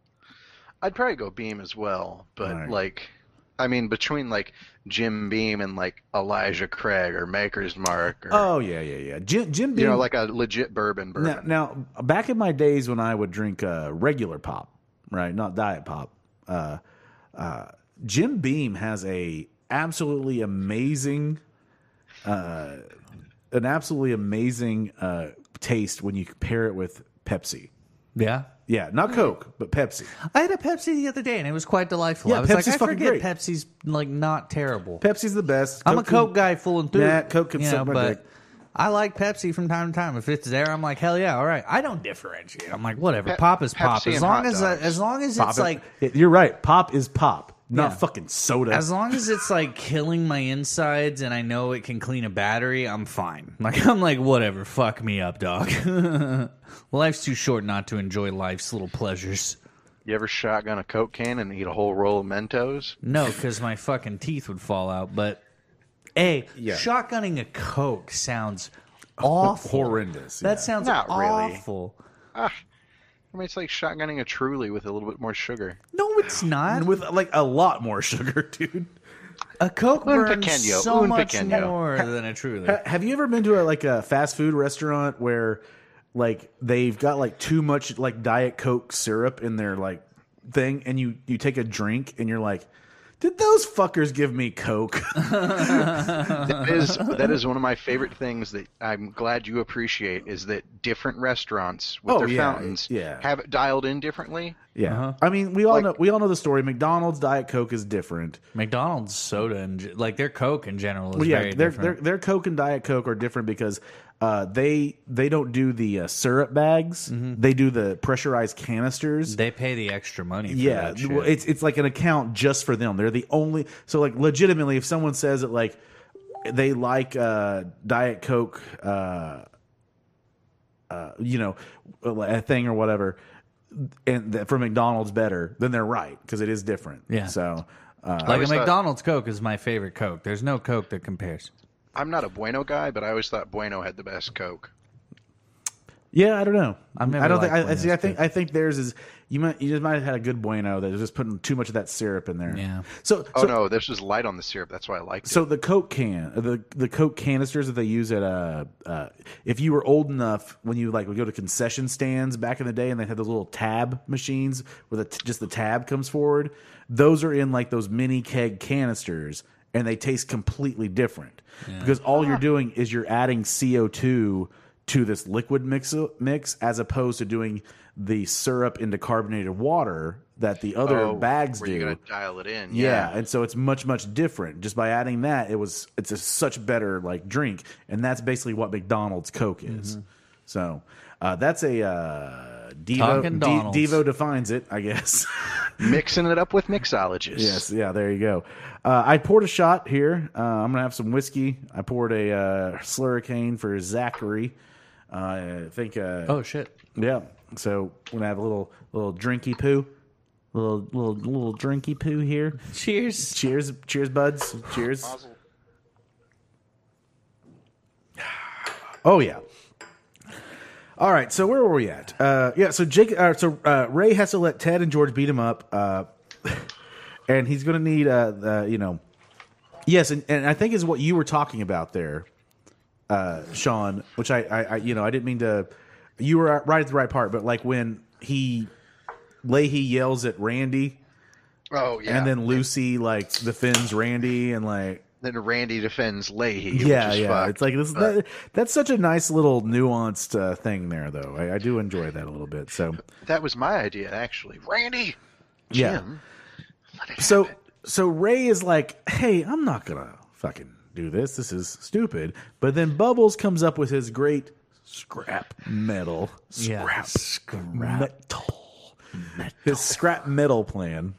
[SPEAKER 5] I'd probably go Beam as well, but
[SPEAKER 3] Alright.
[SPEAKER 5] like, I mean, between like Jim Beam and like Elijah Craig or Maker's Mark or,
[SPEAKER 3] Oh yeah, yeah, yeah. Jim Jim Beam.
[SPEAKER 5] you know, like a legit bourbon bourbon.
[SPEAKER 3] Now, now, back in my days when I would drink uh, regular pop, right, not diet pop, uh, uh, Jim Beam has a absolutely amazing, uh, an absolutely amazing uh, taste when you pair it with Pepsi.
[SPEAKER 4] Yeah.
[SPEAKER 3] Yeah, not Coke, but Pepsi.
[SPEAKER 4] I had a Pepsi the other day and it was quite delightful.
[SPEAKER 3] Yeah,
[SPEAKER 4] I was
[SPEAKER 3] Pepsi's
[SPEAKER 4] like, I
[SPEAKER 3] fucking
[SPEAKER 4] forget
[SPEAKER 3] great.
[SPEAKER 4] Pepsi's like not terrible.
[SPEAKER 3] Pepsi's the best.
[SPEAKER 4] I'm a
[SPEAKER 3] can-
[SPEAKER 4] Coke guy full and through.
[SPEAKER 3] Nah, Coke can
[SPEAKER 4] you
[SPEAKER 3] suck my
[SPEAKER 4] know, but
[SPEAKER 3] dick.
[SPEAKER 4] I like Pepsi from time to time. If it's there, I'm like, hell yeah, all right. I don't differentiate. I'm like, whatever.
[SPEAKER 5] Pep-
[SPEAKER 4] pop is pop.
[SPEAKER 5] Pepsi
[SPEAKER 4] as
[SPEAKER 5] and
[SPEAKER 4] long
[SPEAKER 5] hot
[SPEAKER 4] as
[SPEAKER 5] dogs.
[SPEAKER 4] as long as
[SPEAKER 3] Pop
[SPEAKER 4] it's
[SPEAKER 3] it-
[SPEAKER 4] like
[SPEAKER 3] Yeah, you're right. Pop is pop, not
[SPEAKER 4] Yeah.
[SPEAKER 3] fucking soda.
[SPEAKER 4] as long as it's like killing my insides and I know it can clean a battery, I'm fine. [LAUGHS] Like I'm like whatever, fuck me up, dog. [LAUGHS] Life's too short not to enjoy life's little pleasures.
[SPEAKER 5] You ever shotgun a Coke can and eat a whole roll of Mentos?
[SPEAKER 4] No, because my fucking teeth would fall out. But hey, shotgunning a
[SPEAKER 3] [LAUGHS]
[SPEAKER 4] Coke sounds awful.
[SPEAKER 3] Horrendous. yeah.
[SPEAKER 4] That sounds
[SPEAKER 5] Not really.
[SPEAKER 4] awful.
[SPEAKER 5] I mean, it's like shotgunning a Truly with a little bit more sugar.
[SPEAKER 4] No, it's not.
[SPEAKER 3] with like a lot more sugar, [LAUGHS] dude.
[SPEAKER 4] A Coke
[SPEAKER 5] Un
[SPEAKER 4] burns
[SPEAKER 5] pequeño,
[SPEAKER 4] so
[SPEAKER 5] un
[SPEAKER 4] much
[SPEAKER 5] pequeño.
[SPEAKER 4] more than a truly.
[SPEAKER 3] Ha- Have you ever been to a, like a fast food restaurant where like they've got like too much like diet coke syrup in their like thing and you you take a drink and you're like did those fuckers give me coke? [LAUGHS]
[SPEAKER 5] that is
[SPEAKER 3] Uh-huh.
[SPEAKER 5] that is one of my favorite things that I'm glad you appreciate is that different restaurants with
[SPEAKER 3] Oh,
[SPEAKER 5] their
[SPEAKER 3] yeah,
[SPEAKER 5] fountains
[SPEAKER 3] yeah.
[SPEAKER 5] have it dialed in differently.
[SPEAKER 3] yeah.
[SPEAKER 4] Uh-huh.
[SPEAKER 3] I mean, we all
[SPEAKER 5] Like-
[SPEAKER 3] know we all know the story. McDonald's diet coke is different.
[SPEAKER 4] McDonald's soda and ge- like their Coke in general is
[SPEAKER 3] Well, yeah,
[SPEAKER 4] very
[SPEAKER 3] their, their
[SPEAKER 4] different.
[SPEAKER 3] their Coke and Diet Coke are different because uh, they they don't do the uh, syrup bags.
[SPEAKER 4] Mm-hmm.
[SPEAKER 3] They do the pressurized canisters.
[SPEAKER 4] they pay the extra money. For
[SPEAKER 3] yeah,
[SPEAKER 4] that shit.
[SPEAKER 3] well, it's it's like an account just for them. They're the only so like legitimately, if someone says that like they like uh, Diet Coke, uh, uh, you know, a thing or whatever, and that for McDonald's better, then they're right because it is different.
[SPEAKER 4] Yeah.
[SPEAKER 3] So uh,
[SPEAKER 4] like a
[SPEAKER 5] always thought-
[SPEAKER 4] McDonald's Coke is my favorite Coke. There's no Coke that compares.
[SPEAKER 5] I'm not a Bueno guy, but I always thought Bueno had the best Coke.
[SPEAKER 3] Yeah, I don't know.
[SPEAKER 4] I've never
[SPEAKER 3] I don't
[SPEAKER 4] liked
[SPEAKER 3] think. I, I
[SPEAKER 4] Bueno's,
[SPEAKER 3] see. I think. I think theirs is. You might. You just might have had a good bueno that was just putting too much of that syrup in there.
[SPEAKER 4] Yeah.
[SPEAKER 3] So.
[SPEAKER 5] Oh
[SPEAKER 3] so,
[SPEAKER 5] no, this was light on the syrup. That's why I liked it.
[SPEAKER 3] So the Coke can, the the Coke canisters that they use at uh, uh if you were old enough when you like would go to concession stands back in the day and they had those little tab machines where the t- just the tab comes forward, those are in like those mini keg canisters and they taste completely different because all you're doing is you're adding CO two to this liquid mix mix as opposed to doing the syrup into carbonated water that the other
[SPEAKER 5] Oh,
[SPEAKER 3] bags
[SPEAKER 5] where
[SPEAKER 3] do.
[SPEAKER 5] you gotta dial it in.
[SPEAKER 3] Yeah. and so it's much much different. Just by adding that, it was it's a such better like drink, and that's basically what McDonald's Coke is. So uh, that's a uh, Devo.
[SPEAKER 4] Talking
[SPEAKER 3] De-
[SPEAKER 4] Donald's.
[SPEAKER 3] Devo defines it, I guess. [LAUGHS]
[SPEAKER 5] mixing it up with mixologists.
[SPEAKER 3] yes, yeah, there you go. Uh, I poured a shot here. Uh, I'm gonna have some whiskey. I poured a uh, slurricane for Zachary. Uh, I think. Uh,
[SPEAKER 4] Oh shit.
[SPEAKER 3] Yeah, so we're gonna have a little little drinky poo, little little little drinky poo here.
[SPEAKER 4] Cheers.
[SPEAKER 3] Cheers, cheers, buds. Cheers. [SIGHS] Oh yeah. All right, so where were we at? Uh, yeah, so Jake, uh, so uh, Ray has to let Ted and George beat him up, uh, [LAUGHS] and he's going to need, uh, uh, you know, yes, and, and I think is what you were talking about there, uh, Sean, which I, I, I, you know, I didn't mean to. You were right at the right part, but like when he Leahy yells at Randy,
[SPEAKER 5] Oh yeah.
[SPEAKER 3] and then Lucy like defends Randy, and like
[SPEAKER 5] then Randy defends Leahy.
[SPEAKER 3] yeah,
[SPEAKER 5] which is
[SPEAKER 3] yeah.
[SPEAKER 5] fucked.
[SPEAKER 3] It's like this. That, that's such a nice little nuanced uh, thing there, though. I, I do enjoy that a little bit. So
[SPEAKER 5] that was my idea actually. Randy.
[SPEAKER 3] yeah.
[SPEAKER 5] Jim, let it
[SPEAKER 3] So
[SPEAKER 5] happen.
[SPEAKER 3] so Ray is like, hey, I'm not gonna fucking do this. This is stupid. But then Bubbles comes up with his great scrap metal,
[SPEAKER 4] Yeah.
[SPEAKER 3] scrap
[SPEAKER 4] Scrap.
[SPEAKER 3] metal, his scrap metal plan.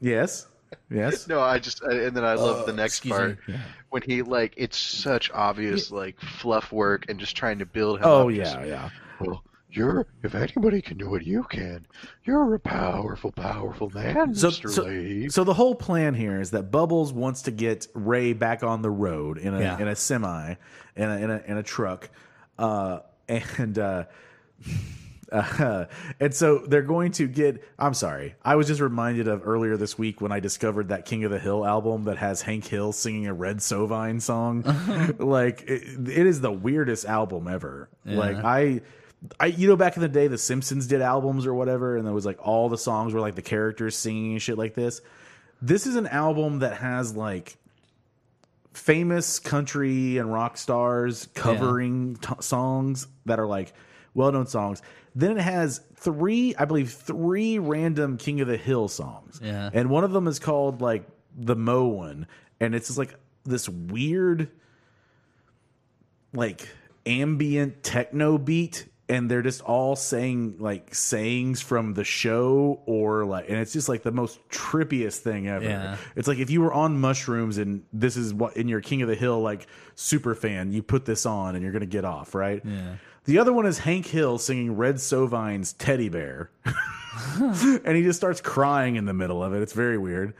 [SPEAKER 3] Yes, yes.
[SPEAKER 5] [LAUGHS] No, I just I, and then I love the next
[SPEAKER 4] Oh, excuse
[SPEAKER 5] part
[SPEAKER 4] me.
[SPEAKER 5] when he like it's such obvious like fluff work and just trying to build. Him
[SPEAKER 3] Oh
[SPEAKER 5] up, just,
[SPEAKER 3] yeah, yeah.
[SPEAKER 5] Well, you're if anybody can do it, you can. You're a powerful, powerful man,
[SPEAKER 3] So,
[SPEAKER 5] Mister
[SPEAKER 3] so,
[SPEAKER 5] Lee.
[SPEAKER 3] so the whole plan here is that Bubbles wants to get Ray back on the road in a
[SPEAKER 4] Yeah.
[SPEAKER 3] in a semi, in a in a, in a truck, uh, and uh, [LAUGHS] uh, and so they're going to get. I'm sorry, I was just reminded of earlier this week when I discovered that King of the Hill album that has Hank Hill singing a Red Sovine song. like it, it is the weirdest album ever. Like I. I, you know, back in the day, the Simpsons did albums or whatever, and there was like all the songs were like the characters singing and shit like this. This is an album that has like famous country and rock stars covering t- songs that are like well-known songs. Then it has three, I believe, three random King of the Hill songs.
[SPEAKER 4] Yeah.
[SPEAKER 3] and one of them is called like the Mo one, and it's just like this weird, like ambient techno beat. And they're just all saying like sayings from the show, or like, and it's just like the most trippiest thing ever.
[SPEAKER 4] Yeah.
[SPEAKER 3] It's like if you were on mushrooms and this is what in your King of the Hill like super fan, you put this on and you're gonna get off, right? Yeah. The other one is Hank Hill singing Red Sovine's Teddy Bear. [LAUGHS] and he just starts crying in the middle of it. It's very weird.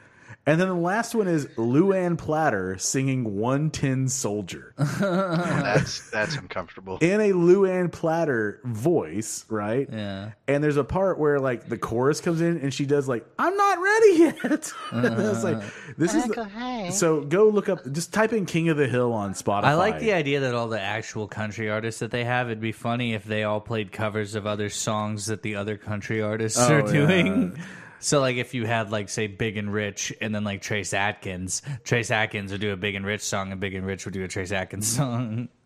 [SPEAKER 3] And then the last one is Luann Platter singing 110 Soldier
[SPEAKER 4] Oh.
[SPEAKER 5] that's that's uncomfortable.
[SPEAKER 3] in a Luann Platter voice, right?
[SPEAKER 4] Yeah.
[SPEAKER 3] And there's a part where like the chorus comes in and she does like, I'm not ready yet. [LAUGHS] and I
[SPEAKER 4] Uh-huh.
[SPEAKER 3] was [LAUGHS] like, this is the- so go look up just type in King of the Hill on Spotify.
[SPEAKER 4] I like the idea that all the actual country artists that they have, it'd be funny if they all played covers of other songs that the other country artists are
[SPEAKER 3] Oh, yeah.
[SPEAKER 4] doing. So, like, if you had, like, say, Big and Rich and then, like, Trace Atkins, Trace Atkins would do a Big and Rich song and Big and Rich would do a Trace Atkins song. [LAUGHS]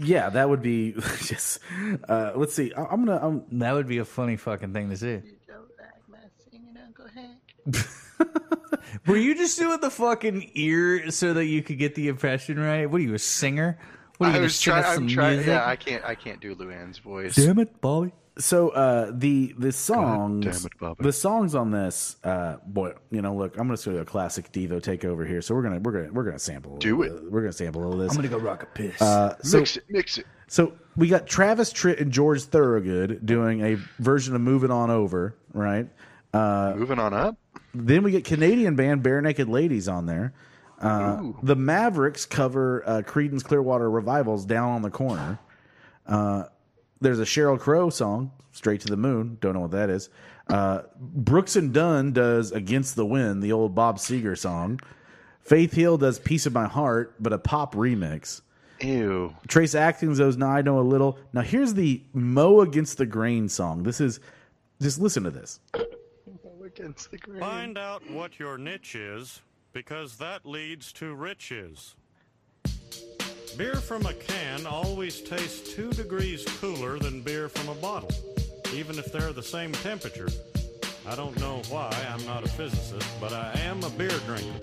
[SPEAKER 3] Yeah, that would be [LAUGHS] yes. Uh, let's see. I, I'm gonna I'm,
[SPEAKER 4] That would be a funny fucking thing to see. Were you just doing the fucking ear so that you could get the impression right? What are you, a singer? What are you,
[SPEAKER 5] I
[SPEAKER 4] gonna
[SPEAKER 5] was
[SPEAKER 4] sing
[SPEAKER 5] trying.
[SPEAKER 4] us
[SPEAKER 5] I'm
[SPEAKER 4] some
[SPEAKER 5] trying.
[SPEAKER 4] music?
[SPEAKER 5] Yeah, I can't. I can't do Luann's voice.
[SPEAKER 4] Damn it, Bobby.
[SPEAKER 3] so uh, the the songs
[SPEAKER 5] damn it, Bobby.
[SPEAKER 3] the songs on this uh, boy. You know, look, I'm gonna just go to a classic Devo takeover here. So we're gonna we're gonna we're gonna sample. a
[SPEAKER 5] Do
[SPEAKER 3] little
[SPEAKER 5] it.
[SPEAKER 3] bit- We're gonna sample a little of this.
[SPEAKER 4] go rock a piss.
[SPEAKER 3] Uh, so
[SPEAKER 5] mix it. Mix it.
[SPEAKER 3] so we got Travis Tritt and George Thorogood doing a version of "Moving On Over," right?
[SPEAKER 5] Moving on up.
[SPEAKER 3] Then we get Canadian band Bare Naked Ladies on there. Uh, the Mavericks cover uh, Creedence Clearwater Revival's "Down on the Corner." Uh, There's a Cheryl Crow song, "Straight to the Moon." Don't know what that is. Uh, Brooks and Dunn does "Against the Wind," the old Bob Seger song. Faith Hill does "Piece of My Heart," but a pop remix.
[SPEAKER 5] Ew.
[SPEAKER 3] Trace Atkins goes, "Now I know a little." Now here's the "Mow Against the Grain" song. This is just listen to this. [LAUGHS]
[SPEAKER 5] Against the grain.
[SPEAKER 6] Find out what your niche is, because that leads to riches. Beer from a can always tastes two degrees cooler than beer from a bottle, even if they're the same temperature. I don't know why, I'm not a physicist, but I am a beer drinker.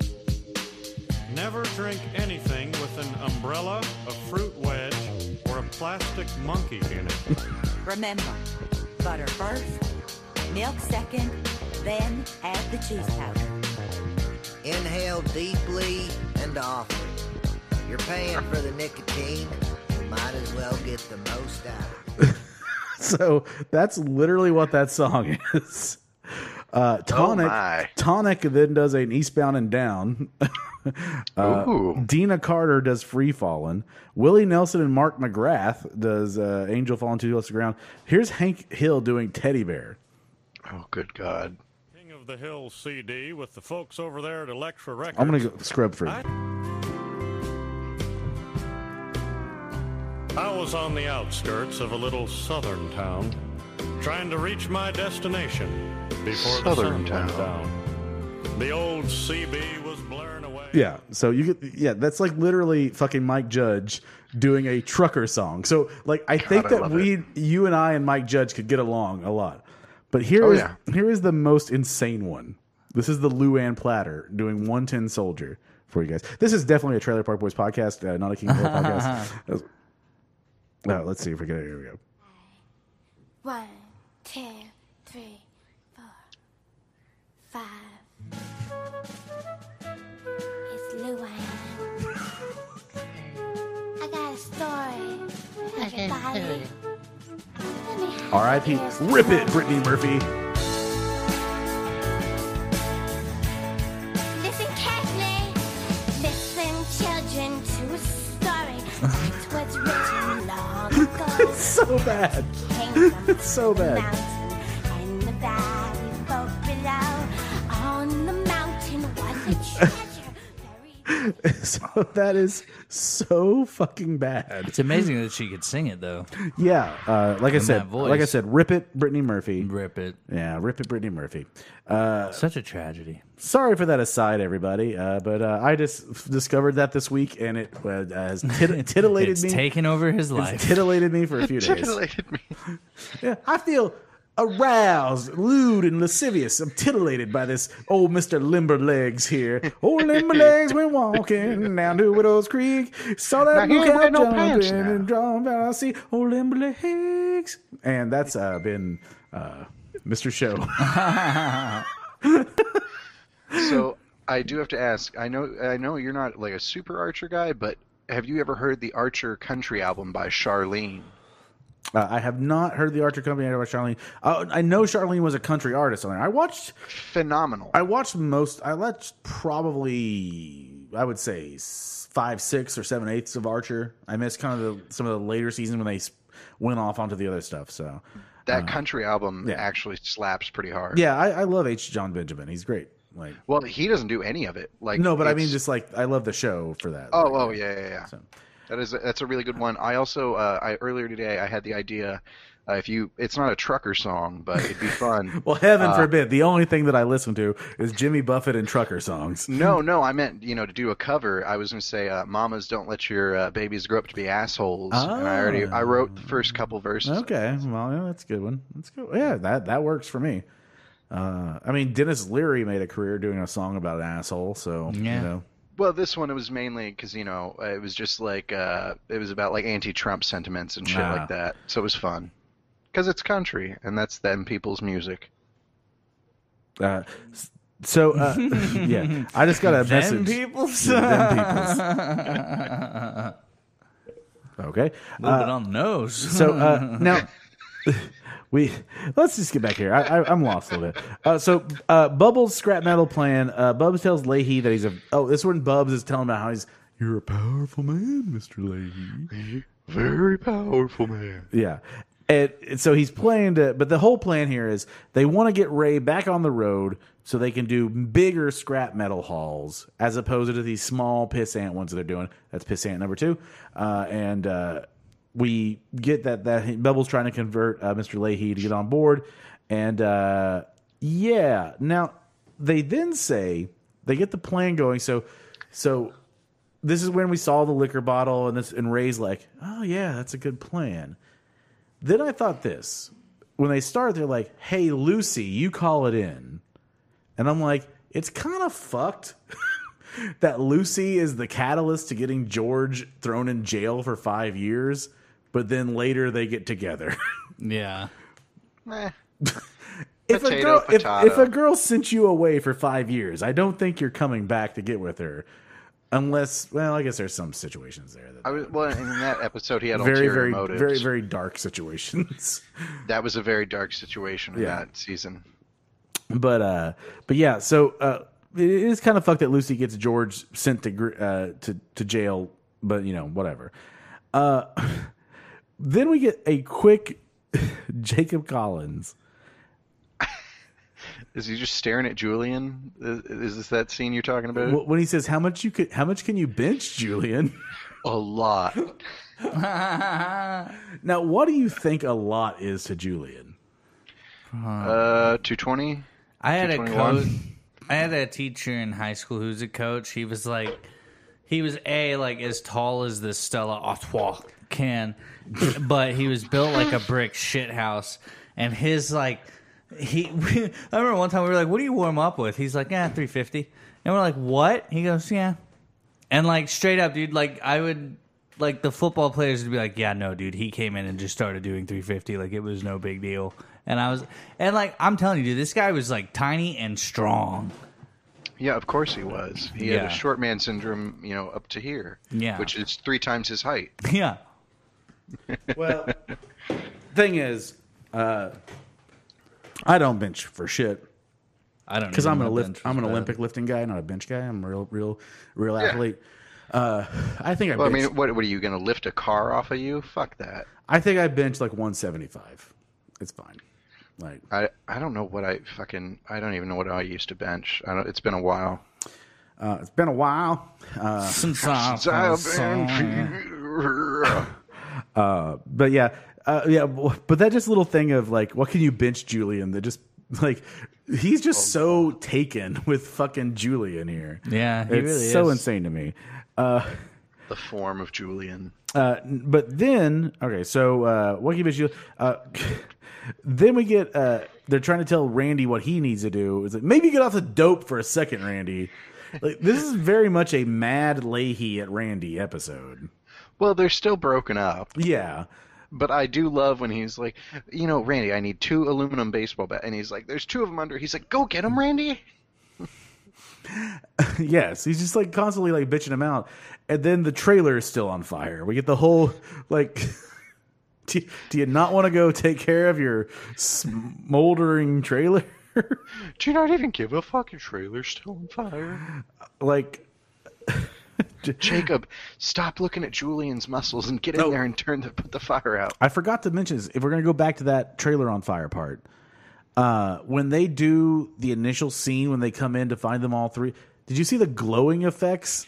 [SPEAKER 6] Never drink anything with an umbrella, a fruit wedge, or a plastic monkey in it.
[SPEAKER 7] Remember, butter first, milk second, then add the cheese powder.
[SPEAKER 8] Inhale deeply and often. You're paying for the nicotine. You might as well get the most out of it.
[SPEAKER 3] So that's literally what that song [LAUGHS] is. Uh, tonic,
[SPEAKER 5] Oh, my.
[SPEAKER 3] tonic then does an Eastbound and Down. [LAUGHS] Uh,
[SPEAKER 5] Ooh.
[SPEAKER 3] Dina Carter does Free Fallin'. Willie Nelson and Mark McGrath does uh, Angel Falling to the Ground. Here's Hank Hill doing Teddy Bear.
[SPEAKER 5] Oh, good God.
[SPEAKER 6] King of the Hill CD with the folks over there at Electra Records.
[SPEAKER 3] I'm gonna go scrub through.
[SPEAKER 6] I was on the outskirts of a little southern town, trying to reach my destination before
[SPEAKER 5] Southern
[SPEAKER 6] the sun went
[SPEAKER 5] town.
[SPEAKER 6] down. The old CB was blaring away.
[SPEAKER 3] Yeah. So you get yeah, that's like literally fucking Mike Judge doing a trucker song. So like I think
[SPEAKER 5] I
[SPEAKER 3] that
[SPEAKER 5] love
[SPEAKER 3] we you and I and Mike Judge could get along a lot. But here
[SPEAKER 5] Oh,
[SPEAKER 3] is-
[SPEAKER 5] yeah.
[SPEAKER 3] here is the most insane one. This is the Luann Platter doing 110 Soldier for you guys. This is definitely a Trailer Park Boys podcast, uh, not a King of the Hill
[SPEAKER 5] [LAUGHS]
[SPEAKER 3] podcast. No, let's see if we get it. Here we go.
[SPEAKER 9] One, two, three, four, five. It's Luann. I got a story. Everybody. Let me have
[SPEAKER 3] R.I.P.
[SPEAKER 9] your ears
[SPEAKER 3] Rip it,
[SPEAKER 9] to
[SPEAKER 3] Brittany Murphy.
[SPEAKER 9] Listen carefully. Listen, children, to a story. It was written long ago.
[SPEAKER 3] So bad. [LAUGHS]
[SPEAKER 9] it's
[SPEAKER 3] so bad.
[SPEAKER 9] And the valley folk below. On the mountain
[SPEAKER 3] [LAUGHS]
[SPEAKER 9] was a treasure. buried-
[SPEAKER 3] so that is so fucking bad.
[SPEAKER 4] It's amazing that she could sing it though.
[SPEAKER 3] Yeah, uh, like I
[SPEAKER 4] that
[SPEAKER 3] said,
[SPEAKER 4] voice.
[SPEAKER 3] like I said, rip it, Brittany Murphy.
[SPEAKER 4] Rip it.
[SPEAKER 3] Yeah, rip it, Brittany Murphy.
[SPEAKER 4] Such a tragedy.
[SPEAKER 3] Sorry for that aside, everybody. Uh, but uh, I just f- discovered that this week, and it uh, has tit- titillated
[SPEAKER 4] [LAUGHS] It's
[SPEAKER 3] me.
[SPEAKER 4] taken over his life.
[SPEAKER 3] it's titillated me for a few
[SPEAKER 5] [LAUGHS]
[SPEAKER 3] days.
[SPEAKER 5] Titillated me.
[SPEAKER 3] Yeah, I feel aroused, lewd, and lascivious. I'm titillated by this old Mister Limberlegs here. Oh, Old Limberlegs went walking down to Widow's Creek. Saw that
[SPEAKER 5] Now, he ain't
[SPEAKER 3] lookout
[SPEAKER 5] wearing no pants
[SPEAKER 3] jumping
[SPEAKER 5] now.
[SPEAKER 3] and drawn by I see old Limberlegs. And that's uh, been uh, Mr. Show.
[SPEAKER 5] So I do have to ask. I know. I know you're not like a super Archer guy, but have you ever heard the Archer Country album by Charlene?
[SPEAKER 3] Uh, I have not heard the Archer Company about Charlene. Uh, I know Charlene was a country artist on there. I watched,
[SPEAKER 5] Phenomenal.
[SPEAKER 3] I watched most. I watched probably, I would say s- five, six, or seven eighths of Archer. I missed kind of the, some of the later seasons when they s- went off onto the other stuff. So,
[SPEAKER 5] that country album
[SPEAKER 3] Uh, yeah.
[SPEAKER 5] actually slaps pretty hard.
[SPEAKER 3] yeah, I, I love H. John Benjamin. He's great. Like,
[SPEAKER 5] Well, he doesn't do any of it. Like
[SPEAKER 3] no, but I mean,
[SPEAKER 5] it's-
[SPEAKER 3] just like I love the show for that.
[SPEAKER 5] Oh,
[SPEAKER 3] Like,
[SPEAKER 5] oh, yeah, yeah, yeah. That is that's a really good one. I also uh, I earlier today I had the idea uh, if you it's not a trucker song,
[SPEAKER 3] [LAUGHS]
[SPEAKER 5] but it'd be fun.
[SPEAKER 3] Well, heaven forbid. The only thing that I listen to is Jimmy Buffett and trucker songs. [LAUGHS]
[SPEAKER 5] no, no, I meant you know to do a cover. I was gonna say, uh, "Mamas, don't let your uh, babies grow up to be assholes." And I already I wrote the first couple verses.
[SPEAKER 3] Okay, well, yeah, that's a good one. That's good. Yeah, that that works for me. Uh, I mean, Dennis Leary made a career doing a song about an asshole, so
[SPEAKER 4] Yeah.
[SPEAKER 3] you know,
[SPEAKER 5] Well, this one it was mainly because you know it was just like uh, it was about like anti-Trump sentiments and shit
[SPEAKER 3] Ah.
[SPEAKER 5] like that. So it was fun because it's country and that's them people's music.
[SPEAKER 3] uh, s- so uh, [LAUGHS] yeah, I just got a
[SPEAKER 4] Them
[SPEAKER 3] message.
[SPEAKER 4] people.
[SPEAKER 3] Them peoples. okay, Uh,
[SPEAKER 4] A little bit on the nose.
[SPEAKER 3] so uh, now [LAUGHS] we let's just get back here. I, I, I'm lost a little bit. Uh, so uh, Bubbles scrap metal plan. Uh, Bubs tells Leahy that he's a. Oh, this one Bubs is telling about how he's. You're a powerful man, Mister Leahy.
[SPEAKER 5] Very powerful man.
[SPEAKER 3] Yeah. And, and so he's playing to, but the whole plan here is they want to get Ray back on the road so they can do bigger scrap metal hauls as opposed to these small pissant ones that they're doing. That's pissant number two. Uh, and uh, we get that that Bevel's trying to convert uh, Mr. Leahy to get on board, and uh, yeah, now they then say they get the plan going. So, so this is when we saw the liquor bottle, and this and Ray's like, oh yeah, that's a good plan. Then I thought this when they start, they're like, hey Lucy, you call it in, and I'm like, it's kind of fucked. [LAUGHS] that Lucy is the catalyst to getting George thrown in jail for five years, but then later they get together. [LAUGHS]
[SPEAKER 10] Yeah.
[SPEAKER 5] Meh.
[SPEAKER 3] if, a
[SPEAKER 5] Potato,
[SPEAKER 3] girl, if,
[SPEAKER 5] potato.
[SPEAKER 3] if a girl sent you away for five years, I don't think you're coming back to get with her. Unless, well, I guess there's some situations there that
[SPEAKER 5] I was, well, in that episode, he had
[SPEAKER 3] very,
[SPEAKER 5] ulterior
[SPEAKER 3] very,
[SPEAKER 5] motives.
[SPEAKER 3] very, very dark situations. [LAUGHS]
[SPEAKER 5] That was a very dark situation in
[SPEAKER 3] Yeah.
[SPEAKER 5] that season.
[SPEAKER 3] but uh but yeah so uh it is kind of fucked that lucy gets george sent to gr- uh to to jail but you know whatever uh [LAUGHS] then we get a quick [LAUGHS] jacob collins
[SPEAKER 5] Is he just staring at Julian? Is, is this that scene you're talking about?
[SPEAKER 3] wh- when he says how much you could how much can you bench julian [LAUGHS]
[SPEAKER 5] a lot.
[SPEAKER 3] uh, now what do you think a lot is to julian
[SPEAKER 5] Uh, 220?
[SPEAKER 4] I had a
[SPEAKER 5] 221.
[SPEAKER 4] coach. I had a teacher in high school who's a coach. He was like, he was a like as tall as this Stella Artois can, but he was built like a brick shit house. And his like, he. [LAUGHS] I remember one time we were like, "What do you warm up with?" He's like, "Yeah, 350." And we're like, "What?" He goes, "Yeah." And like straight up, dude. Like I would. Like the football players would be like, "Yeah, no, dude, he came in and just started doing 350. Like it was no big deal." And I was, and like I'm telling you, dude, this guy was like tiny and strong. [LAUGHS]
[SPEAKER 5] Yeah, of course he was. He had
[SPEAKER 4] Yeah.
[SPEAKER 5] a short man syndrome, you know, up to here.
[SPEAKER 4] Yeah.
[SPEAKER 5] Which is three times his height.
[SPEAKER 4] Yeah,
[SPEAKER 3] well thing is uh i don't bench for shit
[SPEAKER 4] I don't
[SPEAKER 3] because
[SPEAKER 4] even
[SPEAKER 3] I'm an
[SPEAKER 4] know
[SPEAKER 3] lift,
[SPEAKER 4] bench
[SPEAKER 3] I'm an
[SPEAKER 4] was bad.
[SPEAKER 3] Olympic lifting guy, not a bench guy. I'm a real, real, real athlete. Uh, I think I,
[SPEAKER 5] Well, I
[SPEAKER 3] bench,
[SPEAKER 5] mean, what, what are you going to lift a car off of you? Fuck that.
[SPEAKER 3] I think I bench like 175. It's fine. Like
[SPEAKER 5] I, I don't know what I fucking I don't even know what I used to bench. I don't, it's been a while.
[SPEAKER 3] uh, it's been a while,
[SPEAKER 4] Since I was young.
[SPEAKER 3] but yeah, uh, yeah. w- But that just little thing of like, what can you bench Julian? That just like he's
[SPEAKER 4] Oh,
[SPEAKER 3] just so taken with fucking Julian here.
[SPEAKER 4] Yeah, he
[SPEAKER 3] it's
[SPEAKER 4] really
[SPEAKER 3] so
[SPEAKER 4] is.
[SPEAKER 3] insane to me. Uh,
[SPEAKER 5] the form of Julian.
[SPEAKER 3] but then okay, so uh, what can you uh, [LAUGHS] then we get uh, they're trying to tell Randy what he needs to do. It's like maybe get off the dope for a second, Randy. Like this is very much a mad Leahy at Randy episode.
[SPEAKER 5] Well, they're still broken up,
[SPEAKER 3] Yeah, [LAUGHS]
[SPEAKER 5] but I do love when he's like, you know, Randy, I need two aluminum baseball bat, and he's like, there's two of them under. He's like, go get them, Randy.
[SPEAKER 3] yes, he's just like constantly like bitching him out, and then the trailer is still on fire. We get the whole like. [LAUGHS] Do, do you not want to go take care of your smoldering trailer? [LAUGHS]
[SPEAKER 5] Do you not even give a fucking trailer still on fire?
[SPEAKER 3] like,
[SPEAKER 5] Jacob, stop looking at Julian's muscles and get in there and turn the put the fire out.
[SPEAKER 3] I forgot to mention this. If we're going to go back to that trailer on fire part, uh, when they do the initial scene when they come in to find them all three, did you see the glowing effects?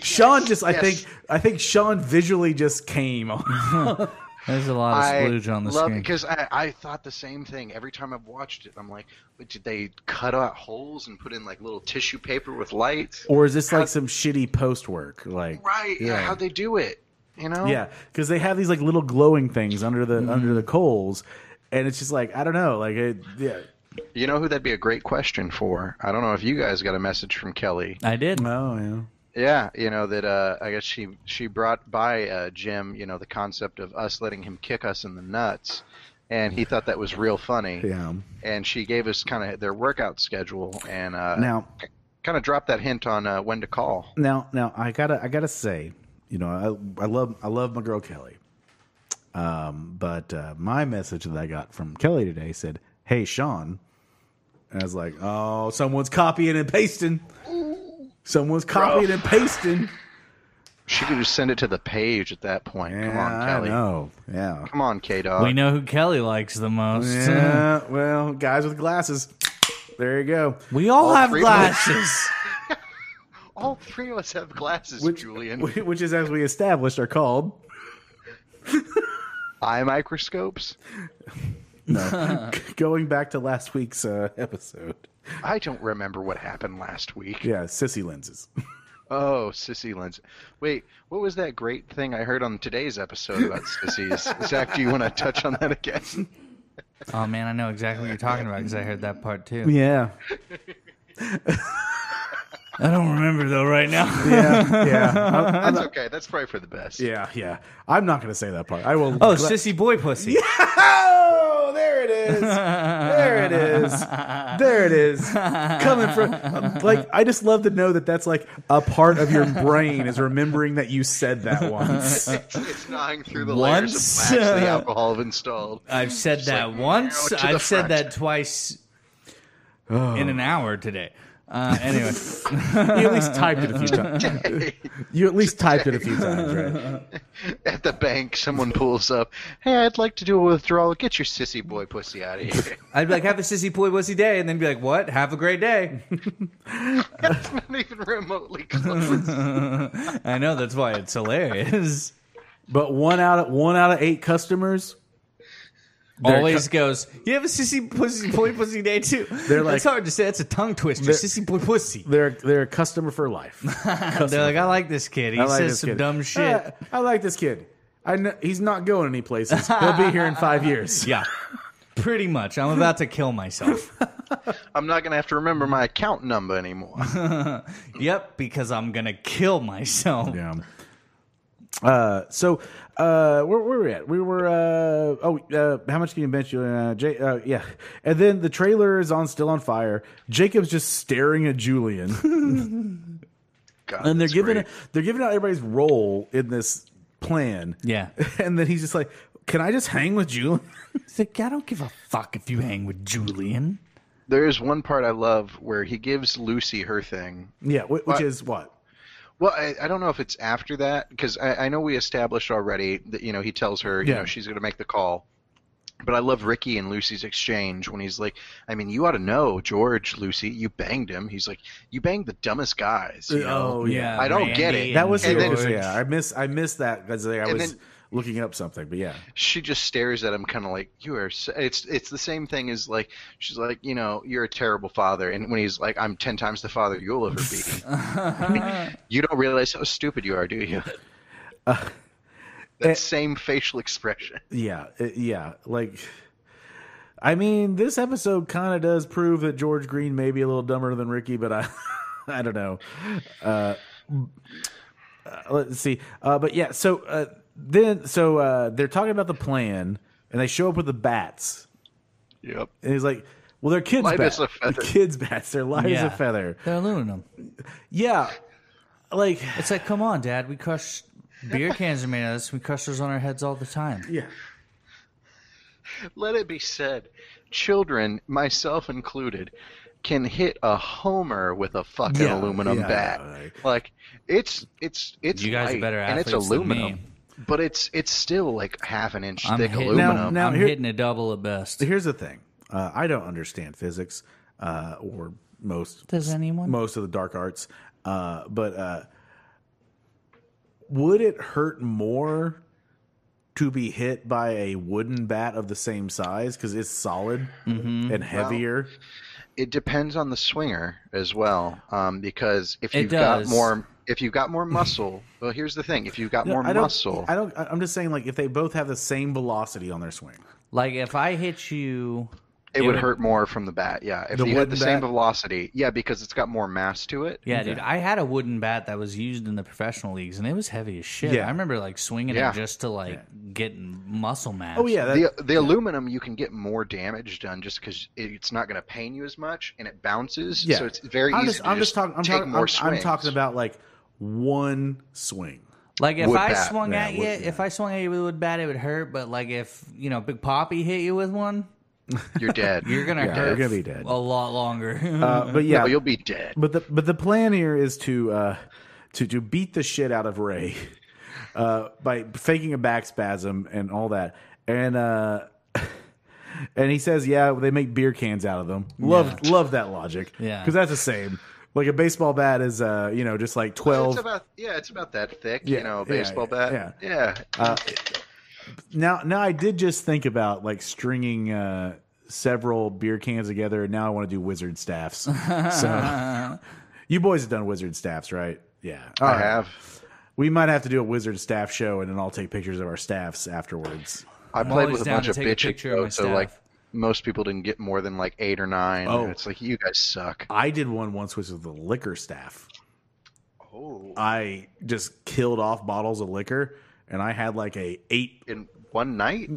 [SPEAKER 3] Sean just, I
[SPEAKER 5] Yes.
[SPEAKER 3] think, I think Sean visually just came. [LAUGHS] on.
[SPEAKER 4] There's a lot of splooge on the screen.
[SPEAKER 5] because I, I thought the same thing every time I've watched it. I'm like, "Wait, did they cut out holes and put in like little tissue paper with lights?
[SPEAKER 3] or is this like some shitty post work? Like,
[SPEAKER 5] Right? Yeah. How'd they do it? You know?
[SPEAKER 3] Yeah, because they have these like little glowing things under the under the coals, and it's just like I don't know, like it, yeah.
[SPEAKER 5] You know who that'd be a great question for? I don't know if you guys got a message from Kelly.
[SPEAKER 4] I did.
[SPEAKER 3] Oh yeah.
[SPEAKER 5] Yeah, you know that. Uh, I guess she she brought by uh, Jim. You know the concept of us letting him kick us in the nuts, and he thought that was real funny.
[SPEAKER 3] Yeah.
[SPEAKER 5] And she gave us kind of their workout schedule and uh,
[SPEAKER 3] Now-
[SPEAKER 5] kind of dropped that hint on uh, when to call.
[SPEAKER 3] Now, now I gotta, I gotta say, you know, I, I love, I love my girl Kelly. Um, but uh, my message that I got from Kelly today said, "Hey, Sean," and I was like, "Oh, someone's copying and pasting. Someone's copying and pasting."
[SPEAKER 5] She could just send it to the page at that point. Come
[SPEAKER 3] Yeah,
[SPEAKER 5] on, Kelly.
[SPEAKER 3] I know. Yeah.
[SPEAKER 5] Come on, K Dog.
[SPEAKER 10] we know who Kelly likes the most.
[SPEAKER 5] Mm.
[SPEAKER 3] Yeah. Uh, Well, guys with glasses. There you go.
[SPEAKER 10] We all, have
[SPEAKER 5] three of us.
[SPEAKER 10] glasses.
[SPEAKER 5] All three of us have glasses, Julian.
[SPEAKER 3] Which is, as we established, are called
[SPEAKER 5] Eye microscopes? [LAUGHS]
[SPEAKER 3] [LAUGHS] going back to last week's uh, episode.
[SPEAKER 5] I don't remember what happened last week.
[SPEAKER 3] Yeah, sissy lenses.
[SPEAKER 5] Oh, sissy lens. Wait, what was that great thing I heard on today's
[SPEAKER 3] [LAUGHS]
[SPEAKER 5] episode about sissies? Zach, do you want to touch on that again?
[SPEAKER 4] [LAUGHS] Oh man, I know exactly what you're talking about because I heard that part too.
[SPEAKER 3] Yeah.
[SPEAKER 10] I don't remember though right now.
[SPEAKER 3] Yeah.
[SPEAKER 4] [LAUGHS]
[SPEAKER 3] Yeah. I'm-
[SPEAKER 5] That's okay. That's probably for the best.
[SPEAKER 3] yeah. Yeah. I'm not going to say that part. I will.
[SPEAKER 4] Oh, sissy boy pussy.
[SPEAKER 3] Oh, there it is. There it is. There it is. Coming from um, like I just love to know that that's like a part of your brain is remembering that you said that once.
[SPEAKER 5] It's gnawing through the layers
[SPEAKER 4] Once,
[SPEAKER 5] of wax the
[SPEAKER 4] uh,
[SPEAKER 5] alcohol have installed.
[SPEAKER 4] I've said that
[SPEAKER 5] like,
[SPEAKER 4] once.
[SPEAKER 5] now to the
[SPEAKER 4] I've said
[SPEAKER 5] front.
[SPEAKER 4] that twice
[SPEAKER 3] Oh.
[SPEAKER 4] in an hour today. Uh, anyway,
[SPEAKER 3] You at least typed it a few times. You at least typed it a few times, right?
[SPEAKER 5] At the bank, someone pulls up. Hey, I'd like to do a withdrawal. Get your sissy boy pussy out of here.
[SPEAKER 4] I'd be like, "Have a sissy boy pussy day," and then be like, "What? Have a great day."
[SPEAKER 5] That's [LAUGHS] not even remotely close.
[SPEAKER 3] [LAUGHS]
[SPEAKER 4] I know that's why it's hilarious.
[SPEAKER 3] But one out of one out of eight customers,
[SPEAKER 4] Always goes, "You have a sissy pussy boy pussy day too."
[SPEAKER 3] They're like-
[SPEAKER 4] that's hard to say. That's a tongue twister.
[SPEAKER 3] They're-
[SPEAKER 4] Sissy boy pussy.
[SPEAKER 3] they're they're a customer for life.
[SPEAKER 4] They're like, "I like this kid. He
[SPEAKER 3] I like
[SPEAKER 4] says
[SPEAKER 3] this
[SPEAKER 4] some
[SPEAKER 3] kid.
[SPEAKER 4] dumb shit."
[SPEAKER 3] Uh, I like this kid. I know, he's not going any places. He'll be here in five years.
[SPEAKER 4] yeah, pretty much. I'm about to kill myself.
[SPEAKER 5] I'm not going to have to remember my account number anymore.
[SPEAKER 3] [LAUGHS]
[SPEAKER 4] yep, because I'm gonna kill myself.
[SPEAKER 3] Yeah. Uh, so uh, where were we at? We were uh, oh, uh, how much can you bench? Uh, J- uh, yeah, and then the trailer is on still on fire. Jacob's just staring at
[SPEAKER 5] [LAUGHS]
[SPEAKER 3] Julian,
[SPEAKER 5] God,
[SPEAKER 3] and they're
[SPEAKER 5] that's
[SPEAKER 3] giving
[SPEAKER 5] great.
[SPEAKER 3] they're giving out everybody's role in this plan.
[SPEAKER 4] Yeah.
[SPEAKER 3] [LAUGHS] and then he's just like, "Can I just hang with Julian?" [LAUGHS]
[SPEAKER 10] It's like, I don't give a fuck if you hang with Julian.
[SPEAKER 5] There is one part I love where he gives Lucy her thing.
[SPEAKER 3] yeah, wh- which
[SPEAKER 5] What?
[SPEAKER 3] is what?
[SPEAKER 5] Well, I, I don't know if it's after that because I, I know we established already that you know he tells her you
[SPEAKER 3] Yeah.
[SPEAKER 5] know she's going to make the call. But I love Ricky and Lucy's exchange when he's like, "I mean, you ought to know, George, Lucy, you banged him." He's like, "You banged the dumbest guys." You know?
[SPEAKER 3] Oh yeah,
[SPEAKER 5] I don't get it.
[SPEAKER 3] that was
[SPEAKER 5] And
[SPEAKER 3] the
[SPEAKER 5] then-
[SPEAKER 3] was- yeah. I miss I missed that because like, I
[SPEAKER 5] And
[SPEAKER 3] was
[SPEAKER 5] then-
[SPEAKER 3] looking up something, but yeah,
[SPEAKER 5] she just stares at him kind of like you are s- it's it's the same thing as like she's like you know you're a terrible father and when he's like i'm 10 times the father you'll ever be [LAUGHS] you don't realize how stupid you are do you that
[SPEAKER 3] eh.
[SPEAKER 5] same facial expression
[SPEAKER 3] Yeah, it- yeah. Like, I mean, this episode kind of does prove that George Green may be a little dumber than Ricky, but I, [LAUGHS] I don't know. Uh, uh, let's see. Uh, but yeah, so uh, then, so uh, they're talking about the plan, and they show up with the bats,
[SPEAKER 5] yep
[SPEAKER 3] and he's like, "Well, they're kids'
[SPEAKER 5] Light
[SPEAKER 3] bats.
[SPEAKER 5] as a feather.
[SPEAKER 3] Kids' bats. They're light as
[SPEAKER 10] Yeah.
[SPEAKER 3] a feather.
[SPEAKER 10] They're aluminum.
[SPEAKER 3] Yeah, like."
[SPEAKER 4] It's like, come on, Dad. We crush beer cans are made of this. We crush those on our heads all the time.
[SPEAKER 3] Yeah.
[SPEAKER 5] let it be said children myself included can hit a homer with a fucking
[SPEAKER 3] Yeah,
[SPEAKER 5] aluminum
[SPEAKER 3] yeah,
[SPEAKER 5] bat
[SPEAKER 3] yeah, right.
[SPEAKER 5] like it's it's it's
[SPEAKER 4] You guys are
[SPEAKER 5] light,
[SPEAKER 4] better
[SPEAKER 5] and it's
[SPEAKER 4] athletes than me.
[SPEAKER 5] aluminum but it's it's still like half an inch
[SPEAKER 4] I'm
[SPEAKER 5] thick
[SPEAKER 4] hit-
[SPEAKER 5] aluminum
[SPEAKER 3] Now,
[SPEAKER 4] I'm
[SPEAKER 3] here-
[SPEAKER 4] hitting a double at best.
[SPEAKER 3] Here's the thing. Uh, I don't understand physics uh, or most
[SPEAKER 10] Does anyone?
[SPEAKER 3] most of the dark arts, uh, but uh, would it hurt more to be hit by a wooden bat of the same size because it's solid
[SPEAKER 5] Mm-hmm.
[SPEAKER 3] and heavier?
[SPEAKER 5] it depends on the swinger as well, um, because if
[SPEAKER 4] It
[SPEAKER 5] you've
[SPEAKER 4] does.
[SPEAKER 5] got more, if you've got
[SPEAKER 3] [LAUGHS]
[SPEAKER 5] more muscle, well, here's the thing: if you've got more
[SPEAKER 3] I don't.
[SPEAKER 5] muscle,
[SPEAKER 3] I don't. I- I'm just saying, like if they both have the same velocity on their swing,
[SPEAKER 4] Like if I hit you,
[SPEAKER 5] it, would hurt more from the bat. Yeah, if
[SPEAKER 3] The
[SPEAKER 5] you had
[SPEAKER 3] wooden
[SPEAKER 5] the same
[SPEAKER 3] bat?
[SPEAKER 5] velocity, yeah, because it's got more mass to it.
[SPEAKER 4] yeah, dude. I had a wooden bat that was used in the professional leagues, and it was heavy as shit.
[SPEAKER 3] Yeah.
[SPEAKER 4] I remember like swinging
[SPEAKER 5] Yeah.
[SPEAKER 4] it just to like get muscle mass.
[SPEAKER 3] oh yeah, that,
[SPEAKER 5] The, the aluminum you can get more damage done just because it, it's not going to pain you as much and it bounces,
[SPEAKER 3] yeah.
[SPEAKER 5] so it's very
[SPEAKER 3] I'm
[SPEAKER 5] easy
[SPEAKER 3] Just,
[SPEAKER 5] to
[SPEAKER 3] I'm just talking. I'm
[SPEAKER 5] take
[SPEAKER 3] talking.
[SPEAKER 5] more
[SPEAKER 3] I'm, I'm
[SPEAKER 5] swings.
[SPEAKER 3] talking about like one swing.
[SPEAKER 4] Like if
[SPEAKER 5] Wood
[SPEAKER 4] I
[SPEAKER 5] bat.
[SPEAKER 4] swung
[SPEAKER 3] Yeah,
[SPEAKER 4] at you,
[SPEAKER 3] wood-
[SPEAKER 4] if I swung at you with a wood bat, it would hurt. But like if you know Big Poppy hit you with one,
[SPEAKER 5] You're dead.
[SPEAKER 4] you're gonna
[SPEAKER 3] Yeah, [LAUGHS]
[SPEAKER 4] hurt.
[SPEAKER 3] you're gonna be dead.
[SPEAKER 4] a lot longer. [LAUGHS]
[SPEAKER 3] Uh, but yeah,
[SPEAKER 5] No, you'll be dead.
[SPEAKER 3] But the but the plan here is to uh, to to beat the shit out of Ray uh, by faking a back spasm and all that. And uh, [LAUGHS] and he says, "Yeah, they make beer cans out of them." Love love that logic.
[SPEAKER 10] Yeah.
[SPEAKER 3] because that's the same. Like a baseball bat is, uh, you know, just like twelve.
[SPEAKER 5] It's about yeah, it's about that thick,
[SPEAKER 3] Yeah,
[SPEAKER 5] you know,
[SPEAKER 3] yeah,
[SPEAKER 5] baseball
[SPEAKER 3] yeah,
[SPEAKER 5] bat. Yeah.
[SPEAKER 3] now now I did just think about like stringing uh several beer cans together and now I want to do wizard staffs. so [LAUGHS] you boys have done wizard staffs, right? Yeah. All
[SPEAKER 5] I
[SPEAKER 3] right.
[SPEAKER 5] have.
[SPEAKER 3] We might have to do a wizard staff show and then I'll take pictures of our staffs afterwards.
[SPEAKER 5] I
[SPEAKER 4] I'm
[SPEAKER 5] played
[SPEAKER 4] always
[SPEAKER 5] with a
[SPEAKER 4] down
[SPEAKER 5] bunch
[SPEAKER 4] to
[SPEAKER 5] of
[SPEAKER 4] take a
[SPEAKER 5] bitches,
[SPEAKER 4] picture of
[SPEAKER 5] though,
[SPEAKER 4] my
[SPEAKER 5] so
[SPEAKER 4] staff.
[SPEAKER 5] like most people didn't get more than like eight or nine. and
[SPEAKER 3] Oh.
[SPEAKER 5] it's like you guys suck.
[SPEAKER 3] I did one once which was the liquor staff.
[SPEAKER 5] Oh,
[SPEAKER 3] I just killed off bottles of liquor and I had like a eight
[SPEAKER 5] in one night.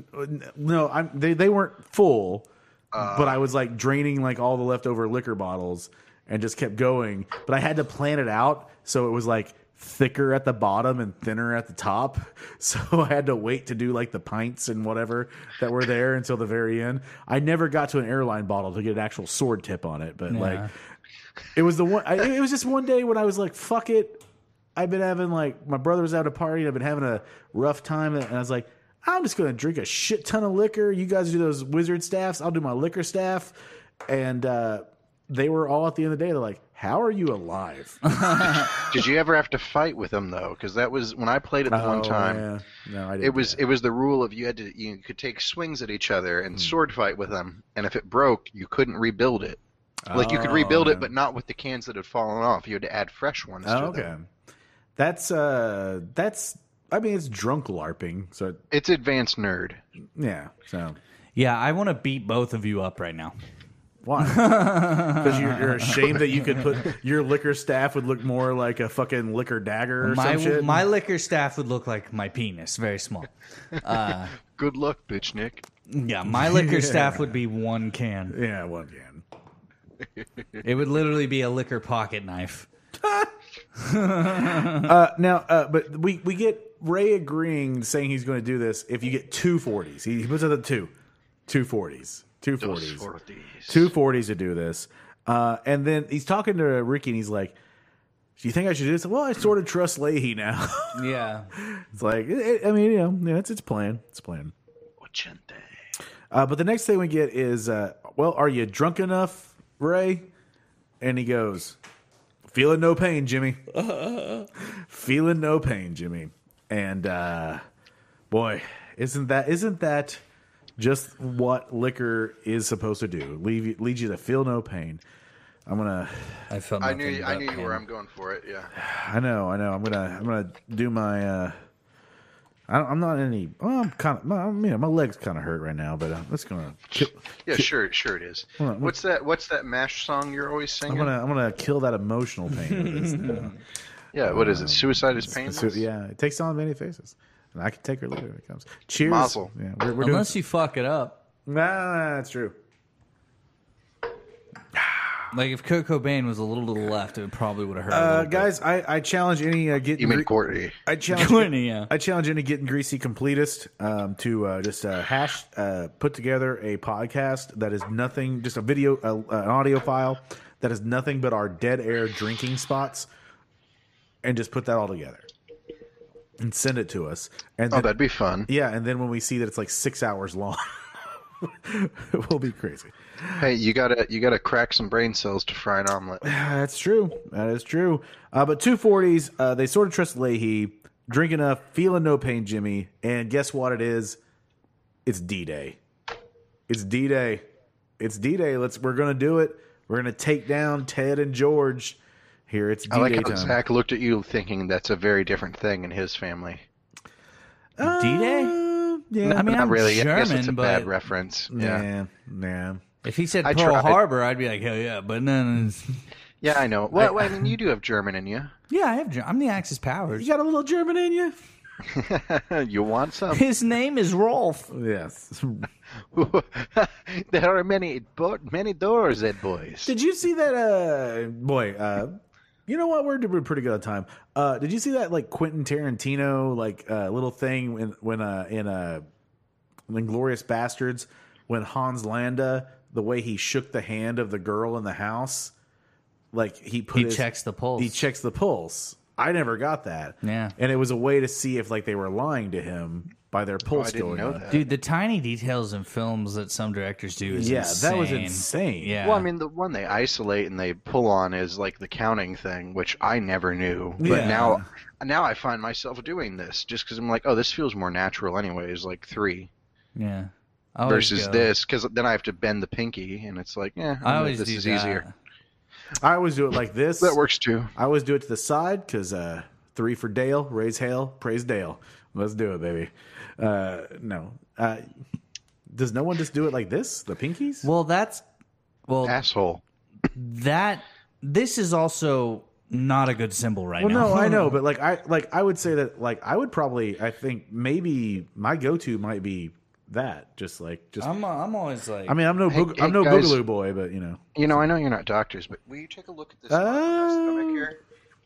[SPEAKER 3] no, I'm they they weren't full, but I was like draining like all the leftover liquor bottles and just kept going. But I had to plan it out so it was like thicker at the bottom and thinner at the top. [LAUGHS] So I had to wait to do like the pints and whatever that were there until the very end. I never got to an airline bottle to get an actual sword tip on it, but like it was the one. I, it was just one day when I was like, "Fuck it." I've been having like my brother was out at a party. and I've been having a rough time, and I was like, "I'm just gonna drink a shit ton of liquor." You guys do those wizard staffs. I'll do my liquor staff, and uh, they were all at the end of the day. They're like, "How are you
[SPEAKER 5] [LAUGHS]
[SPEAKER 3] alive?"
[SPEAKER 5] Did you ever have to fight with them though? Because that was when I played it the one
[SPEAKER 3] Oh,
[SPEAKER 5] time.
[SPEAKER 3] yeah. No, I didn't.
[SPEAKER 5] It was it was the rule of you had to you could take swings at each other
[SPEAKER 3] Hmm.
[SPEAKER 5] and sword fight with them, and if it broke, you couldn't rebuild it. Like you could rebuild it, but not with the cans that had fallen off. You had to add fresh ones.
[SPEAKER 3] Oh,
[SPEAKER 5] to
[SPEAKER 3] okay.
[SPEAKER 5] them.
[SPEAKER 3] That's uh, that's. I mean, it's drunk larping. So
[SPEAKER 5] It's advanced nerd.
[SPEAKER 3] yeah. So
[SPEAKER 10] Yeah, I want to beat both of you up right now.
[SPEAKER 5] [LAUGHS]
[SPEAKER 3] Why? Because you're, you're ashamed that you could put your liquor staff would look more like a fucking liquor dagger or
[SPEAKER 10] my
[SPEAKER 3] some shit.
[SPEAKER 10] my liquor staff would look like my penis,
[SPEAKER 3] [LAUGHS]
[SPEAKER 10] very small.
[SPEAKER 5] Good luck, bitch, Nick.
[SPEAKER 10] Yeah, my liquor staff would be one can.
[SPEAKER 3] yeah, well, again.
[SPEAKER 10] It would literally be a liquor pocket knife.
[SPEAKER 3] Uh, now, uh, but we we get Ray agreeing, saying he's going to do this if you get two forties. He, he puts out the two, two forties, two forties, two forties to do this. Uh, and then he's talking to Ricky, and he's like, "Do you think I should do this?" Well, I sort of trust Leahy now. [LAUGHS]
[SPEAKER 10] Yeah.
[SPEAKER 3] it's like, it, it- I mean, you know, yeah, it's it's plan, it's plan. Uh, but the next thing we get is, uh, well, are you drunk enough, Ray? And he goes, feeling no pain, Jimmy. [LAUGHS] feeling no pain, Jimmy. And uh, boy, isn't that isn't that just what liquor is supposed to do? Leave you- lead you to feel no pain. I'm gonna.
[SPEAKER 10] I felt
[SPEAKER 5] I
[SPEAKER 10] nothing
[SPEAKER 5] knew I
[SPEAKER 10] but
[SPEAKER 5] knew you were.
[SPEAKER 10] pain.
[SPEAKER 5] I'm going for it. Yeah.
[SPEAKER 3] I know. I know. I'm gonna. I'm gonna do my. Uh, I don't, I'm not any. Well, I'm kind of. I mean, my legs kind of hurt right now, but I'm just gonna.
[SPEAKER 5] Yeah, sure, sure it is. What's that? What's that Mash song you're always
[SPEAKER 3] I'm
[SPEAKER 5] singing?
[SPEAKER 3] gonna I'm gonna kill that emotional pain.
[SPEAKER 10] [LAUGHS]
[SPEAKER 3] with this now.
[SPEAKER 5] yeah, what is it? Suicide is
[SPEAKER 3] So,
[SPEAKER 5] painless.
[SPEAKER 3] um, yeah, it takes on many faces, and I can take her later when it comes. Cheers.
[SPEAKER 5] Mazel.
[SPEAKER 3] Yeah, we're, we're
[SPEAKER 10] Unless you fuck it up.
[SPEAKER 3] doing. Nah, that's true.
[SPEAKER 10] Like if Kurt Cobain was a little to the left, it probably would have hurt.
[SPEAKER 3] Uh, guys, I, I challenge any uh, getting.
[SPEAKER 5] You mean
[SPEAKER 3] gre-
[SPEAKER 5] Courtney?
[SPEAKER 3] I challenge.
[SPEAKER 10] Courtney, yeah.
[SPEAKER 3] I challenge any getting greasy completist um, to uh, just uh, hash uh, put together a podcast that is nothing, just a video, uh, an audio file that is nothing but our dead air drinking spots, and just put that all together and send it to us. And
[SPEAKER 5] Oh,
[SPEAKER 3] then-
[SPEAKER 5] that'd be fun.
[SPEAKER 3] Yeah, and then when we see that it's like six hours long, [LAUGHS] we'll be crazy.
[SPEAKER 5] Hey, you gotta you gotta crack some brain cells to fry an omelet.
[SPEAKER 3] That's true. That is true. Uh, but 240s, uh, they sort of trust Leahy, drink enough, feeling no pain, Jimmy. And guess what it is? It's D Day. It's D Day. It's D Day. Let's we're gonna do it. We're gonna take down Ted and George. Here it's D
[SPEAKER 5] I like
[SPEAKER 3] Day
[SPEAKER 5] how
[SPEAKER 3] time.
[SPEAKER 5] Zach looked at you thinking that's a very different thing in his family.
[SPEAKER 10] D-Day?
[SPEAKER 3] Uh, yeah.
[SPEAKER 10] I mean,
[SPEAKER 5] Not
[SPEAKER 10] I'm
[SPEAKER 5] really. I guess it's a
[SPEAKER 10] German,
[SPEAKER 5] bad
[SPEAKER 10] but
[SPEAKER 5] reference. Yeah. yeah.
[SPEAKER 3] yeah, yeah.
[SPEAKER 10] if he said
[SPEAKER 5] I
[SPEAKER 10] Pearl
[SPEAKER 5] tried.
[SPEAKER 10] Harbor, I'd be like, hell yeah. But then, it's,
[SPEAKER 5] I know. Well, I, mean, you do have German in you.
[SPEAKER 10] yeah, I have. Ger- I'm the Axis powers.
[SPEAKER 3] You got a little German in you?
[SPEAKER 5] [LAUGHS] you want some?
[SPEAKER 10] His name is Rolf.
[SPEAKER 3] Yes.
[SPEAKER 5] [LAUGHS] there are many bo- many doors, that boys.
[SPEAKER 3] Did you see that? Uh, boy, uh, you know what? We're doing pretty good on time. Uh, did you see that like Quentin Tarantino like uh, little thing when when uh, in uh, Inglorious Bastards when Hans Landa the way he shook the hand of the girl in the house, like he put
[SPEAKER 10] He
[SPEAKER 3] his-
[SPEAKER 10] checks the pulse.
[SPEAKER 3] He checks the pulse. I never got that.
[SPEAKER 10] Yeah.
[SPEAKER 3] And it was a way to see if like they were lying to him by their pulse
[SPEAKER 5] Oh, I didn't
[SPEAKER 3] going
[SPEAKER 5] know
[SPEAKER 3] up.
[SPEAKER 5] that.
[SPEAKER 10] Dude, the tiny details in films that some directors do is
[SPEAKER 3] Yeah, that was
[SPEAKER 10] insane.
[SPEAKER 3] insane.
[SPEAKER 10] Yeah.
[SPEAKER 5] Well, I mean, the one they isolate and they pull on is like the counting thing, which I never knew. But
[SPEAKER 10] Yeah.
[SPEAKER 5] now, now I find myself doing this just because I'm like, oh, this feels more natural, anyways. Like three
[SPEAKER 10] yeah. Oh, I always
[SPEAKER 5] versus
[SPEAKER 10] go-
[SPEAKER 5] this, because then I have to bend the pinky, and it's like, yeah,
[SPEAKER 10] I always
[SPEAKER 5] this
[SPEAKER 10] do
[SPEAKER 5] is
[SPEAKER 10] that.
[SPEAKER 5] easier.
[SPEAKER 3] I always do it like this.
[SPEAKER 5] That works too.
[SPEAKER 3] I always do it to the side because uh, three for Dale, raise hail, praise Dale. Let's do it, baby. Uh, no, uh, does no one just do it like this? The pinkies?
[SPEAKER 10] Well, that's well
[SPEAKER 5] Asshole.
[SPEAKER 10] that this is also not a good symbol right
[SPEAKER 3] Well,
[SPEAKER 10] now.
[SPEAKER 3] no, I know, but like I like I would say that like I would probably I think maybe my go to might be that just like just
[SPEAKER 10] [LAUGHS] I'm I'm always like
[SPEAKER 3] I mean I'm no
[SPEAKER 5] Hey-
[SPEAKER 3] boog-
[SPEAKER 5] hey,
[SPEAKER 3] I'm no
[SPEAKER 5] guys.
[SPEAKER 3] boogaloo boy, but you know
[SPEAKER 5] You know, I know you're not doctors, but will you take a look at this
[SPEAKER 10] Uh,
[SPEAKER 5] mark on
[SPEAKER 3] Oh.
[SPEAKER 5] my stomach here?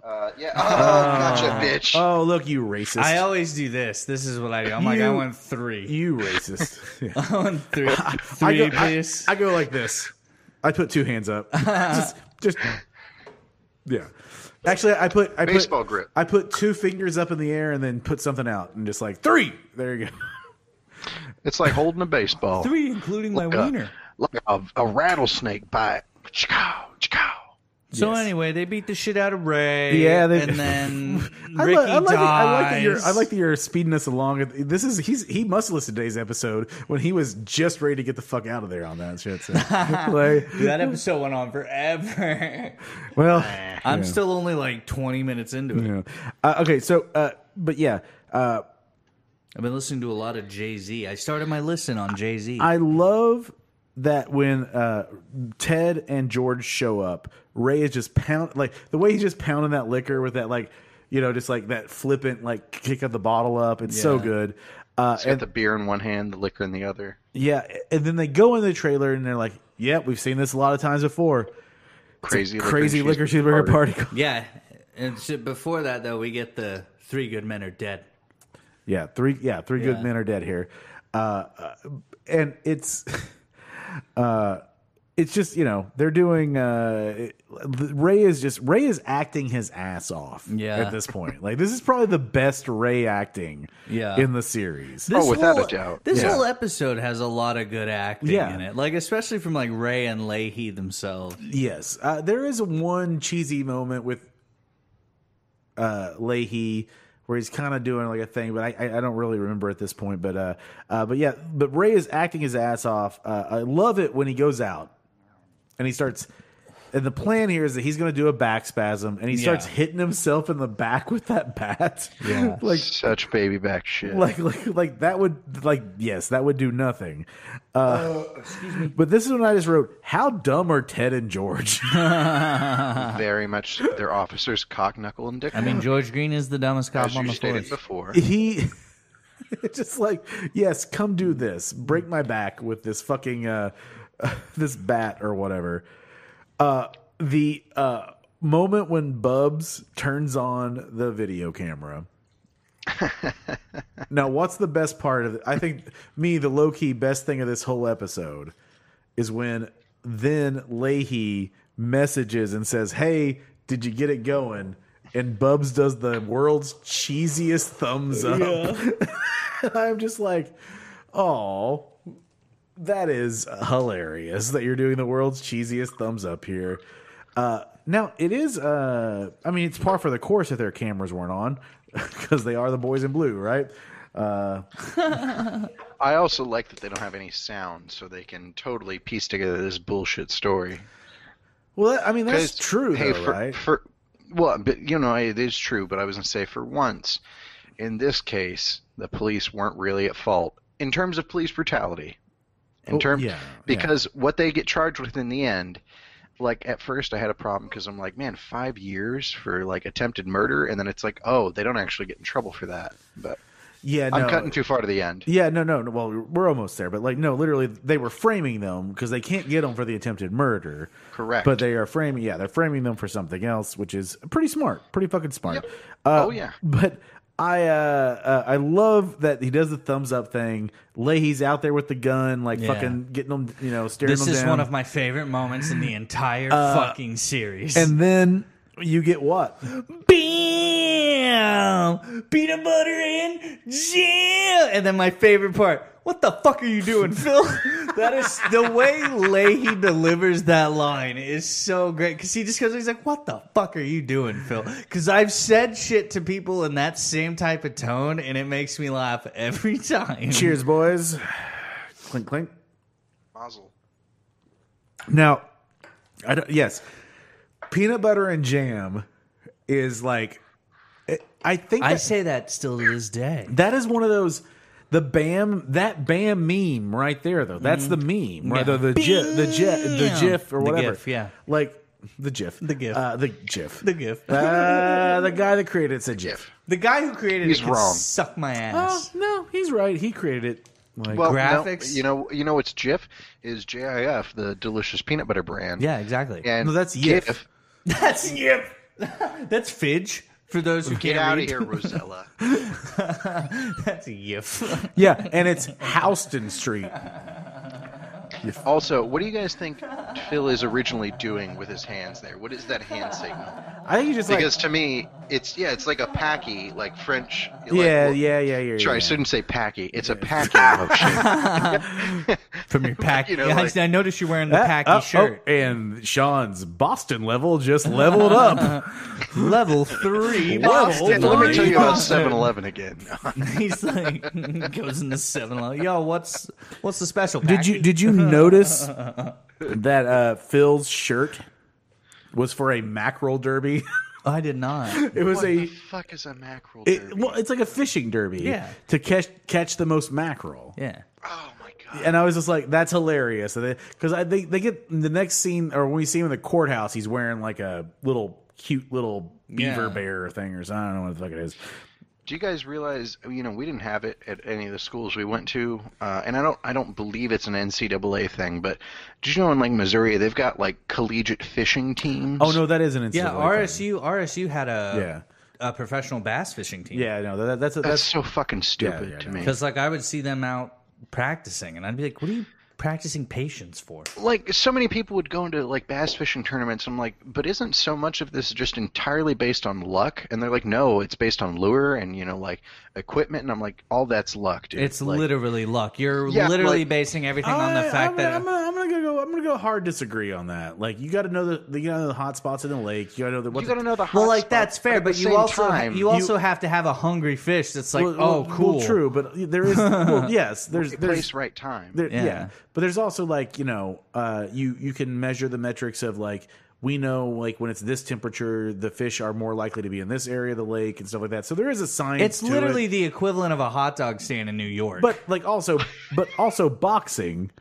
[SPEAKER 5] Uh, yeah. Oh, gotcha, bitch.
[SPEAKER 10] uh,
[SPEAKER 3] oh look you racist
[SPEAKER 10] I always do this. This is what I do. I'm like I
[SPEAKER 3] You- [LAUGHS]
[SPEAKER 10] want 3.
[SPEAKER 3] you racist [LAUGHS] Yeah.
[SPEAKER 10] I want 3. 3
[SPEAKER 3] I, go, I,
[SPEAKER 10] please.
[SPEAKER 3] I go like this I put two hands [LAUGHS] up just just yeah actually I put I
[SPEAKER 5] Baseball
[SPEAKER 3] put,
[SPEAKER 5] grip.
[SPEAKER 3] I put two fingers up in the air and then put something out and just like three there you go
[SPEAKER 5] It's like holding a baseball.
[SPEAKER 10] 3 including my
[SPEAKER 5] Look, uh,
[SPEAKER 10] wiener.
[SPEAKER 5] Like a, a rattlesnake bite. Chicow, chicow.
[SPEAKER 10] So
[SPEAKER 3] Yes.
[SPEAKER 10] anyway, they beat the shit out of Ray.
[SPEAKER 3] Yeah, they- [LAUGHS]
[SPEAKER 10] and then Ricky
[SPEAKER 3] I, li- I like,
[SPEAKER 10] dies.
[SPEAKER 3] it- I like that you're. I like that you're speeding us along. This is he's he must listen to today's episode when he was just ready to get the fuck out of there on that [LAUGHS] shit. So, like,
[SPEAKER 10] Dude,
[SPEAKER 3] [LAUGHS]
[SPEAKER 10] that episode went on forever. [LAUGHS]
[SPEAKER 3] well,
[SPEAKER 10] I'm still only like 20 minutes into it.
[SPEAKER 3] yeah. Uh, okay. So, uh, but yeah, uh,
[SPEAKER 10] I've been listening to a lot of Jay Z. I started my listen on Jay Z.
[SPEAKER 3] I love that when uh, Ted and George show up, Ray is just pound like the way he's just pounding that liquor with that like you know just like that flippant like kick of the bottle up. It's so
[SPEAKER 10] Yeah.
[SPEAKER 3] good. Uh,
[SPEAKER 5] It's got the beer in one hand, the liquor in the other.
[SPEAKER 3] Yeah, and then they go in the trailer and they're like, "Yep, we've seen this a lot of times before."
[SPEAKER 5] Crazy,
[SPEAKER 3] Crazy liquor
[SPEAKER 5] cheese
[SPEAKER 3] cheeseburger party.
[SPEAKER 10] yeah. And shit, before that, though, we get the three good men are dead.
[SPEAKER 3] yeah, three. Yeah, three good
[SPEAKER 10] Yeah.
[SPEAKER 3] men are dead here, uh, uh, and it's, [LAUGHS] uh, it's just you know they're doing. Uh, Ray is just Ray is acting his ass off.
[SPEAKER 10] Yeah.
[SPEAKER 3] at this point, like this is probably the best Ray acting.
[SPEAKER 10] Yeah.
[SPEAKER 3] in the series.
[SPEAKER 10] This
[SPEAKER 5] Oh, without a
[SPEAKER 10] whole-
[SPEAKER 5] doubt.
[SPEAKER 10] This
[SPEAKER 5] Yeah.
[SPEAKER 10] whole episode has a lot of good acting
[SPEAKER 3] Yeah.
[SPEAKER 10] in it. Like, especially from like Ray and Leahy themselves.
[SPEAKER 3] Yes, uh, there is one cheesy moment with uh, Leahy where he's kind of doing like a thing, but I, I, I don't really remember at this point. But uh, uh, but yeah, but Ray is acting his ass off. Uh, I love it when he goes out and he starts. And the plan here is that he's going to do a back spasm, and he starts
[SPEAKER 10] Yeah.
[SPEAKER 3] hitting himself in the back with that bat. Yeah, [LAUGHS] like
[SPEAKER 5] Such baby back shit.
[SPEAKER 3] like like like that would like yes that would do nothing uh, but this is when i just wrote how dumb are ted and george [LAUGHS]
[SPEAKER 5] Very much their officers cock knuckle and dick.
[SPEAKER 10] I mean, George Green is the dumbest cop
[SPEAKER 5] as
[SPEAKER 10] on
[SPEAKER 5] you
[SPEAKER 10] the
[SPEAKER 5] stated
[SPEAKER 10] force.
[SPEAKER 5] before.
[SPEAKER 3] he [LAUGHS] it's just like yes come do this break my back with this fucking uh [LAUGHS] this bat or whatever uh the uh moment when bubs turns on the video camera now what's the best part of it i think me the low-key best thing of this whole episode is when then leahy messages and says hey did you get it going and bubs does the world's cheesiest thumbs up [LAUGHS] I'm just like, oh, that is hilarious that you're doing the world's cheesiest thumbs up here. Uh, now it is. Uh, I mean, it's par for the course if their cameras weren't on, [LAUGHS] because they are the boys in blue, right? Uh,
[SPEAKER 5] I also like that they don't have any sound, so they can totally piece together this bullshit story.
[SPEAKER 3] well, that- I mean that's
[SPEAKER 5] 'Cause,
[SPEAKER 3] true,
[SPEAKER 5] hey,
[SPEAKER 3] though,
[SPEAKER 5] for,
[SPEAKER 3] right?
[SPEAKER 5] For well, but you know, it is true. But I was gonna say, for once, in this case, the police weren't really at fault in terms of police brutality. In
[SPEAKER 3] Oh,
[SPEAKER 5] terms,
[SPEAKER 3] yeah, yeah.
[SPEAKER 5] because what they get charged with in the end, like at first, I had a problem because I'm like, man, five years for like attempted murder, and then it's like, oh, they don't actually get in trouble for that. But
[SPEAKER 3] yeah, no,
[SPEAKER 5] I'm cutting too far to the end.
[SPEAKER 3] Yeah, no, no, no. Well, we're almost there, but like, no, literally, they were framing them because they can't get them for the attempted murder.
[SPEAKER 5] Correct.
[SPEAKER 3] But they are framing, yeah, they're framing them for something else, which is pretty smart, pretty fucking smart. Uh,
[SPEAKER 5] Oh, yeah.
[SPEAKER 3] But I, uh, uh, I love that he does the thumbs up thing. Leahy's out there with the gun, like
[SPEAKER 10] Yeah.
[SPEAKER 3] fucking getting them, you know, staring
[SPEAKER 10] This
[SPEAKER 3] them
[SPEAKER 10] is
[SPEAKER 3] down. Uh,
[SPEAKER 10] one of my favorite moments in the entire fucking series.
[SPEAKER 3] and then you get what?
[SPEAKER 10] Bing!
[SPEAKER 4] jam, peanut butter and jam. And then my favorite part, what the fuck are you doing, Phil? [LAUGHS] that is the way Leahy delivers that line is so great because he just goes, he's like, what the fuck are you doing, Phil? Because I've said shit to people in that same type of tone, and it makes me laugh every time.
[SPEAKER 3] Cheers, boys. [SIGHS] Clink, clink.
[SPEAKER 5] Mazel.
[SPEAKER 3] Now, I don't, yes, peanut butter and jam is like, it- I think
[SPEAKER 4] I
[SPEAKER 3] that-
[SPEAKER 4] say that still to this day.
[SPEAKER 3] that is one of those. The Bam, that Bam meme right there, though. That's the meme, right?
[SPEAKER 4] Yeah.
[SPEAKER 3] The, the GIF, the GIF, Mm-hmm. the
[SPEAKER 4] Bam.
[SPEAKER 3] GIF, or
[SPEAKER 4] The
[SPEAKER 3] whatever.
[SPEAKER 4] GIF, yeah.
[SPEAKER 3] like the GIF, the
[SPEAKER 4] GIF.
[SPEAKER 3] uh, the GIF,
[SPEAKER 4] The gift.
[SPEAKER 3] uh, the guy that created it's a GIF.
[SPEAKER 4] The guy who created
[SPEAKER 5] He's
[SPEAKER 4] it could
[SPEAKER 5] wrong.
[SPEAKER 4] suck my
[SPEAKER 3] Oh
[SPEAKER 4] ass.
[SPEAKER 3] no, he's right. He created it. Like,
[SPEAKER 5] Well, no,
[SPEAKER 4] graphics?
[SPEAKER 5] you know, you know what's GIF is JIF, the delicious peanut butter brand.
[SPEAKER 4] Yeah, exactly.
[SPEAKER 5] And
[SPEAKER 3] No, that's
[SPEAKER 5] GIF.
[SPEAKER 3] Yif.
[SPEAKER 4] [LAUGHS] That's yep. [LAUGHS] That's fidge for those who
[SPEAKER 5] Get
[SPEAKER 4] can't
[SPEAKER 5] out of
[SPEAKER 4] read.
[SPEAKER 5] here,
[SPEAKER 3] [LAUGHS]
[SPEAKER 5] Rosella.
[SPEAKER 4] That's [LAUGHS] yif.
[SPEAKER 3] yeah, and it's Houston Street.
[SPEAKER 5] also, what do you guys think Phil is originally doing with his hands there? What is that hand signal?
[SPEAKER 3] I think he just like
[SPEAKER 5] Because to me, it's yeah, it's like a packy, like French. like,
[SPEAKER 3] yeah,
[SPEAKER 5] well,
[SPEAKER 3] yeah, yeah, yeah.
[SPEAKER 5] Sorry, I
[SPEAKER 3] yeah.
[SPEAKER 5] shouldn't say packy. It's
[SPEAKER 3] [LAUGHS]
[SPEAKER 5] a packing motion.
[SPEAKER 4] From your pack.
[SPEAKER 5] [LAUGHS] You know,
[SPEAKER 4] Yeah, I-
[SPEAKER 5] like-
[SPEAKER 4] I noticed you're wearing the
[SPEAKER 3] Ah,
[SPEAKER 4] packy
[SPEAKER 3] oh, oh, [LAUGHS]
[SPEAKER 4] shirt.
[SPEAKER 3] and Sean's Boston level just leveled [LAUGHS] up.
[SPEAKER 4] Level three.
[SPEAKER 5] Boston,
[SPEAKER 4] level
[SPEAKER 5] let me tell you about
[SPEAKER 4] Boston.
[SPEAKER 5] 7-Eleven again.
[SPEAKER 4] He's like [LAUGHS] goes into seven. Like, Yo, what's what's the special?
[SPEAKER 3] Did you
[SPEAKER 4] [LAUGHS]
[SPEAKER 3] did you notice that uh, Phil's shirt was for a mackerel derby? [LAUGHS]
[SPEAKER 4] I did not.
[SPEAKER 3] It was
[SPEAKER 5] what
[SPEAKER 3] a
[SPEAKER 5] the fuck is a mackerel?
[SPEAKER 3] it,
[SPEAKER 5] derby?
[SPEAKER 3] well, it's like a fishing derby.
[SPEAKER 4] Yeah.
[SPEAKER 3] to catch catch the most mackerel.
[SPEAKER 4] Yeah.
[SPEAKER 5] oh my god.
[SPEAKER 3] And I was just like, "That's hilarious," because I they, they get the next scene, or when we see him in the courthouse, he's wearing like a little cute little beaver
[SPEAKER 4] Yeah.
[SPEAKER 3] bear thing, or something. I don't know what the fuck it is.
[SPEAKER 5] Do you guys realize? You know, we didn't have it at any of the schools we went to, uh, and I don't. I don't believe it's an NCAA thing, but did you know in like Missouri they've got like collegiate fishing teams?
[SPEAKER 3] Oh no, that is an NCAA
[SPEAKER 4] Yeah.
[SPEAKER 3] thing.
[SPEAKER 10] um,
[SPEAKER 4] RSU RSU had a
[SPEAKER 3] Yeah.
[SPEAKER 4] a professional bass fishing team.
[SPEAKER 3] Yeah, no, that, that's a,
[SPEAKER 5] that's
[SPEAKER 3] that's
[SPEAKER 5] so fucking stupid
[SPEAKER 3] yeah,
[SPEAKER 5] to
[SPEAKER 3] no.
[SPEAKER 5] me.
[SPEAKER 4] Because like I would see them out practicing, and I'd be like, "What are you practicing patience for?"
[SPEAKER 5] like so many people would go into like bass fishing tournaments. I'm like, but isn't so much of this just entirely based on luck? And they're like, no, it's based on lure and you know like equipment. And I'm like, all that's luck, dude.
[SPEAKER 4] It's
[SPEAKER 5] like,
[SPEAKER 4] literally luck. You're
[SPEAKER 5] Yeah,
[SPEAKER 4] literally
[SPEAKER 5] like-
[SPEAKER 4] basing everything on the fact
[SPEAKER 3] I'm,
[SPEAKER 4] that
[SPEAKER 3] I'm, gonna, I'm gonna go. I'm gonna go hard disagree on that. Like you got to know the, the you gotta know the hot spots in the lake. You got to know the what
[SPEAKER 5] You
[SPEAKER 3] the-
[SPEAKER 5] gotta know the hot
[SPEAKER 4] well, like
[SPEAKER 5] spots,
[SPEAKER 4] that's fair,
[SPEAKER 5] at
[SPEAKER 4] but
[SPEAKER 5] the
[SPEAKER 4] you
[SPEAKER 5] same
[SPEAKER 4] also
[SPEAKER 5] time,
[SPEAKER 4] you also have to have a hungry fish that's like,
[SPEAKER 3] Well,
[SPEAKER 4] oh,
[SPEAKER 3] well, well,
[SPEAKER 4] cool,
[SPEAKER 3] true, but there [LAUGHS] is well, yes, there's
[SPEAKER 5] place
[SPEAKER 3] there's
[SPEAKER 5] right time.
[SPEAKER 3] there, yeah.
[SPEAKER 4] Yeah.
[SPEAKER 3] but there's also like you know uh, you you can measure the metrics of like we know like when it's this temperature the fish are more likely to be in this area of the lake and stuff like that. So there is a science.
[SPEAKER 4] It's
[SPEAKER 3] to it.
[SPEAKER 4] literally the equivalent of a hot dog stand in New York.
[SPEAKER 3] but like also but also boxing.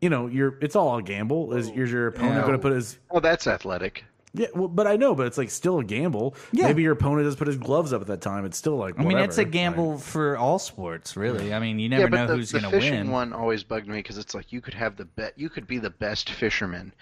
[SPEAKER 3] You know, you're it's all a gamble. Is, is your opponent
[SPEAKER 4] Yeah.
[SPEAKER 3] going to put his
[SPEAKER 5] well, Oh, that's athletic.
[SPEAKER 3] Yeah, well, but I know, but it's like still a gamble.
[SPEAKER 4] Yeah.
[SPEAKER 3] Maybe your opponent does put his gloves up at that time. It's still like
[SPEAKER 4] I mean,
[SPEAKER 3] whatever.
[SPEAKER 4] it's a gamble for all sports, really. I mean, you never
[SPEAKER 5] yeah, but
[SPEAKER 4] know
[SPEAKER 5] the,
[SPEAKER 4] who's
[SPEAKER 5] the
[SPEAKER 4] going to
[SPEAKER 5] fishing
[SPEAKER 4] win.
[SPEAKER 5] one always bugged me because it's like you could have the bet, you could be the best fisherman,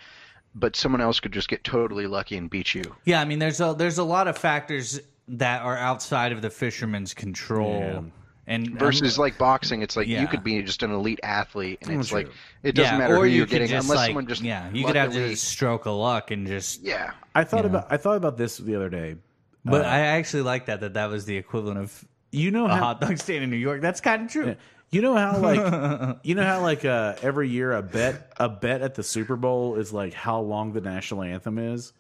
[SPEAKER 5] but someone else could just get totally lucky and beat you.
[SPEAKER 4] Yeah, I mean, there's a there's a lot of factors that are outside of the fisherman's control, and
[SPEAKER 5] Versus like boxing, it's like
[SPEAKER 4] yeah.
[SPEAKER 5] you could be just an elite athlete, and it's
[SPEAKER 3] true.
[SPEAKER 5] like it doesn't
[SPEAKER 4] yeah,
[SPEAKER 5] matter
[SPEAKER 4] or
[SPEAKER 5] who
[SPEAKER 4] you
[SPEAKER 5] you're
[SPEAKER 4] could
[SPEAKER 5] getting
[SPEAKER 4] just,
[SPEAKER 5] unless
[SPEAKER 4] like,
[SPEAKER 5] someone just
[SPEAKER 4] yeah, you could have
[SPEAKER 5] luckily-
[SPEAKER 4] the stroke of luck and just
[SPEAKER 5] yeah.
[SPEAKER 3] I thought about I thought about this the other day.
[SPEAKER 4] But
[SPEAKER 3] Uh,
[SPEAKER 4] I actually like that that that was the equivalent of [LAUGHS]
[SPEAKER 3] You know
[SPEAKER 4] a
[SPEAKER 3] how
[SPEAKER 4] hot dog stand in New York. That's kind of true.
[SPEAKER 3] [LAUGHS] you know how
[SPEAKER 4] [LAUGHS]
[SPEAKER 3] like you know how like uh, every year a bet a bet at the Super Bowl is like how long the national anthem is.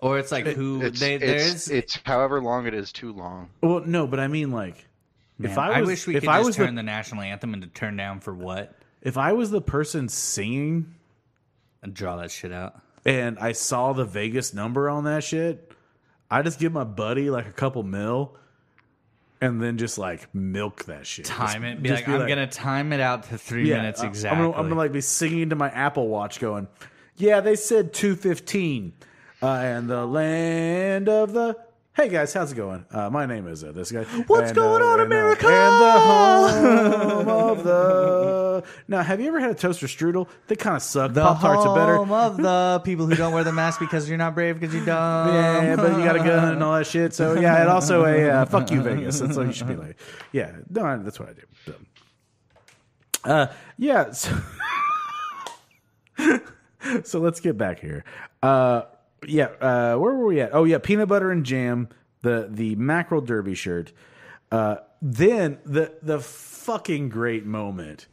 [SPEAKER 4] Or it's like who
[SPEAKER 5] It's,
[SPEAKER 4] they
[SPEAKER 5] it's,
[SPEAKER 4] there's.
[SPEAKER 5] it's however long it is too long.
[SPEAKER 3] Well, no, but I mean like if I
[SPEAKER 4] I,
[SPEAKER 3] was
[SPEAKER 4] wish we
[SPEAKER 3] if
[SPEAKER 4] could
[SPEAKER 3] I
[SPEAKER 4] just
[SPEAKER 3] was
[SPEAKER 4] turn
[SPEAKER 3] the,
[SPEAKER 4] the, national anthem into turn down for what
[SPEAKER 3] if I was the person singing
[SPEAKER 4] and draw that shit out.
[SPEAKER 3] and I saw the Vegas number on that shit, I just give my buddy like a couple mil. And then just like milk that shit.
[SPEAKER 4] Time
[SPEAKER 3] Just-
[SPEAKER 4] it. Be
[SPEAKER 3] just
[SPEAKER 4] like, I'm gonna time it out to three minutes
[SPEAKER 3] I-
[SPEAKER 4] exactly.
[SPEAKER 3] uh, I'm gonna, I'm gonna like be singing to my Apple Watch, going, "Yeah, they said 215, uh, and the land of the." Hey guys, how's it going? Uh, my name is uh, this guy.
[SPEAKER 4] What's going on,
[SPEAKER 3] and,
[SPEAKER 4] America?
[SPEAKER 3] and the home of the. Now, have you ever had a toaster strudel? They kind of suck.
[SPEAKER 4] the
[SPEAKER 3] Pop tarts are better.
[SPEAKER 4] home of the people who don't wear the mask because you're not
[SPEAKER 3] [LAUGHS]
[SPEAKER 4] brave because you're dumb.
[SPEAKER 3] Yeah, but you got a gun and all that shit. So yeah, and also a uh, fuck you Vegas. That's what you should be like. Yeah, no, I- that's what I do. So. Uh, yeah. [LAUGHS] So, so let's get back here. Uh, yeah, uh, where were we at? Oh yeah, peanut butter and jam, the the mackerel derby shirt. Uh, then the the fucking great moment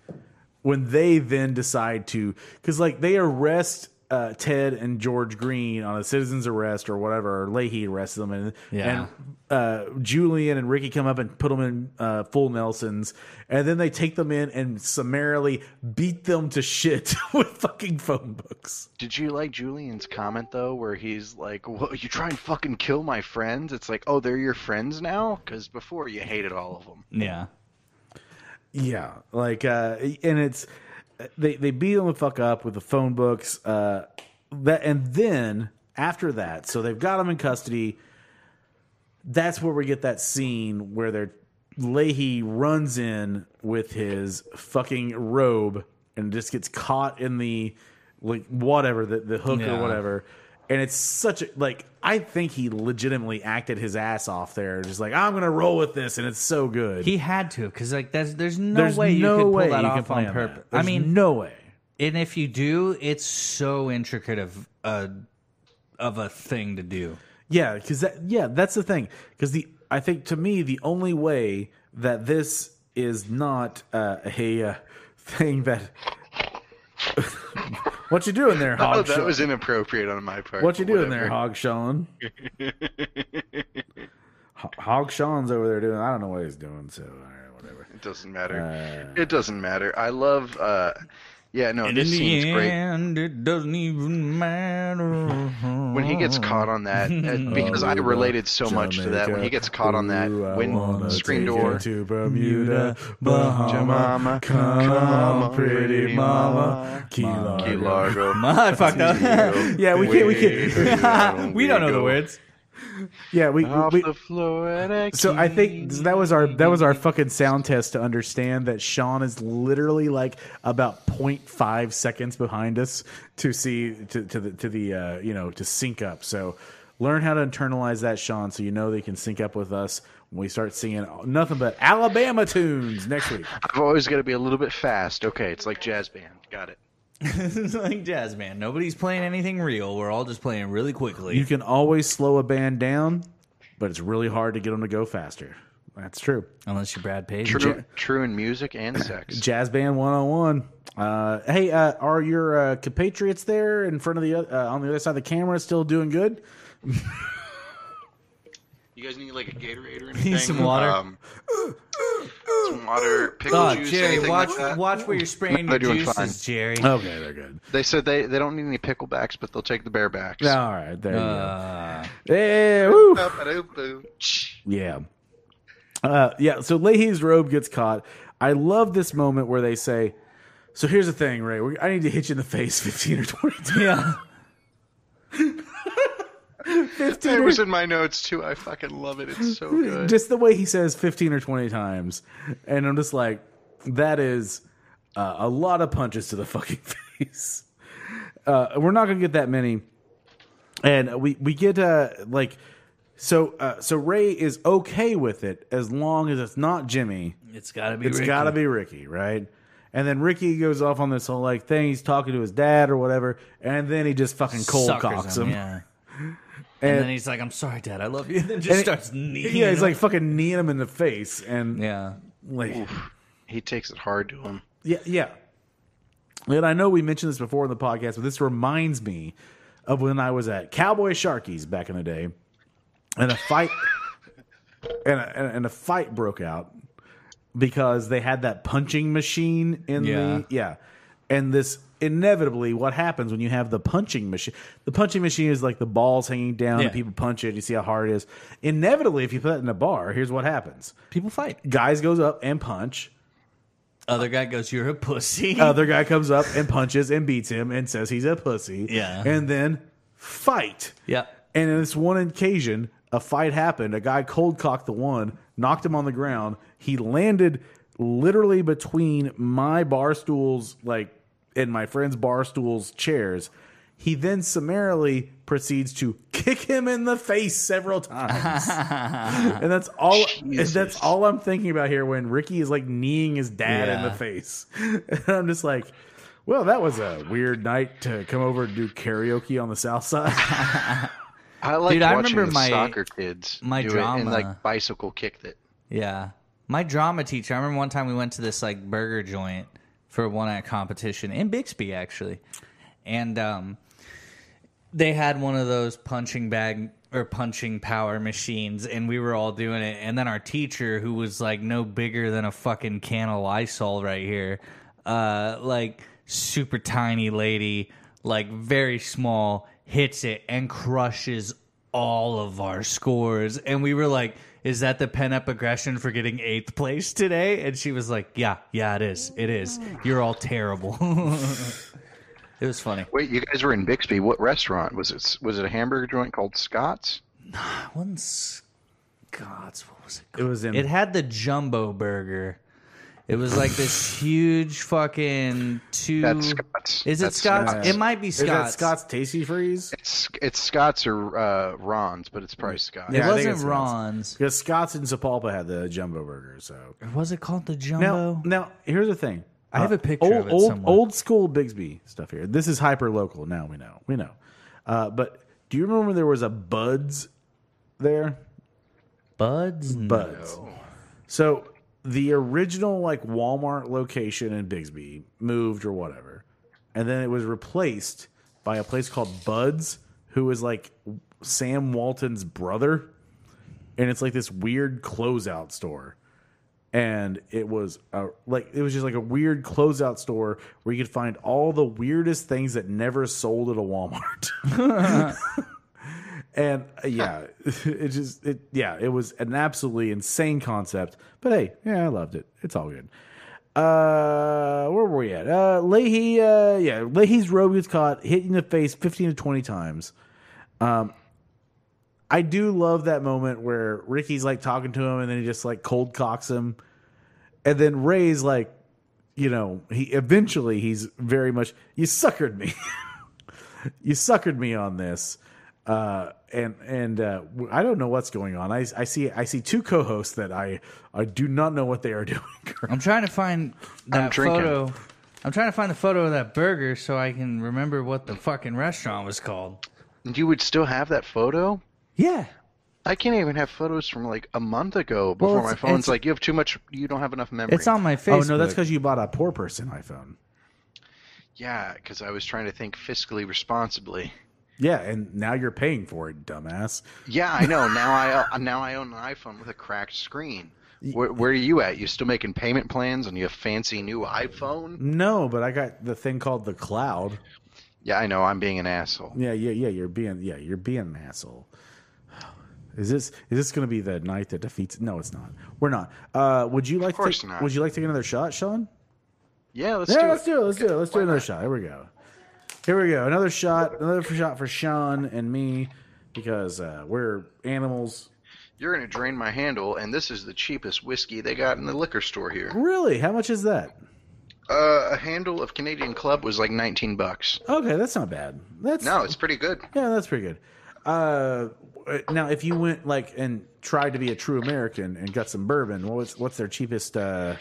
[SPEAKER 3] when they then decide to because like they arrest uh, Ted and George Green on a citizen's arrest or whatever, or Leahy arrests them, and
[SPEAKER 10] Yeah.
[SPEAKER 3] and uh, Julian and Ricky come up and put them in uh, full Nelsons, and then they take them in and summarily beat them to shit [LAUGHS] with fucking phone books.
[SPEAKER 5] Did you like Julian's comment though, where he's like, "Well, you try and fucking kill my friends." It's like, "Oh, they're your friends now," because before you hated all of them.
[SPEAKER 10] Yeah.
[SPEAKER 3] Yeah, like, uh, and it's they they beat them the fuck up with the phone books. Uh, that and then after that, so they've got them in custody. That's where we get that scene where they're Leahy runs in with his fucking robe and just gets caught in the like whatever the the hook
[SPEAKER 10] Yeah.
[SPEAKER 3] or whatever. And it's such a like I think he legitimately acted his ass off there, just like I'm gonna roll with this, and it's so good.
[SPEAKER 10] He had to because like that's there's no
[SPEAKER 3] There's
[SPEAKER 10] way
[SPEAKER 3] no
[SPEAKER 10] you could
[SPEAKER 3] way
[SPEAKER 10] pull that
[SPEAKER 3] you
[SPEAKER 10] off
[SPEAKER 3] can plan
[SPEAKER 10] on
[SPEAKER 3] that.
[SPEAKER 10] purpose. I
[SPEAKER 3] There's
[SPEAKER 10] mean,
[SPEAKER 3] no way.
[SPEAKER 10] and if you do, it's so intricate of a of a thing
[SPEAKER 3] [LAUGHS]
[SPEAKER 10] to do.
[SPEAKER 3] Yeah, because that yeah, that's the thing. Because the I think to me the only way that this is not uh, a uh, thing that [LAUGHS] what you doing there,
[SPEAKER 5] [LAUGHS] Oh,
[SPEAKER 3] Hog?
[SPEAKER 5] that
[SPEAKER 3] Sho-
[SPEAKER 5] was inappropriate on my part.
[SPEAKER 3] what you
[SPEAKER 5] but
[SPEAKER 3] doing there,
[SPEAKER 5] whatever.
[SPEAKER 3] Hog
[SPEAKER 5] [LAUGHS]
[SPEAKER 3] Sean? Ho- Hog Sean's over there doing. I don't know what he's doing. So all right, whatever.
[SPEAKER 5] It doesn't matter.
[SPEAKER 3] Uh,
[SPEAKER 5] it doesn't matter. I love. uh Yeah, no, this scene's great.
[SPEAKER 10] end, it doesn't even
[SPEAKER 3] [LAUGHS]
[SPEAKER 10] matter.
[SPEAKER 5] When he gets caught on
[SPEAKER 10] [LAUGHS]
[SPEAKER 5] that, uh, because I related so much to that. When he gets caught on that
[SPEAKER 3] Oh, Ooh, I
[SPEAKER 5] wind
[SPEAKER 3] wanna
[SPEAKER 5] screen
[SPEAKER 3] take you
[SPEAKER 5] door,
[SPEAKER 3] to Bermuda,
[SPEAKER 5] Jama-
[SPEAKER 3] Bahama, come,
[SPEAKER 5] come on,
[SPEAKER 3] pretty mama, Key Largo.
[SPEAKER 5] Key Largo.
[SPEAKER 10] [LAUGHS] I fucked up.
[SPEAKER 3] Yeah, we can't. [LAUGHS] We
[SPEAKER 4] [LAUGHS]
[SPEAKER 3] [LAUGHS] can't.
[SPEAKER 10] we don't know the words.
[SPEAKER 3] Yeah, we.
[SPEAKER 5] Off
[SPEAKER 3] we
[SPEAKER 5] the Florida
[SPEAKER 3] so I think
[SPEAKER 5] Keys.
[SPEAKER 3] that was our that was our fucking sound test to understand that Sean is literally like about 0.5 seconds behind us to see to, to the to the uh, you know to sync up. So learn how to internalize that, Sean, so you know they can sync up with us when we start singing nothing but Alabama tunes next week.
[SPEAKER 5] I've always got to be a little bit fast. Okay, it's like jazz band. Got it.
[SPEAKER 10] It's like jazz, man. Nobody's playing anything real. We're all just playing really quickly.
[SPEAKER 3] You can always slow a band down, but it's really hard to get them to go faster. That's true.
[SPEAKER 10] Unless you're Brad Page.
[SPEAKER 5] True, true in music and sex.
[SPEAKER 3] Jazz Band 101. Uh, hey, uh, are your uh, compatriots there in front of the oth- uh, on the other side of the camera still doing good?
[SPEAKER 5] You guys need like a Gatorade or anything?
[SPEAKER 10] [LAUGHS] Need some water?
[SPEAKER 5] Um, some water, pickle
[SPEAKER 10] Oh,
[SPEAKER 5] juice,
[SPEAKER 10] Jerry,
[SPEAKER 5] anything
[SPEAKER 10] watch
[SPEAKER 5] like that.
[SPEAKER 10] watch where you're spraying
[SPEAKER 5] They're
[SPEAKER 10] your
[SPEAKER 5] doing
[SPEAKER 10] juices,
[SPEAKER 5] fine.
[SPEAKER 10] Jerry.
[SPEAKER 3] Okay, they're good.
[SPEAKER 5] They said they, they don't need any picklebacks, but they'll take the barebacks.
[SPEAKER 3] All right, there
[SPEAKER 10] Uh,
[SPEAKER 3] you go. Yeah, woo.
[SPEAKER 5] Ba-da-boo.
[SPEAKER 3] yeah, uh, yeah. So Leahy's robe gets caught. I love this moment where they say, "So here's the thing, Ray. We- I need to hit you in the face [LAUGHS] fifteen or twenty times."
[SPEAKER 10] yeah.
[SPEAKER 5] It was in my notes too. I fucking love it. It's so good.
[SPEAKER 3] just the way he says 15 or 20 times and i'm just like that is uh, a lot of punches to the fucking [LAUGHS] face uh, we're not gonna get that many and we we get uh like so uh, so ray is okay with it as long as it's not jimmy
[SPEAKER 10] It's gotta be.
[SPEAKER 3] It's
[SPEAKER 10] Ricky.
[SPEAKER 3] gotta be ricky right and then Ricky goes off on this whole like thing. He's talking to his dad or whatever, and then he just fucking cold
[SPEAKER 10] Suckers
[SPEAKER 3] cocks him.
[SPEAKER 10] Yeah. And, then he's like, "I'm sorry, Dad. I love you." [LAUGHS] And then just
[SPEAKER 3] And it-
[SPEAKER 10] starts kneeing.
[SPEAKER 3] [LAUGHS] Yeah, he's
[SPEAKER 10] him.
[SPEAKER 3] like fucking kneeing him in the face, and
[SPEAKER 10] "Yeah,
[SPEAKER 3] like
[SPEAKER 5] He takes it hard to him.
[SPEAKER 3] Yeah, yeah. And I know we mentioned this before in the podcast, but this reminds me of when I was at Cowboy Sharkies back in the day, and a
[SPEAKER 10] [LAUGHS]
[SPEAKER 3] fight, and, a, and a fight broke out because they had that punching machine in
[SPEAKER 10] Yeah.
[SPEAKER 3] the yeah, and this inevitably what happens when you have the punching machine. The punching machine is like the balls hanging down,
[SPEAKER 10] Yeah.
[SPEAKER 3] and people punch it. You see how hard it is. Inevitably, if you put that in a bar, here's what happens:
[SPEAKER 10] people fight."
[SPEAKER 3] guys goes up and punch.
[SPEAKER 10] Other guy goes, "You're a pussy." [LAUGHS]
[SPEAKER 3] other guy comes up and punches and beats him and says he's a pussy.
[SPEAKER 10] Yeah.
[SPEAKER 3] And then fight.
[SPEAKER 10] yeah,
[SPEAKER 3] And in this one occasion, a fight happened. A guy cold cocked the one, knocked him on the ground. He landed literally between my bar stools, like, and my friend's bar stools chairs. He then summarily proceeds to kick him in the face several times.
[SPEAKER 10] [LAUGHS]
[SPEAKER 3] and that's all and that's all I'm thinking about here when Ricky is like kneeing his dad in [LAUGHS]
[SPEAKER 10] Yeah.
[SPEAKER 3] the face. And I'm just like, Well, that was a weird night to come over and do karaoke on the south side.
[SPEAKER 5] I like
[SPEAKER 10] Dude, I
[SPEAKER 5] watching
[SPEAKER 10] remember
[SPEAKER 5] the
[SPEAKER 10] my-
[SPEAKER 5] soccer kids
[SPEAKER 10] my
[SPEAKER 5] do it and
[SPEAKER 10] drama.
[SPEAKER 5] like bicycle kick it.
[SPEAKER 10] Yeah. My drama teacher, I remember one time we went to this like burger joint for a one night competition in Bixby actually. And um they had one of those punching bag or punching power machines and we were all doing it and then our teacher who was like no bigger than a fucking can of Lysol right here uh like super tiny lady like very small hits it and crushes all of our scores and we were like is that the pen up aggression for getting eighth place today and she was like yeah yeah it is it is you're all terrible [LAUGHS] it was funny
[SPEAKER 5] Wait, you guys were in Bixby. What restaurant was it? Was it a hamburger joint called Scott's?
[SPEAKER 10] One's God's what was it
[SPEAKER 3] it was in
[SPEAKER 10] called? It had the jumbo burger. It was like this huge fucking two.
[SPEAKER 5] That's Scott's.
[SPEAKER 10] Is it
[SPEAKER 5] That's
[SPEAKER 10] Scott's?
[SPEAKER 5] Scott's.
[SPEAKER 10] It might be
[SPEAKER 3] is that
[SPEAKER 10] Scott's.
[SPEAKER 3] Scott's Tasty Freeze?
[SPEAKER 5] It's it's Scott's or uh, Ron's, but it's probably Scott's.
[SPEAKER 10] It
[SPEAKER 3] Yeah, I think
[SPEAKER 10] wasn't
[SPEAKER 3] it's Scott's.
[SPEAKER 10] Ron's.
[SPEAKER 3] Because Scott's and Zapalpa had the jumbo burger. So
[SPEAKER 10] Was it called the
[SPEAKER 3] now,
[SPEAKER 10] jumbo?
[SPEAKER 3] now here's the thing. Uh,
[SPEAKER 10] I have a picture
[SPEAKER 3] old,
[SPEAKER 10] of it
[SPEAKER 3] old,
[SPEAKER 10] somewhere.
[SPEAKER 3] old school Bigsby stuff here. This is hyper local. Now we know. We know. Uh, but do you remember there was a Buds there?
[SPEAKER 10] Buds.
[SPEAKER 3] Buds. So the original like Walmart location in Bigsby moved or whatever, and then it was replaced by a place called Buds, who is like Sam Walton's brother, and it's like this weird closeout store. And it was a, like it was just like a weird closeout store where you could find all the weirdest things that never sold at a Walmart. [LAUGHS] And uh, yeah, [LAUGHS] it just it yeah, it was an absolutely insane concept. But hey, yeah, I loved it. It's all good. Uh, where were we at? Uh, Leahy, uh, yeah, Leahy's robe gets caught, hit in the face fifteen to twenty times. Um, I do love that moment where Ricky's like talking to him, and then he just like cold cocks him, and then Ray's like, you know, he eventually he's very much you suckered me, [LAUGHS] you suckered me on this uh, and and uh, w- I don't know what's going on. I, I see I see two co-hosts that I I do not know what they are [LAUGHS] doing.
[SPEAKER 10] I'm trying to find that
[SPEAKER 5] drinking.
[SPEAKER 10] photo. I'm trying to find the photo of that burger so I can remember what the fucking restaurant was called.
[SPEAKER 5] And you would still have that photo?
[SPEAKER 10] Yeah.
[SPEAKER 5] I can't even have photos from like a month ago before
[SPEAKER 10] it's-
[SPEAKER 5] my phone's
[SPEAKER 10] it's-
[SPEAKER 5] like, you have too much, you don't have enough memory.
[SPEAKER 10] It's on my
[SPEAKER 3] oh
[SPEAKER 10] face.
[SPEAKER 3] no, that's because you bought a poor person iPhone.
[SPEAKER 5] Yeah, because I was trying to think fiscally responsibly.
[SPEAKER 3] Yeah, and now you're paying for it, dumbass.
[SPEAKER 5] Yeah, I know. Now I uh, now I own an iPhone with a cracked screen. Where, where are you at? You still making payment plans on your fancy new iPhone?
[SPEAKER 3] No, but I got the thing called the cloud.
[SPEAKER 5] Yeah, I know. I'm being an asshole.
[SPEAKER 3] Yeah, yeah, yeah. You're being yeah, you're being an asshole. [SIGHS] Is this is this going to be the night that defeats? No, it's not. We're not. Uh, would you like?
[SPEAKER 5] course
[SPEAKER 3] to,
[SPEAKER 5] not.
[SPEAKER 3] Would you like to take another shot, Sean?
[SPEAKER 5] Yeah, let's
[SPEAKER 3] yeah,
[SPEAKER 5] do
[SPEAKER 3] let's
[SPEAKER 5] it.
[SPEAKER 3] do it. Let's do it. Let's do another shot. Here we go. Here we go. Another shot. Another shot for Sean and me because uh, we're animals.
[SPEAKER 5] You're gonna drain my handle, and this is the cheapest whiskey they got in the liquor store here.
[SPEAKER 3] Really? How much is that?
[SPEAKER 5] Uh, a handle of Canadian Club was like 19 bucks.
[SPEAKER 3] Okay, that's not bad. That's
[SPEAKER 5] No, it's pretty good.
[SPEAKER 3] yeah, that's pretty good. Uh, now, if you went like and tried to be a true American and got some bourbon, what was what's their cheapest? Uh,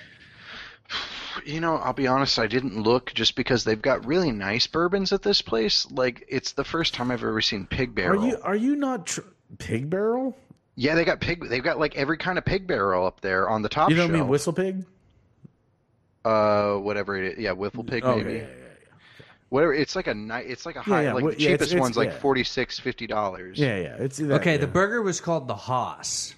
[SPEAKER 5] You know, I'll be honest, I didn't look just because they've got really nice bourbons at this place. Like, it's the first time I've ever seen pig
[SPEAKER 3] are
[SPEAKER 5] barrel.
[SPEAKER 3] you are you not tr- pig barrel?
[SPEAKER 5] Yeah, they got pig. They've got like every kind of pig barrel up there on the top
[SPEAKER 3] You know
[SPEAKER 5] shelf.
[SPEAKER 3] what I mean? Whistle pig.
[SPEAKER 5] uh, whatever it is. Yeah, whiffle pig
[SPEAKER 3] Oh,
[SPEAKER 5] maybe.
[SPEAKER 3] yeah, yeah, yeah.
[SPEAKER 5] Whatever. It's like a night. It's like a high.
[SPEAKER 3] yeah,
[SPEAKER 5] Like
[SPEAKER 3] wh-
[SPEAKER 5] the
[SPEAKER 3] yeah, it's-
[SPEAKER 5] cheapest
[SPEAKER 3] it's-
[SPEAKER 5] one's like
[SPEAKER 3] yeah.
[SPEAKER 5] forty six, fifty dollars.
[SPEAKER 3] Yeah, yeah. It's that,
[SPEAKER 10] Oh, Okay,
[SPEAKER 3] yeah.
[SPEAKER 10] the burger was called the Haas.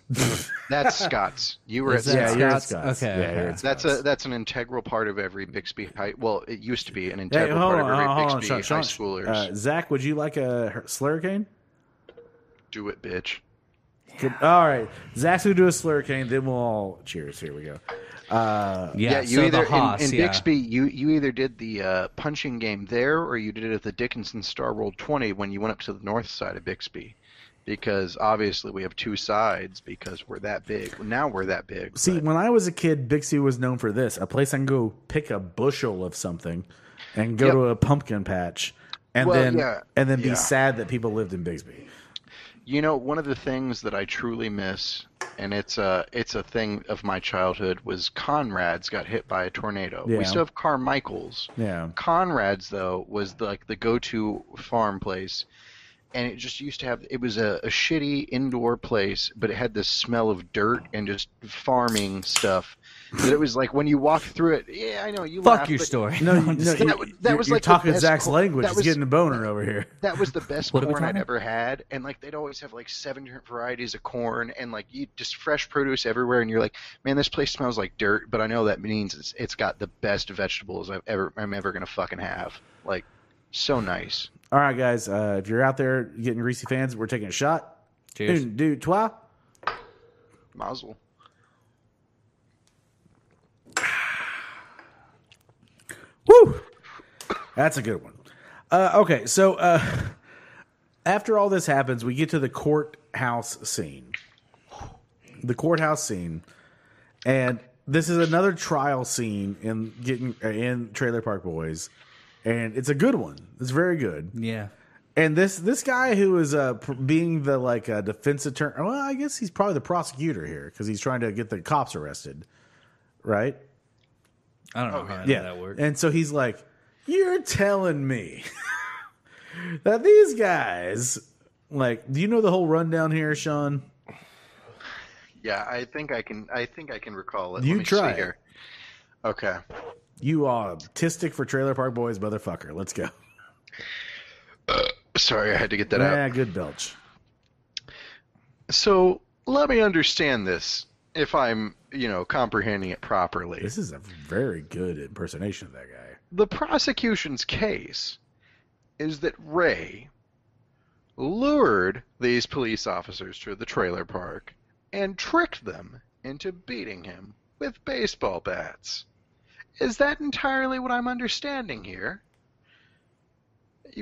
[SPEAKER 5] That's
[SPEAKER 3] [LAUGHS]
[SPEAKER 5] Scott's. You were at
[SPEAKER 10] that-
[SPEAKER 5] Scott's.
[SPEAKER 3] yeah, you're at
[SPEAKER 10] Scott's?
[SPEAKER 3] Scott's.
[SPEAKER 10] Okay,
[SPEAKER 3] Yeah,
[SPEAKER 10] okay.
[SPEAKER 3] you're at
[SPEAKER 5] That's
[SPEAKER 3] Scott's.
[SPEAKER 5] a that's an integral part of every Bixby High. Well, it used to be an
[SPEAKER 3] Hey,
[SPEAKER 5] integral
[SPEAKER 3] hold
[SPEAKER 5] part
[SPEAKER 3] on,
[SPEAKER 5] of every
[SPEAKER 3] hold on,
[SPEAKER 5] Bixby
[SPEAKER 3] Sean,
[SPEAKER 5] high
[SPEAKER 3] Sean,
[SPEAKER 5] schoolers.
[SPEAKER 3] Uh, Zach, would you like a her- slurricane?
[SPEAKER 5] Do it, bitch.
[SPEAKER 3] Good. All right, Zach's gonna do a slurricane. Then we'll all cheers. Here we go.
[SPEAKER 10] Yeah,
[SPEAKER 5] you
[SPEAKER 10] so
[SPEAKER 5] either
[SPEAKER 10] the Haas.
[SPEAKER 5] in, in
[SPEAKER 10] yeah.
[SPEAKER 5] Bixby, you you either did the uh, punching game there, or you did it at the Dickinson Star Roll Twenty when you went up to the north side of Bixby, because obviously we have two sides because we're that big. Now we're that big.
[SPEAKER 3] See,
[SPEAKER 5] but-
[SPEAKER 3] when I was a kid, Bixby was known for this: a place I can go pick a bushel of something, and go
[SPEAKER 5] Yep.
[SPEAKER 3] to a pumpkin patch, and
[SPEAKER 5] Well,
[SPEAKER 3] then
[SPEAKER 5] yeah,
[SPEAKER 3] and then
[SPEAKER 5] yeah. [LAUGHS]
[SPEAKER 3] be sad that people lived in Bixby.
[SPEAKER 5] you know, one of the things that I truly miss, and it's a it's a thing of my childhood. Was Conrad's got hit by a tornado?
[SPEAKER 3] Yeah.
[SPEAKER 5] We still have Carmichael's.
[SPEAKER 3] Yeah.
[SPEAKER 5] Conrad's though was the, like the go-to farm place, and it just used to have. It was a, a shitty indoor place, but it had this smell of dirt and just farming stuff. That it was like when you walked through it. Yeah, I know you.
[SPEAKER 10] Fuck
[SPEAKER 5] laugh,
[SPEAKER 10] your
[SPEAKER 5] but
[SPEAKER 10] story. [LAUGHS]
[SPEAKER 3] No, you- no,
[SPEAKER 5] That
[SPEAKER 3] you-
[SPEAKER 5] was- that
[SPEAKER 3] you're-
[SPEAKER 5] was
[SPEAKER 3] you're
[SPEAKER 5] like the
[SPEAKER 3] talking
[SPEAKER 5] best
[SPEAKER 3] Zach's
[SPEAKER 5] cor-
[SPEAKER 3] language.
[SPEAKER 5] that
[SPEAKER 3] He's
[SPEAKER 5] was-
[SPEAKER 3] getting a boner over here.
[SPEAKER 5] That was the best
[SPEAKER 10] What are we
[SPEAKER 5] corn I'd
[SPEAKER 10] talking
[SPEAKER 5] ever had, and like they'd always have like seven different varieties of corn, and like you just fresh produce everywhere, and you're like, man, this place smells like dirt, but I know that means it's it's got the best vegetables I've ever I'm ever gonna fucking have. Like, so nice.
[SPEAKER 3] All right, guys. Uh, if you're out there getting greasy fans, we're taking a shot.
[SPEAKER 10] Cheers.
[SPEAKER 3] Un, deux, trois.
[SPEAKER 5] Mazel.
[SPEAKER 3] Woo! That's a good one. Uh, okay, so uh, after all this happens, we get to the courthouse scene. The courthouse scene, and this is another trial scene in getting uh, in Trailer Park Boys, and it's a good one. It's very good.
[SPEAKER 10] Yeah.
[SPEAKER 3] And this this guy who is uh, pr- being the like uh, defense attorney. Well, I guess he's probably the prosecutor here because he's trying to get the cops arrested, right?
[SPEAKER 10] I
[SPEAKER 5] Oh,
[SPEAKER 10] don't know how
[SPEAKER 3] yeah.
[SPEAKER 10] that worked.
[SPEAKER 3] And so he's like, "You're telling me [LAUGHS] that these guys, like, do you know the whole rundown here, Sean?
[SPEAKER 5] Yeah, I think I can I think I can recall it.
[SPEAKER 3] You
[SPEAKER 5] Let me
[SPEAKER 3] try it.
[SPEAKER 5] see here. Okay.
[SPEAKER 3] You autistic for Trailer Park Boys, motherfucker. Let's go.
[SPEAKER 5] Sorry, I had to get that out.
[SPEAKER 3] Yeah, good belch.
[SPEAKER 5] So let me understand this if I'm you know comprehending it properly.
[SPEAKER 3] This is a very good impersonation of that guy.
[SPEAKER 5] the prosecution's case is that Ray lured these police officers to the trailer park and tricked them into beating him with baseball bats. Is that entirely what I'm understanding here?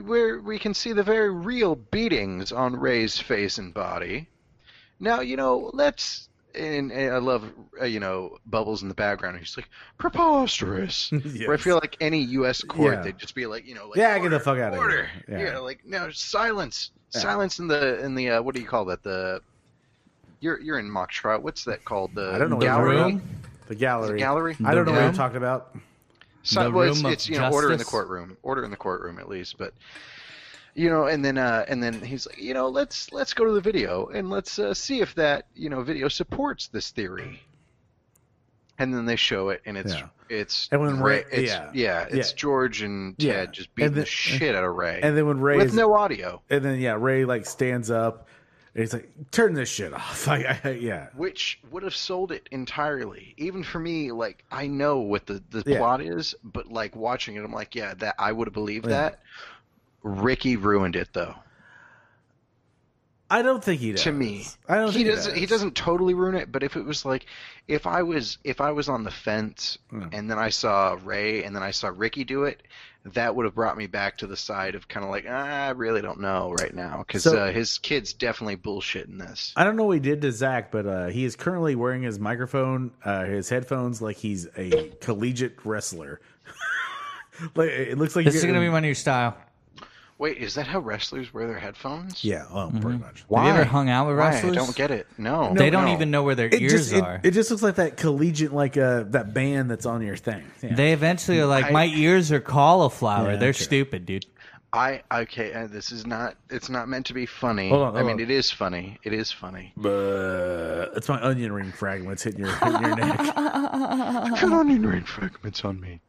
[SPEAKER 5] Where we can see the very real beatings on Ray's face and body. Now, you know, let's. And, and I love, uh, you know, Bubbles in the background. He's like, preposterous. Where I
[SPEAKER 3] Yes.
[SPEAKER 5] feel like any U.S. court,
[SPEAKER 3] Yeah.
[SPEAKER 5] they'd just be like, you know, like,
[SPEAKER 3] Yeah, get the fuck outta here.
[SPEAKER 5] order.
[SPEAKER 3] Yeah.
[SPEAKER 5] Yeah. like no silence, silence in the in the uh, what do you call that? The you're you're in mock trial. What's that called? The
[SPEAKER 3] I don't know what
[SPEAKER 5] gallery.
[SPEAKER 3] we're talking The gallery.
[SPEAKER 5] gallery?
[SPEAKER 3] I don't know what
[SPEAKER 10] The
[SPEAKER 3] we're
[SPEAKER 10] room?
[SPEAKER 3] talking about.
[SPEAKER 5] So,
[SPEAKER 10] The
[SPEAKER 5] well, it's,
[SPEAKER 10] room of
[SPEAKER 5] it's you know order in the
[SPEAKER 10] justice?
[SPEAKER 5] courtroom, order in the courtroom at least. But you know, and then uh, and then he's like, you know, let's let's go to the video and let's uh, see if that you know video supports this theory. And then they show it, and it's
[SPEAKER 3] Yeah.
[SPEAKER 5] it's
[SPEAKER 3] And when Ray-
[SPEAKER 5] it's,
[SPEAKER 3] yeah.
[SPEAKER 5] it's
[SPEAKER 3] Yeah.
[SPEAKER 5] George and Ted
[SPEAKER 3] Yeah.
[SPEAKER 5] just beating
[SPEAKER 3] And
[SPEAKER 5] the,
[SPEAKER 3] the-
[SPEAKER 5] shit out of Ray,
[SPEAKER 3] And then when Ray
[SPEAKER 5] with
[SPEAKER 3] is-
[SPEAKER 5] no audio.
[SPEAKER 3] And then yeah, Ray like stands up and he's like, "Turn this shit off." [LAUGHS] Like, I, I- yeah,
[SPEAKER 5] which would have sold it entirely. Even for me, like I know what the, the
[SPEAKER 3] Yeah.
[SPEAKER 5] plot is, but like watching it, I'm like, yeah, that I would have believed that. Ricky ruined it though.
[SPEAKER 3] I don't think he does.
[SPEAKER 5] To me,
[SPEAKER 3] I don't.
[SPEAKER 5] he
[SPEAKER 3] think
[SPEAKER 5] doesn't. He doesn't totally ruin it, but if it was like, if I was if I was on the fence
[SPEAKER 3] Hmm.
[SPEAKER 5] and then I saw Ray and then I saw Ricky do it, that would have brought me back to the side of kind of like, ah, I really don't know right now because
[SPEAKER 3] So-
[SPEAKER 5] uh, his kid's definitely bullshitting this.
[SPEAKER 3] I don't know what he did to Zach, but uh, he is currently wearing his microphone, uh, his headphones, like he's a collegiate wrestler. [LAUGHS] like it looks like
[SPEAKER 10] This
[SPEAKER 3] you're
[SPEAKER 10] is gonna be my new style.
[SPEAKER 5] Wait, is that how wrestlers wear their headphones?
[SPEAKER 3] yeah, oh, well,
[SPEAKER 10] Mm-hmm.
[SPEAKER 3] pretty much.
[SPEAKER 5] Why?
[SPEAKER 10] Have you ever hung out with
[SPEAKER 5] Why?
[SPEAKER 10] wrestlers?
[SPEAKER 5] I don't get it. No.
[SPEAKER 10] they don't
[SPEAKER 5] no.
[SPEAKER 10] even know where their
[SPEAKER 3] It
[SPEAKER 10] ears
[SPEAKER 3] just it,
[SPEAKER 10] are.
[SPEAKER 3] it just looks like that collegiate like uh that band that's on your thing. Yeah.
[SPEAKER 10] they eventually are like,
[SPEAKER 5] I-
[SPEAKER 10] my ears are cauliflower.
[SPEAKER 3] Yeah,
[SPEAKER 10] They're
[SPEAKER 3] sure.
[SPEAKER 10] stupid, dude.
[SPEAKER 5] I okay. Uh, this is not. It's not meant to be funny.
[SPEAKER 3] Hold on, hold
[SPEAKER 5] I mean,
[SPEAKER 3] on.
[SPEAKER 5] it is funny. It is funny.
[SPEAKER 3] Buh. uh, it's my onion ring fragments hitting your hitting your neck.
[SPEAKER 10] Uh-huh.
[SPEAKER 5] Cut onion ring fragments on me.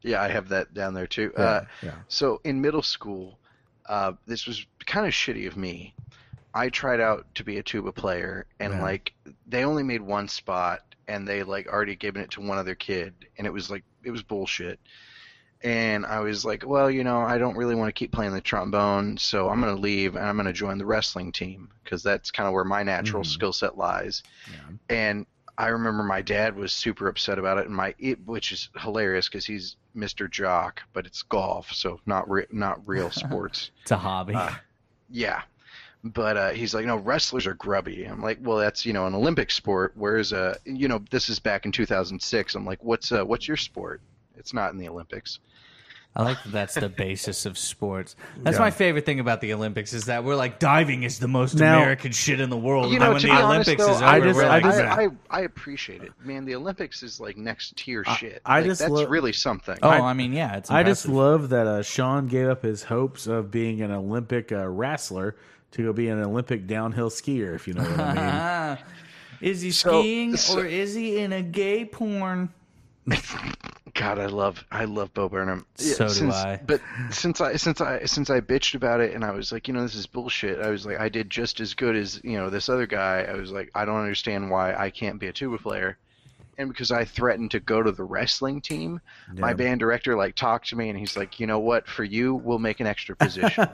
[SPEAKER 5] Yeah, I have that down there too. uh,
[SPEAKER 3] yeah.
[SPEAKER 5] So in middle school, uh, this was kind of shitty of me. I tried out to be a tuba player, and
[SPEAKER 3] Yeah.
[SPEAKER 5] like they only made one spot, and they like already given it to one other kid, and it was like it was bullshit. And I was like, well, you know, I don't really want to keep playing the trombone, so I'm gonna leave and I'm gonna join the wrestling team because that's kind of where my natural skill set lies. And I remember my dad was super upset about it, and my it, which is hilarious because he's Mr. Jock, but it's golf, so not re- not real sports.
[SPEAKER 10] It's a hobby.
[SPEAKER 5] Yeah. But uh, he's like, no, wrestlers are grubby. I'm like, well, that's you know an Olympic sport. Whereas, uh, you know, this is back in 2006. I'm like, what's uh, what's your sport? It's not in the Olympics.
[SPEAKER 10] I like that that's the basis of sports. That's my favorite thing about the Olympics is that we're like diving is the most
[SPEAKER 3] Now-
[SPEAKER 10] American shit in the world.
[SPEAKER 5] You
[SPEAKER 10] and
[SPEAKER 5] know,
[SPEAKER 10] when
[SPEAKER 5] to
[SPEAKER 10] the
[SPEAKER 5] be honest,
[SPEAKER 10] Olympics
[SPEAKER 5] though,
[SPEAKER 10] is over,
[SPEAKER 5] I
[SPEAKER 3] just-
[SPEAKER 10] we're
[SPEAKER 3] I
[SPEAKER 10] like,
[SPEAKER 3] just-
[SPEAKER 5] I, I, I appreciate it, man. The Olympics is like next tier shit.
[SPEAKER 3] I
[SPEAKER 5] Like,
[SPEAKER 3] just
[SPEAKER 5] that's
[SPEAKER 3] lo-
[SPEAKER 5] really something.
[SPEAKER 10] oh, I, mean, yeah,
[SPEAKER 3] [LAUGHS]
[SPEAKER 10] it's
[SPEAKER 3] I just
[SPEAKER 10] impressive.
[SPEAKER 3] love that uh, Sean gave up his hopes of being an Olympic uh, wrestler to go be an Olympic downhill skier, if you know what
[SPEAKER 10] [LAUGHS]
[SPEAKER 3] I mean.
[SPEAKER 10] Is he
[SPEAKER 5] So-
[SPEAKER 10] skiing
[SPEAKER 5] so-
[SPEAKER 10] or is he in a gay porn?
[SPEAKER 5] God, I love I love Bo Burnham. Yeah,
[SPEAKER 10] So do
[SPEAKER 5] since-
[SPEAKER 10] I.
[SPEAKER 5] But since I since I since I bitched about it and I was like, you know, this is bullshit. I was like, I did just as good as you know this other guy. I was like, I don't understand why I can't be a tuba player. And because I threatened to go to the wrestling team, my band director like talked to me and he's like, you know what? For you, we'll make an extra
[SPEAKER 10] [LAUGHS]
[SPEAKER 5] position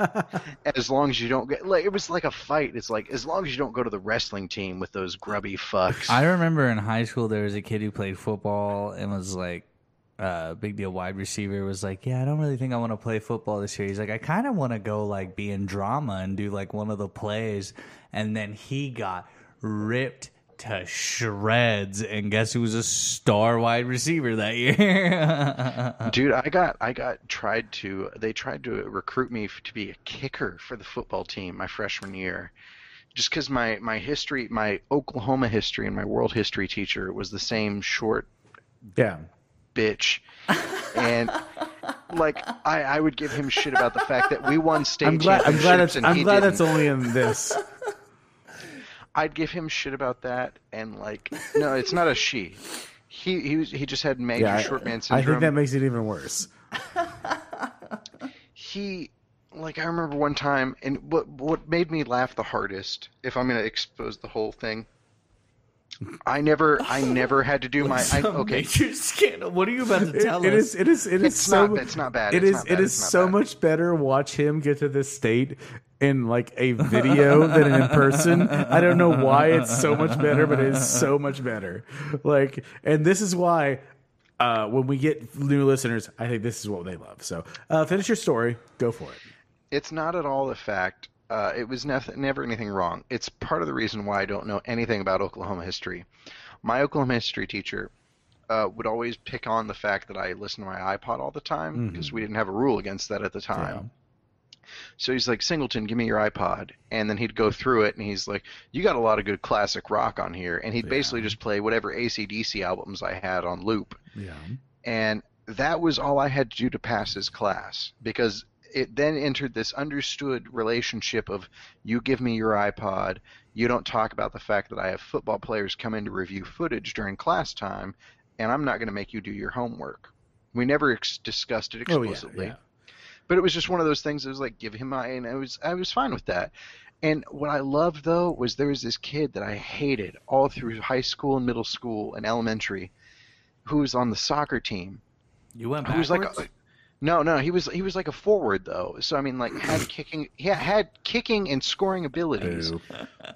[SPEAKER 5] as long as you don't get like it was like a fight. It's like as long as you don't go to the wrestling team with those grubby fucks.
[SPEAKER 10] I remember in high school there was a kid who played football and was like uh big deal wide receiver was like, Yeah, I don't really think I want to play football this year. He's like, I kinda wanna go like be in drama and do like one of the plays and then he got ripped to shreds and guess who was a star wide receiver that year?
[SPEAKER 5] Dude, I got I got tried to they tried to recruit me f- to be a kicker for the football team my freshman year. Just cuz my my history, my Oklahoma history and my world history teacher was the same short
[SPEAKER 3] yeah.
[SPEAKER 5] bitch. And like I I would give him shit about the fact that we won
[SPEAKER 3] [LAUGHS]
[SPEAKER 5] state
[SPEAKER 3] I'm glad. I'm
[SPEAKER 5] championships
[SPEAKER 3] glad. It's,
[SPEAKER 5] and
[SPEAKER 3] I'm
[SPEAKER 5] he
[SPEAKER 3] glad
[SPEAKER 5] didn't.
[SPEAKER 3] it's only in this.
[SPEAKER 5] I'd give him shit about that and like no, it's not a she. He he was, he just had
[SPEAKER 3] [LAUGHS]
[SPEAKER 5] major
[SPEAKER 3] Yeah, I-
[SPEAKER 5] short man
[SPEAKER 3] I
[SPEAKER 5] syndrome.
[SPEAKER 3] think that makes it even
[SPEAKER 10] [LAUGHS]
[SPEAKER 3] worse.
[SPEAKER 5] he like I remember one time and what what made me laugh the hardest if I'm going to expose the whole thing I never I never had to do my I, okay
[SPEAKER 10] Major scandal. What are you about to
[SPEAKER 3] It-
[SPEAKER 10] tell
[SPEAKER 3] it is.
[SPEAKER 10] us?
[SPEAKER 3] It is. It is
[SPEAKER 5] It's
[SPEAKER 3] so.
[SPEAKER 5] not- it's not bad,
[SPEAKER 3] It
[SPEAKER 5] it's
[SPEAKER 3] is-
[SPEAKER 5] not
[SPEAKER 3] It
[SPEAKER 5] bad,
[SPEAKER 3] is
[SPEAKER 5] it's not
[SPEAKER 3] so
[SPEAKER 5] bad.
[SPEAKER 3] much better. Watch him get to this state in like a video than in person. I don't know why it's so much better, but it is so much better. Like, and this is why. Uh, when we get new listeners, I think this is what they love. So, uh, finish your story. Go for it.
[SPEAKER 5] it's not at all the fact uh, it was nef- never anything wrong it's part of the reason why I don't know anything about Oklahoma history my Oklahoma history teacher uh, would always pick on the fact that I listen to my iPod all the time because we didn't have a rule against that at the time. So he's like, Singleton, give me your iPod. And then he'd go through it and he's like, You got a lot of good classic rock on here. And he'd basically just play whatever ACDC albums I had on loop.
[SPEAKER 3] Yeah.
[SPEAKER 5] And that was all I had to do to pass his class because it then entered this understood relationship of you give me your iPod, you don't talk about the fact that I have football players come in to review footage during class time, and I'm not going to make you do your homework. We never ex- discussed it
[SPEAKER 3] Oh, yeah,
[SPEAKER 5] explicitly
[SPEAKER 3] yeah.
[SPEAKER 5] but it was just one of those things. It was like give him my, and I was I was fine with that. And what I loved though was there was this kid that I hated all through high school and middle school and elementary, who was on the soccer team.
[SPEAKER 10] You went
[SPEAKER 5] Who was
[SPEAKER 10] backwards.
[SPEAKER 5] like, a, no, no, he was he was like a forward though. So I mean, like
[SPEAKER 3] [CLEARS THROAT]
[SPEAKER 5] had kicking, yeah, had kicking and scoring abilities.
[SPEAKER 3] Oh.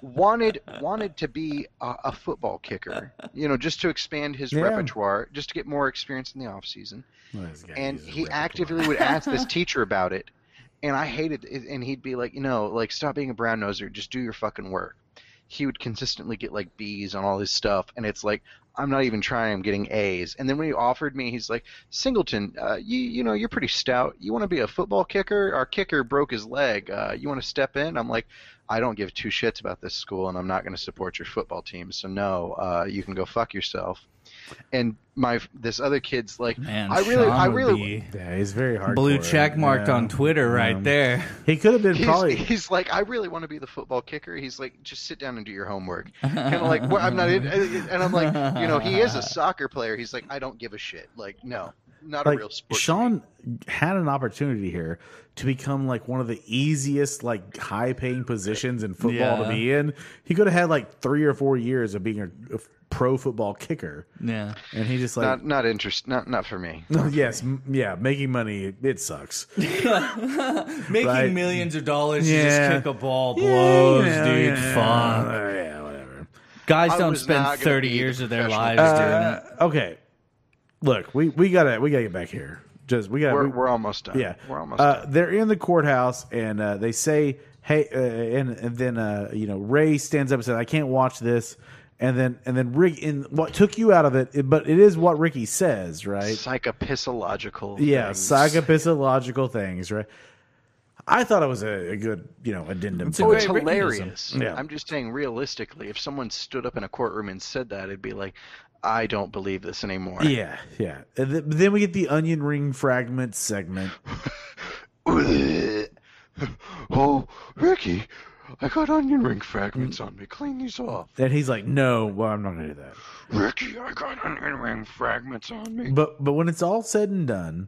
[SPEAKER 5] Wanted wanted to be a, a football kicker, you know, just to expand his
[SPEAKER 3] Yeah.
[SPEAKER 5] repertoire, just to get more experience in the off season
[SPEAKER 3] Well, this guy
[SPEAKER 5] and
[SPEAKER 3] uses
[SPEAKER 5] he
[SPEAKER 3] repertoire.
[SPEAKER 5] actively would ask
[SPEAKER 3] [LAUGHS]
[SPEAKER 5] this teacher about it and i hated it and he'd be like you know like stop being a brown noser just do your fucking work he would consistently get like b's on all his stuff and it's like i'm not even trying i'm getting a's and then when he offered me he's like singleton uh, you you know you're pretty stout you want to be a football kicker our kicker broke his leg uh, you want to step in i'm like i don't give two shits about this school and i'm not going to support your football team so no uh, you can go fuck yourself and my this other kid's like
[SPEAKER 10] Man,
[SPEAKER 5] i really
[SPEAKER 10] Sean
[SPEAKER 5] i
[SPEAKER 10] would
[SPEAKER 5] really
[SPEAKER 10] be
[SPEAKER 3] Yeah, he's very hard.
[SPEAKER 10] blue check marked on Twitter right there.
[SPEAKER 3] He could have been
[SPEAKER 5] He's,
[SPEAKER 3] probably.
[SPEAKER 5] he's like, I really want to be the football kicker. He's like, just sit down and do
[SPEAKER 3] [LAUGHS]
[SPEAKER 5] your homework. Kind of like, well, I'm not. In, and I'm like, you know,
[SPEAKER 3] [LAUGHS]
[SPEAKER 5] he is a soccer player. He's like, I don't give a shit. Like, no, not a
[SPEAKER 3] like
[SPEAKER 5] real sport.
[SPEAKER 3] Sean had an opportunity here to become like one of the easiest, like high paying positions in football to
[SPEAKER 10] Yeah.
[SPEAKER 3] be in. He could have had like three or four years of being a, a pro football kicker,
[SPEAKER 10] Yeah.
[SPEAKER 3] and he just like.
[SPEAKER 5] not not interest. Not not for me.
[SPEAKER 3] [LAUGHS] Yes, m- yeah, making money it sucks.
[SPEAKER 10] Making
[SPEAKER 3] Right.
[SPEAKER 10] millions of dollars to
[SPEAKER 3] Yeah.
[SPEAKER 10] just kick a ball blows,
[SPEAKER 3] Yeah,
[SPEAKER 10] dude.
[SPEAKER 3] yeah,
[SPEAKER 10] Fun.
[SPEAKER 3] Yeah, whatever.
[SPEAKER 10] Guys
[SPEAKER 5] I
[SPEAKER 10] don't
[SPEAKER 5] was not
[SPEAKER 10] spend
[SPEAKER 5] gonna
[SPEAKER 10] 30
[SPEAKER 5] be the
[SPEAKER 10] years of their lives
[SPEAKER 5] professional
[SPEAKER 10] doing it.
[SPEAKER 3] Uh, Okay, look, we we gotta we gotta get back here. Just we gotta
[SPEAKER 5] We're,
[SPEAKER 3] we-
[SPEAKER 5] we're almost done.
[SPEAKER 3] Yeah,
[SPEAKER 5] we're almost
[SPEAKER 3] Uh,
[SPEAKER 5] done.
[SPEAKER 3] they're in the courthouse, and uh, they say, "Hey," uh, and, and then uh, you know Ray stands up and says, "I can't watch this." and then and then Rick in what took you out of it, it- but it is what Ricky says, right?
[SPEAKER 5] Psychopissological.
[SPEAKER 3] yeah,
[SPEAKER 5] things.
[SPEAKER 3] psychophysiological things, right? I thought it was a, a good, you know, addendum.
[SPEAKER 10] It's a
[SPEAKER 3] to
[SPEAKER 5] Oh,
[SPEAKER 3] it.
[SPEAKER 5] it's
[SPEAKER 10] Great Britannism.
[SPEAKER 5] hilarious.
[SPEAKER 3] Yeah.
[SPEAKER 5] I'm just saying, realistically, if someone stood up in a courtroom and said that, it'd be like, I don't believe this anymore.
[SPEAKER 3] Yeah, yeah. And th- then we get the onion ring fragment segment.
[SPEAKER 5] [LAUGHS] oh, Ricky, I got onion ring fragments on me. Clean these off.
[SPEAKER 3] Mm. And he's like, "No, well, I'm not going to do that."
[SPEAKER 5] Ricky, I got onion ring fragments on me.
[SPEAKER 3] But but when it's all said and done,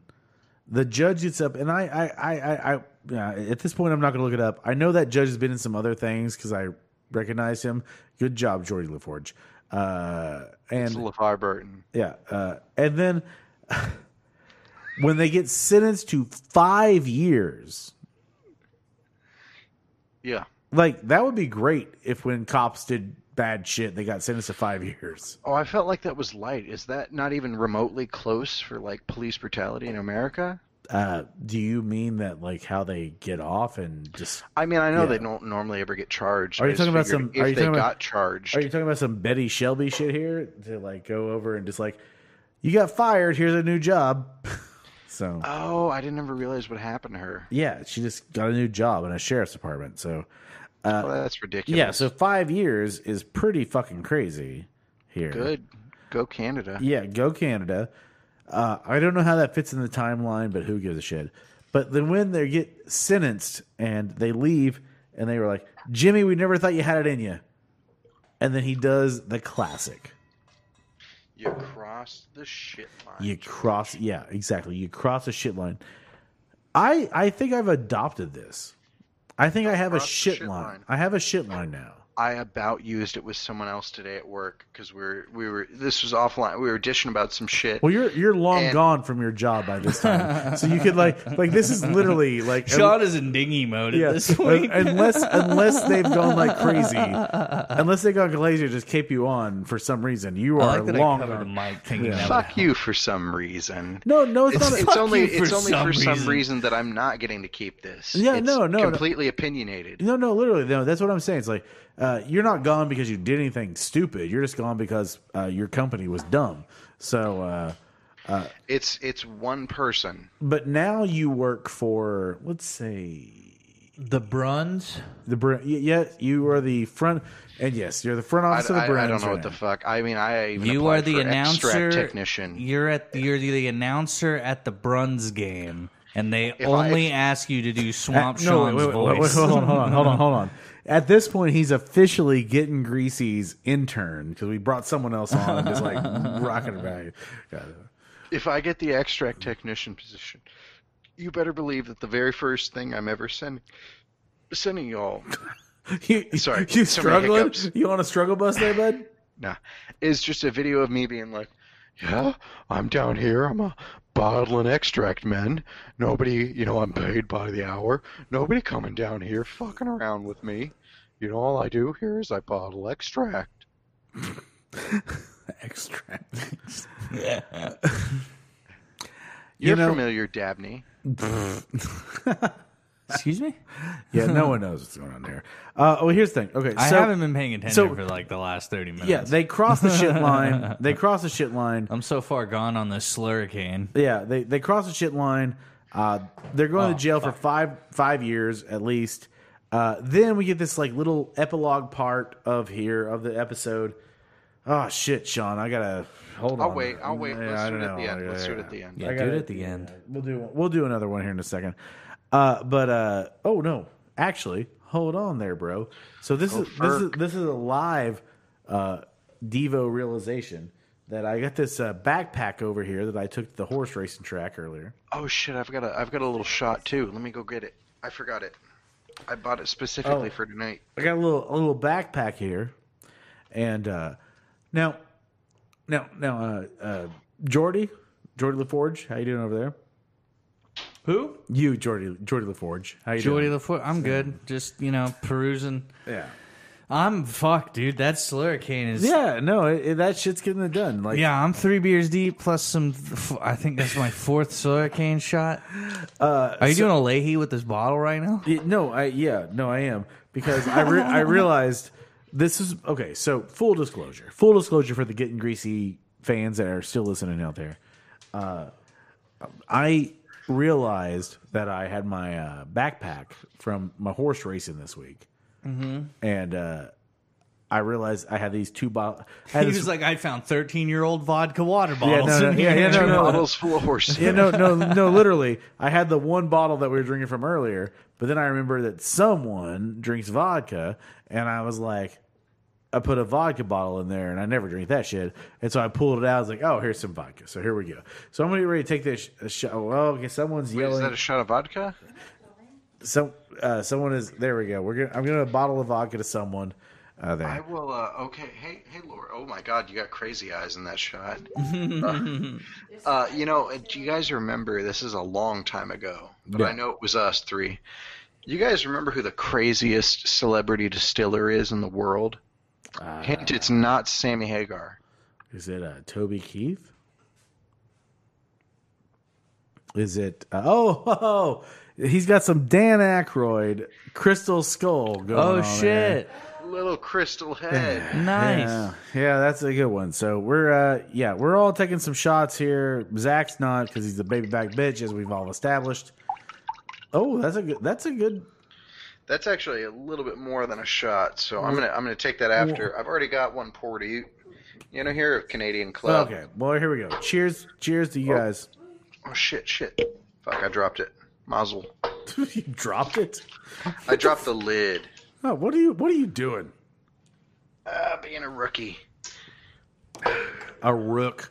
[SPEAKER 3] the judge gets up, and I I I I, I yeah, at this point I'm not going to look it up. I know that judge has been in some other things because I recognize him. Good job, Jordy LaForge. Uh, and
[SPEAKER 5] It's LeVar Burton.
[SPEAKER 3] yeah, uh, and then [LAUGHS] when they get sentenced to five years,
[SPEAKER 5] Yeah.
[SPEAKER 3] like that would be great if when cops did bad shit, they got sentenced to five years.
[SPEAKER 5] Oh, I felt like that was light. Is that not even remotely close for like police brutality in America?
[SPEAKER 3] Uh, do you mean that like how they get off and just?
[SPEAKER 5] I mean, I know they
[SPEAKER 3] Yeah.
[SPEAKER 5] don't normally ever get charged.
[SPEAKER 3] Are you
[SPEAKER 5] I just
[SPEAKER 3] talking about
[SPEAKER 5] figured
[SPEAKER 3] some- are
[SPEAKER 5] If
[SPEAKER 3] you
[SPEAKER 5] they
[SPEAKER 3] talking about-
[SPEAKER 5] got charged,
[SPEAKER 3] Are you talking about some Betty Shelby shit here to like go over and just like you got fired? Here's a new job. [LAUGHS] so
[SPEAKER 5] oh, I didn't ever realize what happened to her.
[SPEAKER 3] yeah, she just got a new job in a sheriff's department. So Uh,
[SPEAKER 5] Well, Oh, that's ridiculous.
[SPEAKER 3] yeah, so five years is pretty fucking crazy here.
[SPEAKER 5] good. Go Canada.
[SPEAKER 3] Yeah, go Canada. Uh, I don't know how that fits in the timeline, but who gives a shit? But then when they get sentenced and they leave, and they were like, "Jimmy, we never thought you had it in you," and then he does the classic.
[SPEAKER 5] You crossed the shit line.
[SPEAKER 3] You cross, yeah, exactly. You cross a shit line. I I think I've adopted this. I think I have a
[SPEAKER 5] Cross the
[SPEAKER 3] shit,
[SPEAKER 5] shit
[SPEAKER 3] line.
[SPEAKER 5] line.
[SPEAKER 3] I have a shit line now.
[SPEAKER 5] I about used it with someone else today at work because we were we were this was offline. We were dishing about some shit.
[SPEAKER 3] Well, you're you're long
[SPEAKER 5] And-
[SPEAKER 3] gone from your job by this time, so you could like like this is literally like
[SPEAKER 10] Sean is in dingy mode at
[SPEAKER 3] Yeah.
[SPEAKER 10] this [LAUGHS] point.
[SPEAKER 3] Un- unless unless they've gone like
[SPEAKER 10] [LAUGHS]
[SPEAKER 3] crazy, unless they've gone crazy to just keep you on for some reason, you
[SPEAKER 10] I
[SPEAKER 3] are
[SPEAKER 10] like that
[SPEAKER 3] long.
[SPEAKER 10] I covered the
[SPEAKER 3] gone.
[SPEAKER 10] mic
[SPEAKER 3] Yeah.
[SPEAKER 10] thinking that would
[SPEAKER 5] Fuck you for some reason.
[SPEAKER 3] No, no, it's,
[SPEAKER 5] It's,
[SPEAKER 3] not.
[SPEAKER 5] it's
[SPEAKER 10] fuck
[SPEAKER 5] only
[SPEAKER 10] you for
[SPEAKER 5] it's only
[SPEAKER 10] some
[SPEAKER 5] for some
[SPEAKER 10] reason.
[SPEAKER 5] reason that I'm not getting to keep this.
[SPEAKER 3] Yeah,
[SPEAKER 5] It's
[SPEAKER 3] no, no, no.
[SPEAKER 5] completely opinionated.
[SPEAKER 3] no, no, literally, no. That's what I'm saying. It's like uh, you're not gone because you did anything stupid. You're just gone because uh, your company was dumb. So, uh,
[SPEAKER 5] It's it's one person.
[SPEAKER 3] but now you work for let's say
[SPEAKER 10] The Bruns.
[SPEAKER 3] the Br- yeah, you are the front, and yes, you're the front
[SPEAKER 5] I,
[SPEAKER 3] office of
[SPEAKER 5] I-
[SPEAKER 3] the brand.
[SPEAKER 5] I don't know what the fuck. I mean, I even
[SPEAKER 10] You
[SPEAKER 5] applied
[SPEAKER 10] are the
[SPEAKER 5] for extract
[SPEAKER 10] announcer.
[SPEAKER 5] technician.
[SPEAKER 10] You're at the, you're the announcer at the Bruns game, and they
[SPEAKER 5] If I-
[SPEAKER 10] only ask you to do Swamp
[SPEAKER 3] Uh, no, wait,
[SPEAKER 10] Sean's
[SPEAKER 3] wait, wait,
[SPEAKER 10] voice.
[SPEAKER 3] wait, hold on, hold on, hold on, hold [LAUGHS] on. At this point, he's officially getting Greasy's intern because we brought someone else on [LAUGHS] and just like rocking about it. God.
[SPEAKER 5] If I get the extract technician position, you better believe that the very first thing I'm ever sending sending y'all
[SPEAKER 3] [LAUGHS] You,
[SPEAKER 5] Sorry,
[SPEAKER 3] you
[SPEAKER 5] so many
[SPEAKER 3] struggling?
[SPEAKER 5] hiccups.
[SPEAKER 3] You on a struggle bus there, bud? [LAUGHS]
[SPEAKER 5] Nah, it's just a video of me being like, "Yeah, I'm down here. I'm a bottle and extract man. Nobody, you know, I'm paid by the hour. Nobody coming down here fucking around with me. You know, all I do here is I bottle extract.
[SPEAKER 3] [LAUGHS] Extract.
[SPEAKER 5] You're
[SPEAKER 3] know-
[SPEAKER 5] familiar, Dabney.
[SPEAKER 3] [LAUGHS]
[SPEAKER 10] Excuse me.
[SPEAKER 3] Yeah, no one knows what's going on there. Uh, well, here's the thing. Okay, so
[SPEAKER 10] I haven't been paying attention
[SPEAKER 3] so-
[SPEAKER 10] for like the last thirty minutes.
[SPEAKER 3] yeah, they cross the shit [LAUGHS] line. They cross the shit line.
[SPEAKER 10] I'm so far gone on this slurricane.
[SPEAKER 3] Yeah, they they cross the shit line. Uh, they're going
[SPEAKER 5] Oh,
[SPEAKER 3] to jail for five five years at least. Uh, then we get this like little epilogue part of here of the episode. Oh shit, Sean, I gotta hold
[SPEAKER 5] I'll
[SPEAKER 3] on.
[SPEAKER 5] wait. I'll wait.
[SPEAKER 3] Yeah,
[SPEAKER 5] Let's
[SPEAKER 3] I
[SPEAKER 5] do it
[SPEAKER 3] don't
[SPEAKER 5] at the
[SPEAKER 3] know.
[SPEAKER 5] end. Let's
[SPEAKER 3] Yeah,
[SPEAKER 5] do it
[SPEAKER 3] yeah.
[SPEAKER 5] at the end.
[SPEAKER 10] Yeah, do it at the end.
[SPEAKER 3] We'll do we'll do another one here in a second. Uh, but uh, oh no, actually, hold on there, bro. So this
[SPEAKER 10] Oh,
[SPEAKER 3] is this is
[SPEAKER 5] Ferk.
[SPEAKER 3] this is a live uh, Devo realization that I got this uh, backpack over here that I took to the horse racing track earlier.
[SPEAKER 5] Oh shit! I've got a I've got a little shot too. Let me go get it. I forgot it. I bought it specifically
[SPEAKER 3] Oh.
[SPEAKER 5] for tonight.
[SPEAKER 3] I got a little a little backpack here, and uh, now, now, now, uh, uh, Jordy, Jordy LaForge, how you doing over there?
[SPEAKER 10] Who?
[SPEAKER 3] You, Jordy, Jordy LaForge, how you
[SPEAKER 10] Jordy
[SPEAKER 3] doing?
[SPEAKER 10] LaFour. I'm good. Just you know, perusing.
[SPEAKER 3] yeah,
[SPEAKER 10] I'm fucked, dude. That slurricane is.
[SPEAKER 3] yeah, no, it, it- that shit's getting it done. Like,
[SPEAKER 10] Yeah, I'm three beers deep plus some. f- I think that's my fourth slurricane shot. Uh, Are you doing a Leahy with this bottle right now?
[SPEAKER 3] it- no, I yeah, no, I am because I re- I realized This is okay. So full disclosure, full disclosure for the Getting Greasy fans that are still listening out there. Uh, I realized that I had my uh, backpack from my horse racing this week,
[SPEAKER 10] Mm-hmm.
[SPEAKER 3] and uh, I realized I had these two bottles.
[SPEAKER 10] He was like, I found 13 year old vodka water bottles.
[SPEAKER 3] no,
[SPEAKER 10] in
[SPEAKER 3] no, yeah,
[SPEAKER 10] here."
[SPEAKER 3] yeah, no,
[SPEAKER 5] Two
[SPEAKER 3] no. uh,
[SPEAKER 5] bottles full of horse.
[SPEAKER 3] yeah, no,
[SPEAKER 5] [LAUGHS]
[SPEAKER 3] no, no. Literally, I had the one bottle that we were drinking from earlier, but then I remember that someone drinks vodka, and I was like, I put a vodka bottle in there, and I never drink that shit. And so I pulled it out. I was like, oh, here's some vodka. So here we go. So I'm gonna get ready to take this sh- a shot. Oh, well, okay, someone's
[SPEAKER 5] Is
[SPEAKER 3] yelling.
[SPEAKER 5] that a shot of vodka?
[SPEAKER 3] Some uh, someone is there. We go. We're gonna. I'm gonna bottle of vodka to someone. Uh, there.
[SPEAKER 5] I will. Uh, okay. Hey, hey, Laura. Oh my God, you got crazy eyes in
[SPEAKER 3] [LAUGHS]
[SPEAKER 5] that shot. uh, you know, uh, do you guys remember? This is a long time ago, but I know it was us three. You guys remember who the craziest celebrity distiller is in the world?
[SPEAKER 3] Uh,
[SPEAKER 5] Hint: It's not Sammy Hagar.
[SPEAKER 3] Is it uh, Toby Keith? Is it? Uh, oh, [LAUGHS] oh, he's got some Dan Aykroyd crystal skull going
[SPEAKER 10] Oh,
[SPEAKER 3] on there.
[SPEAKER 10] shit.
[SPEAKER 5] Little crystal head.
[SPEAKER 10] Nice.
[SPEAKER 3] Yeah, yeah, that's a good one. So we're uh yeah, we're all taking some shots here. Zach's not because he's a baby back bitch, as we've all established. Oh, that's a good. That's a good.
[SPEAKER 5] That's actually a little bit more than a shot, so I'm gonna I'm gonna take that after. I've already got one poured. You, you know, here at Canadian Club.
[SPEAKER 3] Okay, well here we go. Cheers, cheers to you guys. [LAUGHS]
[SPEAKER 5] Oh shit, shit. Fuck! I dropped it. Mazel.
[SPEAKER 3] you dropped it.
[SPEAKER 5] I dropped the lid.
[SPEAKER 3] Oh, what are you? What are you doing?
[SPEAKER 5] Uh, being a rookie.
[SPEAKER 3] a rook.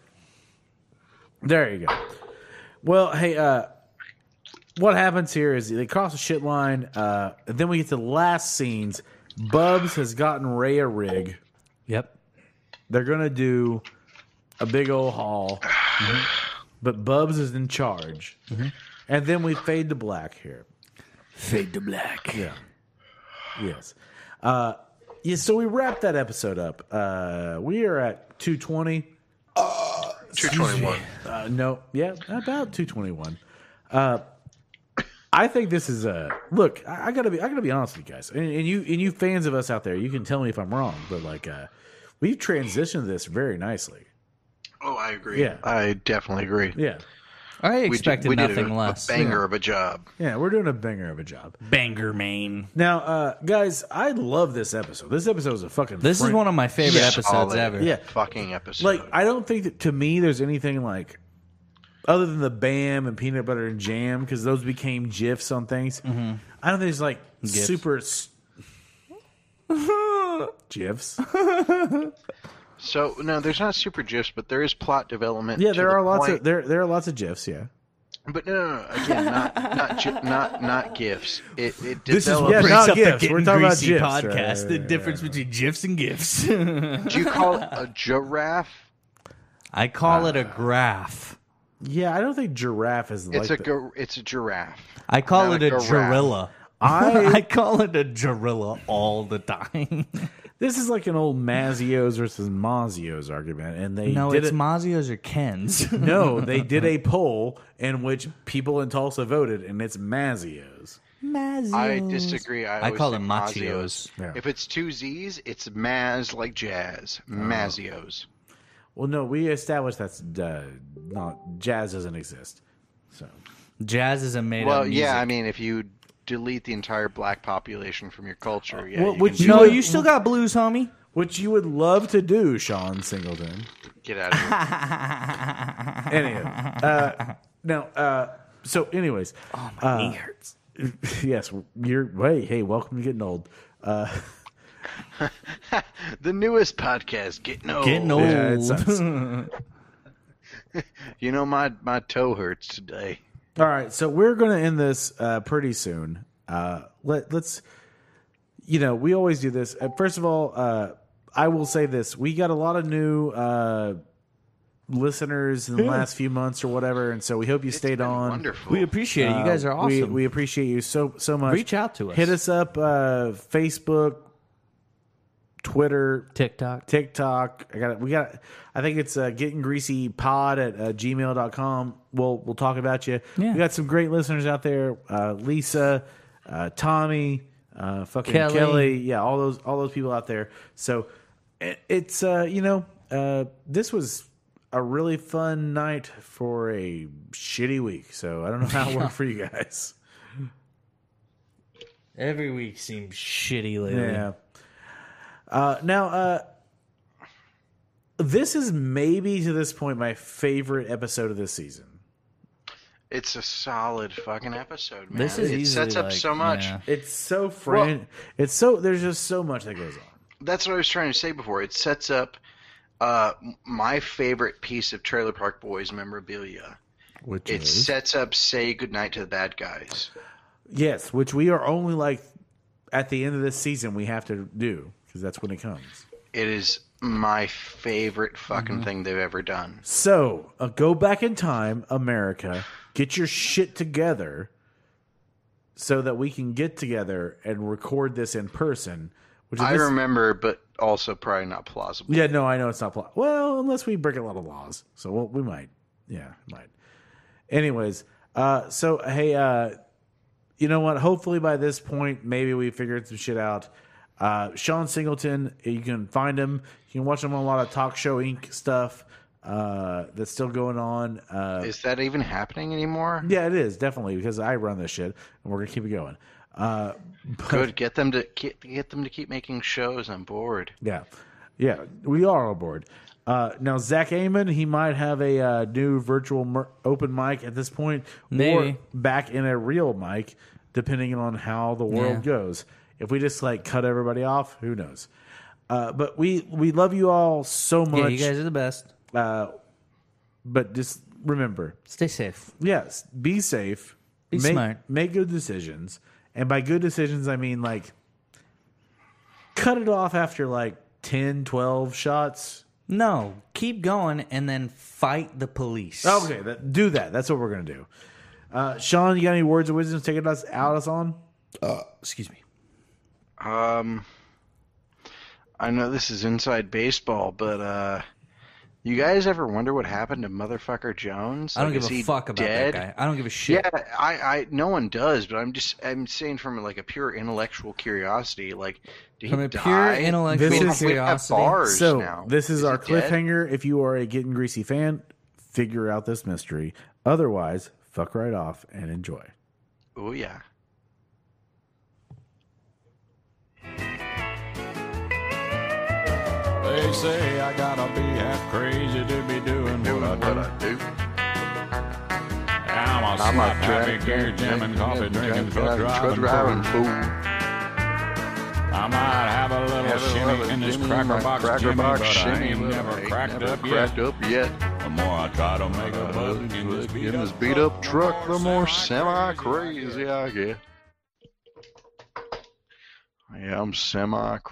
[SPEAKER 3] There you go. Well, hey, uh, what happens here is they cross the shit line. Uh, then we get to the last scenes. Bubs has gotten Ray a rig.
[SPEAKER 10] Yep.
[SPEAKER 3] They're gonna do a big old haul, but Bubs is in charge. And then we fade to black here.
[SPEAKER 10] Fade to black.
[SPEAKER 3] Yeah. Yes. Uh, yeah. So we wrap that episode up. Uh, we are at two twenty.
[SPEAKER 5] Two twenty one.
[SPEAKER 3] Uh, no, yeah, about two twenty one. Uh, I think this is a look. I, I gotta be. I gotta be honest with you guys, and, and you and you fans of us out there. You can tell me if I'm wrong, but like, uh, we've transitioned this very nicely.
[SPEAKER 5] Oh, I agree.
[SPEAKER 3] Yeah.
[SPEAKER 5] I definitely agree.
[SPEAKER 3] Yeah,
[SPEAKER 10] I
[SPEAKER 5] We did-
[SPEAKER 10] expected
[SPEAKER 5] we did
[SPEAKER 10] nothing
[SPEAKER 5] a,
[SPEAKER 10] less.
[SPEAKER 5] A banger of a job.
[SPEAKER 3] yeah, we're doing a banger of a job
[SPEAKER 10] Banger main.
[SPEAKER 3] now, uh, guys. I love this episode. This episode is a fucking.
[SPEAKER 10] This is
[SPEAKER 3] friend-
[SPEAKER 10] one of my favorite
[SPEAKER 5] Yeah.
[SPEAKER 10] episodes
[SPEAKER 5] Solid.
[SPEAKER 10] ever.
[SPEAKER 3] Yeah,
[SPEAKER 5] Fucking episode.
[SPEAKER 3] like I don't think that to me there's anything like other than the Bam and peanut butter and jam because those became gifs on things. I don't think it's like super
[SPEAKER 5] [LAUGHS]
[SPEAKER 3] s- gifs.
[SPEAKER 5] so no, there's not super gifs, but there is plot development.
[SPEAKER 3] Yeah,
[SPEAKER 5] to
[SPEAKER 3] there
[SPEAKER 5] the
[SPEAKER 3] are lots
[SPEAKER 5] point.
[SPEAKER 3] of there there are lots of gifs. Yeah,
[SPEAKER 5] But no, no, no, again,
[SPEAKER 3] [LAUGHS]
[SPEAKER 5] not not gi- not not gifs. It it
[SPEAKER 10] This is
[SPEAKER 5] develops.
[SPEAKER 10] what
[SPEAKER 3] Yeah,
[SPEAKER 10] brings
[SPEAKER 3] not
[SPEAKER 10] up
[SPEAKER 3] gifts.
[SPEAKER 10] the
[SPEAKER 3] We're
[SPEAKER 10] Getting
[SPEAKER 3] talking about
[SPEAKER 10] Greasy
[SPEAKER 3] gifs, right,
[SPEAKER 10] podcast.
[SPEAKER 3] right,
[SPEAKER 10] the
[SPEAKER 3] right, right,
[SPEAKER 10] difference between gifs and gifts.
[SPEAKER 5] Do you call it a giraffe?
[SPEAKER 10] [LAUGHS] I call it a graph.
[SPEAKER 3] yeah. I don't think giraffe is [LAUGHS]
[SPEAKER 5] It's
[SPEAKER 3] like the-
[SPEAKER 5] a gir- it's a giraffe.
[SPEAKER 10] I call
[SPEAKER 5] Not
[SPEAKER 10] it
[SPEAKER 5] a
[SPEAKER 10] a
[SPEAKER 5] giraffe.
[SPEAKER 10] gorilla. [LAUGHS]
[SPEAKER 5] [LAUGHS]
[SPEAKER 3] I-
[SPEAKER 10] I call it a gorilla all the time.
[SPEAKER 3] this is like an old Mazio's versus Mazio's argument, and they
[SPEAKER 10] no,
[SPEAKER 3] did
[SPEAKER 10] it's
[SPEAKER 3] it-
[SPEAKER 10] Mazio's or
[SPEAKER 3] [LAUGHS]
[SPEAKER 10] Ken's.
[SPEAKER 3] no, they did a poll in which people in Tulsa voted, and it's Mazio's.
[SPEAKER 10] Mazio's.
[SPEAKER 5] I disagree. I,
[SPEAKER 10] I
[SPEAKER 5] always
[SPEAKER 10] call
[SPEAKER 5] say
[SPEAKER 10] it Machios.
[SPEAKER 3] Yeah. Oh.
[SPEAKER 5] If it's two Z's, it's Maz like jazz. Mazios.
[SPEAKER 3] Well, no, we established that's uh, not jazz doesn't exist. So
[SPEAKER 10] Jazz is a made
[SPEAKER 5] Well,
[SPEAKER 10] up music.
[SPEAKER 5] yeah, I mean, if you delete the entire black population from your culture, yeah,
[SPEAKER 3] Well,
[SPEAKER 5] you
[SPEAKER 3] would
[SPEAKER 5] can
[SPEAKER 3] you-
[SPEAKER 5] you
[SPEAKER 10] no, you still got blues, homie.
[SPEAKER 3] which you would love to do, Sean Singleton.
[SPEAKER 5] get out of
[SPEAKER 10] [LAUGHS]
[SPEAKER 5] here.
[SPEAKER 3] Anyhow, [LAUGHS] uh, now, uh, so anyways, oh my knee hurts. [LAUGHS] yes, you're. Hey, hey, welcome to getting old. Uh,
[SPEAKER 5] the newest podcast, Getting Old.
[SPEAKER 10] Getting old.
[SPEAKER 3] yeah, it sucks.
[SPEAKER 5] You know, my, my toe hurts today.
[SPEAKER 3] All right, so we're going to end this uh, pretty soon. Uh, let let's, you know, we always do this. Uh, first of all, uh, I will say this: we got a lot of new uh, listeners in the last few months or whatever, and so we hope you stayed
[SPEAKER 5] Been
[SPEAKER 3] on.
[SPEAKER 5] Wonderful.
[SPEAKER 10] we appreciate it. You guys are
[SPEAKER 3] Uh, we-
[SPEAKER 10] awesome.
[SPEAKER 3] We, appreciate you so so much.
[SPEAKER 10] Reach out to us.
[SPEAKER 3] Hit us up uh, Facebook, Twitter,
[SPEAKER 10] TikTok.
[SPEAKER 3] TikTok. I got it. We got. I think it's uh, getting greasy pod at uh, gmail.com. We'll we'll talk about you.
[SPEAKER 10] Yeah.
[SPEAKER 3] We got some great listeners out there. Uh, Lisa, uh, Tommy, uh, fucking
[SPEAKER 10] Kelly.
[SPEAKER 3] Kelly. yeah, all those all those people out there. So it, it's uh, you know uh, this was a really fun night for a shitty week. So I don't know how it worked for you guys.
[SPEAKER 10] Every week seems shitty lately.
[SPEAKER 3] Yeah. Uh, now, uh, this is maybe to this point my favorite episode of this season.
[SPEAKER 5] It's a solid fucking episode, man.
[SPEAKER 10] This is
[SPEAKER 5] it
[SPEAKER 10] easily,
[SPEAKER 5] sets up
[SPEAKER 10] like,
[SPEAKER 5] so much.
[SPEAKER 10] yeah.
[SPEAKER 3] It's so fran. it's so there's just so much that goes on.
[SPEAKER 5] That's what I was trying to say before. It sets up uh, m- my favorite piece of Trailer Park Boys memorabilia.
[SPEAKER 3] Which
[SPEAKER 5] It sets up "Say Goodnight to the Bad Guys."
[SPEAKER 3] yes, which we are only like at the end of this season we have to do because that's when it comes.
[SPEAKER 5] It is my favorite
[SPEAKER 10] Mm-hmm.
[SPEAKER 5] fucking thing they've ever done.
[SPEAKER 3] So uh, go back in time, America. Get your shit together so that we can get together and record this in person. Which is
[SPEAKER 5] I
[SPEAKER 3] this-
[SPEAKER 5] remember, but also probably not plausible.
[SPEAKER 3] Yeah, no, I know it's not pl- well, unless we break a lot of laws. So we'll, we might. Yeah, might. Anyways, uh, so hey, uh, you know what? Hopefully by this point, maybe we figured some shit out. Uh, Sean Singleton, you can find him. You can watch him on a lot of Talk Show Inc. stuff uh, that's still going on. Uh,
[SPEAKER 5] Is that even happening anymore?
[SPEAKER 3] yeah, it is definitely because I run this shit, and we're gonna keep it going. Uh,
[SPEAKER 5] Good. Get them to get, get them to keep making shows. I'm bored.
[SPEAKER 3] Yeah, yeah, we are on board. Uh, now Zach Amon, he might have a uh, new virtual mer- open mic at this point,
[SPEAKER 10] Maybe.
[SPEAKER 3] or back in a real mic, depending on how the world goes. If we just like cut everybody off, who knows? Uh, but we we love you all so much.
[SPEAKER 10] Yeah, you guys are the best.
[SPEAKER 3] uh, but just remember,
[SPEAKER 10] Stay safe.
[SPEAKER 3] yes, be safe,
[SPEAKER 10] Be
[SPEAKER 3] make,
[SPEAKER 10] smart.
[SPEAKER 3] make good decisions, and by good decisions I mean like cut it off after like 10, 12 shots.
[SPEAKER 10] No, keep going and then fight the police.
[SPEAKER 5] Oh,
[SPEAKER 3] Okay, that, do that. That's what we're gonna do. Uh, Sean, you got any words of wisdom taking us out us on?
[SPEAKER 10] Excuse me.
[SPEAKER 5] Um, I know this is inside baseball, but uh, you guys ever wonder what happened to motherfucker Jones?
[SPEAKER 10] I don't
[SPEAKER 5] Like,
[SPEAKER 10] give
[SPEAKER 5] is
[SPEAKER 10] a
[SPEAKER 5] he
[SPEAKER 10] fuck about
[SPEAKER 5] dead?
[SPEAKER 10] that guy. I don't give a shit.
[SPEAKER 5] Yeah, I, I, no one does, but I'm just, I'm saying from like a pure intellectual curiosity, like, did
[SPEAKER 10] From
[SPEAKER 5] he
[SPEAKER 10] a pure
[SPEAKER 5] die?
[SPEAKER 10] intellectual
[SPEAKER 5] We don't- we don't have
[SPEAKER 10] curiosity.
[SPEAKER 5] bars
[SPEAKER 3] So
[SPEAKER 5] now.
[SPEAKER 3] this is,
[SPEAKER 5] Is
[SPEAKER 3] our
[SPEAKER 5] he dead?
[SPEAKER 3] cliffhanger. If you are a getting greasy fan, figure out this mystery. Otherwise, fuck right off and enjoy.
[SPEAKER 5] Oh yeah.
[SPEAKER 2] They say I gotta be half crazy to be doing what I do.
[SPEAKER 5] do.
[SPEAKER 2] I'm a
[SPEAKER 5] I'm
[SPEAKER 2] slap
[SPEAKER 5] a
[SPEAKER 2] happy
[SPEAKER 5] drunk,
[SPEAKER 2] gear jamming, coffee drinking, truck driving.
[SPEAKER 5] driving
[SPEAKER 2] fool.
[SPEAKER 5] fool.
[SPEAKER 2] I might have a little
[SPEAKER 5] Have a
[SPEAKER 2] shimmy
[SPEAKER 5] little
[SPEAKER 2] in this
[SPEAKER 5] shimmy in
[SPEAKER 2] cracker
[SPEAKER 5] my
[SPEAKER 2] box
[SPEAKER 5] cracker
[SPEAKER 2] Jimmy,
[SPEAKER 5] box
[SPEAKER 2] but I
[SPEAKER 5] shimmy,
[SPEAKER 2] ain't
[SPEAKER 5] but
[SPEAKER 2] never
[SPEAKER 5] I ain't
[SPEAKER 2] cracked
[SPEAKER 5] never
[SPEAKER 2] up
[SPEAKER 5] cracked
[SPEAKER 2] yet.
[SPEAKER 5] up yet. Uh,
[SPEAKER 2] The more I try to make a button in this beat
[SPEAKER 5] In this
[SPEAKER 2] up
[SPEAKER 5] beat up truck, the more semi
[SPEAKER 2] semi-crazy I
[SPEAKER 5] crazy I get. Yeah, I'm semi crazy.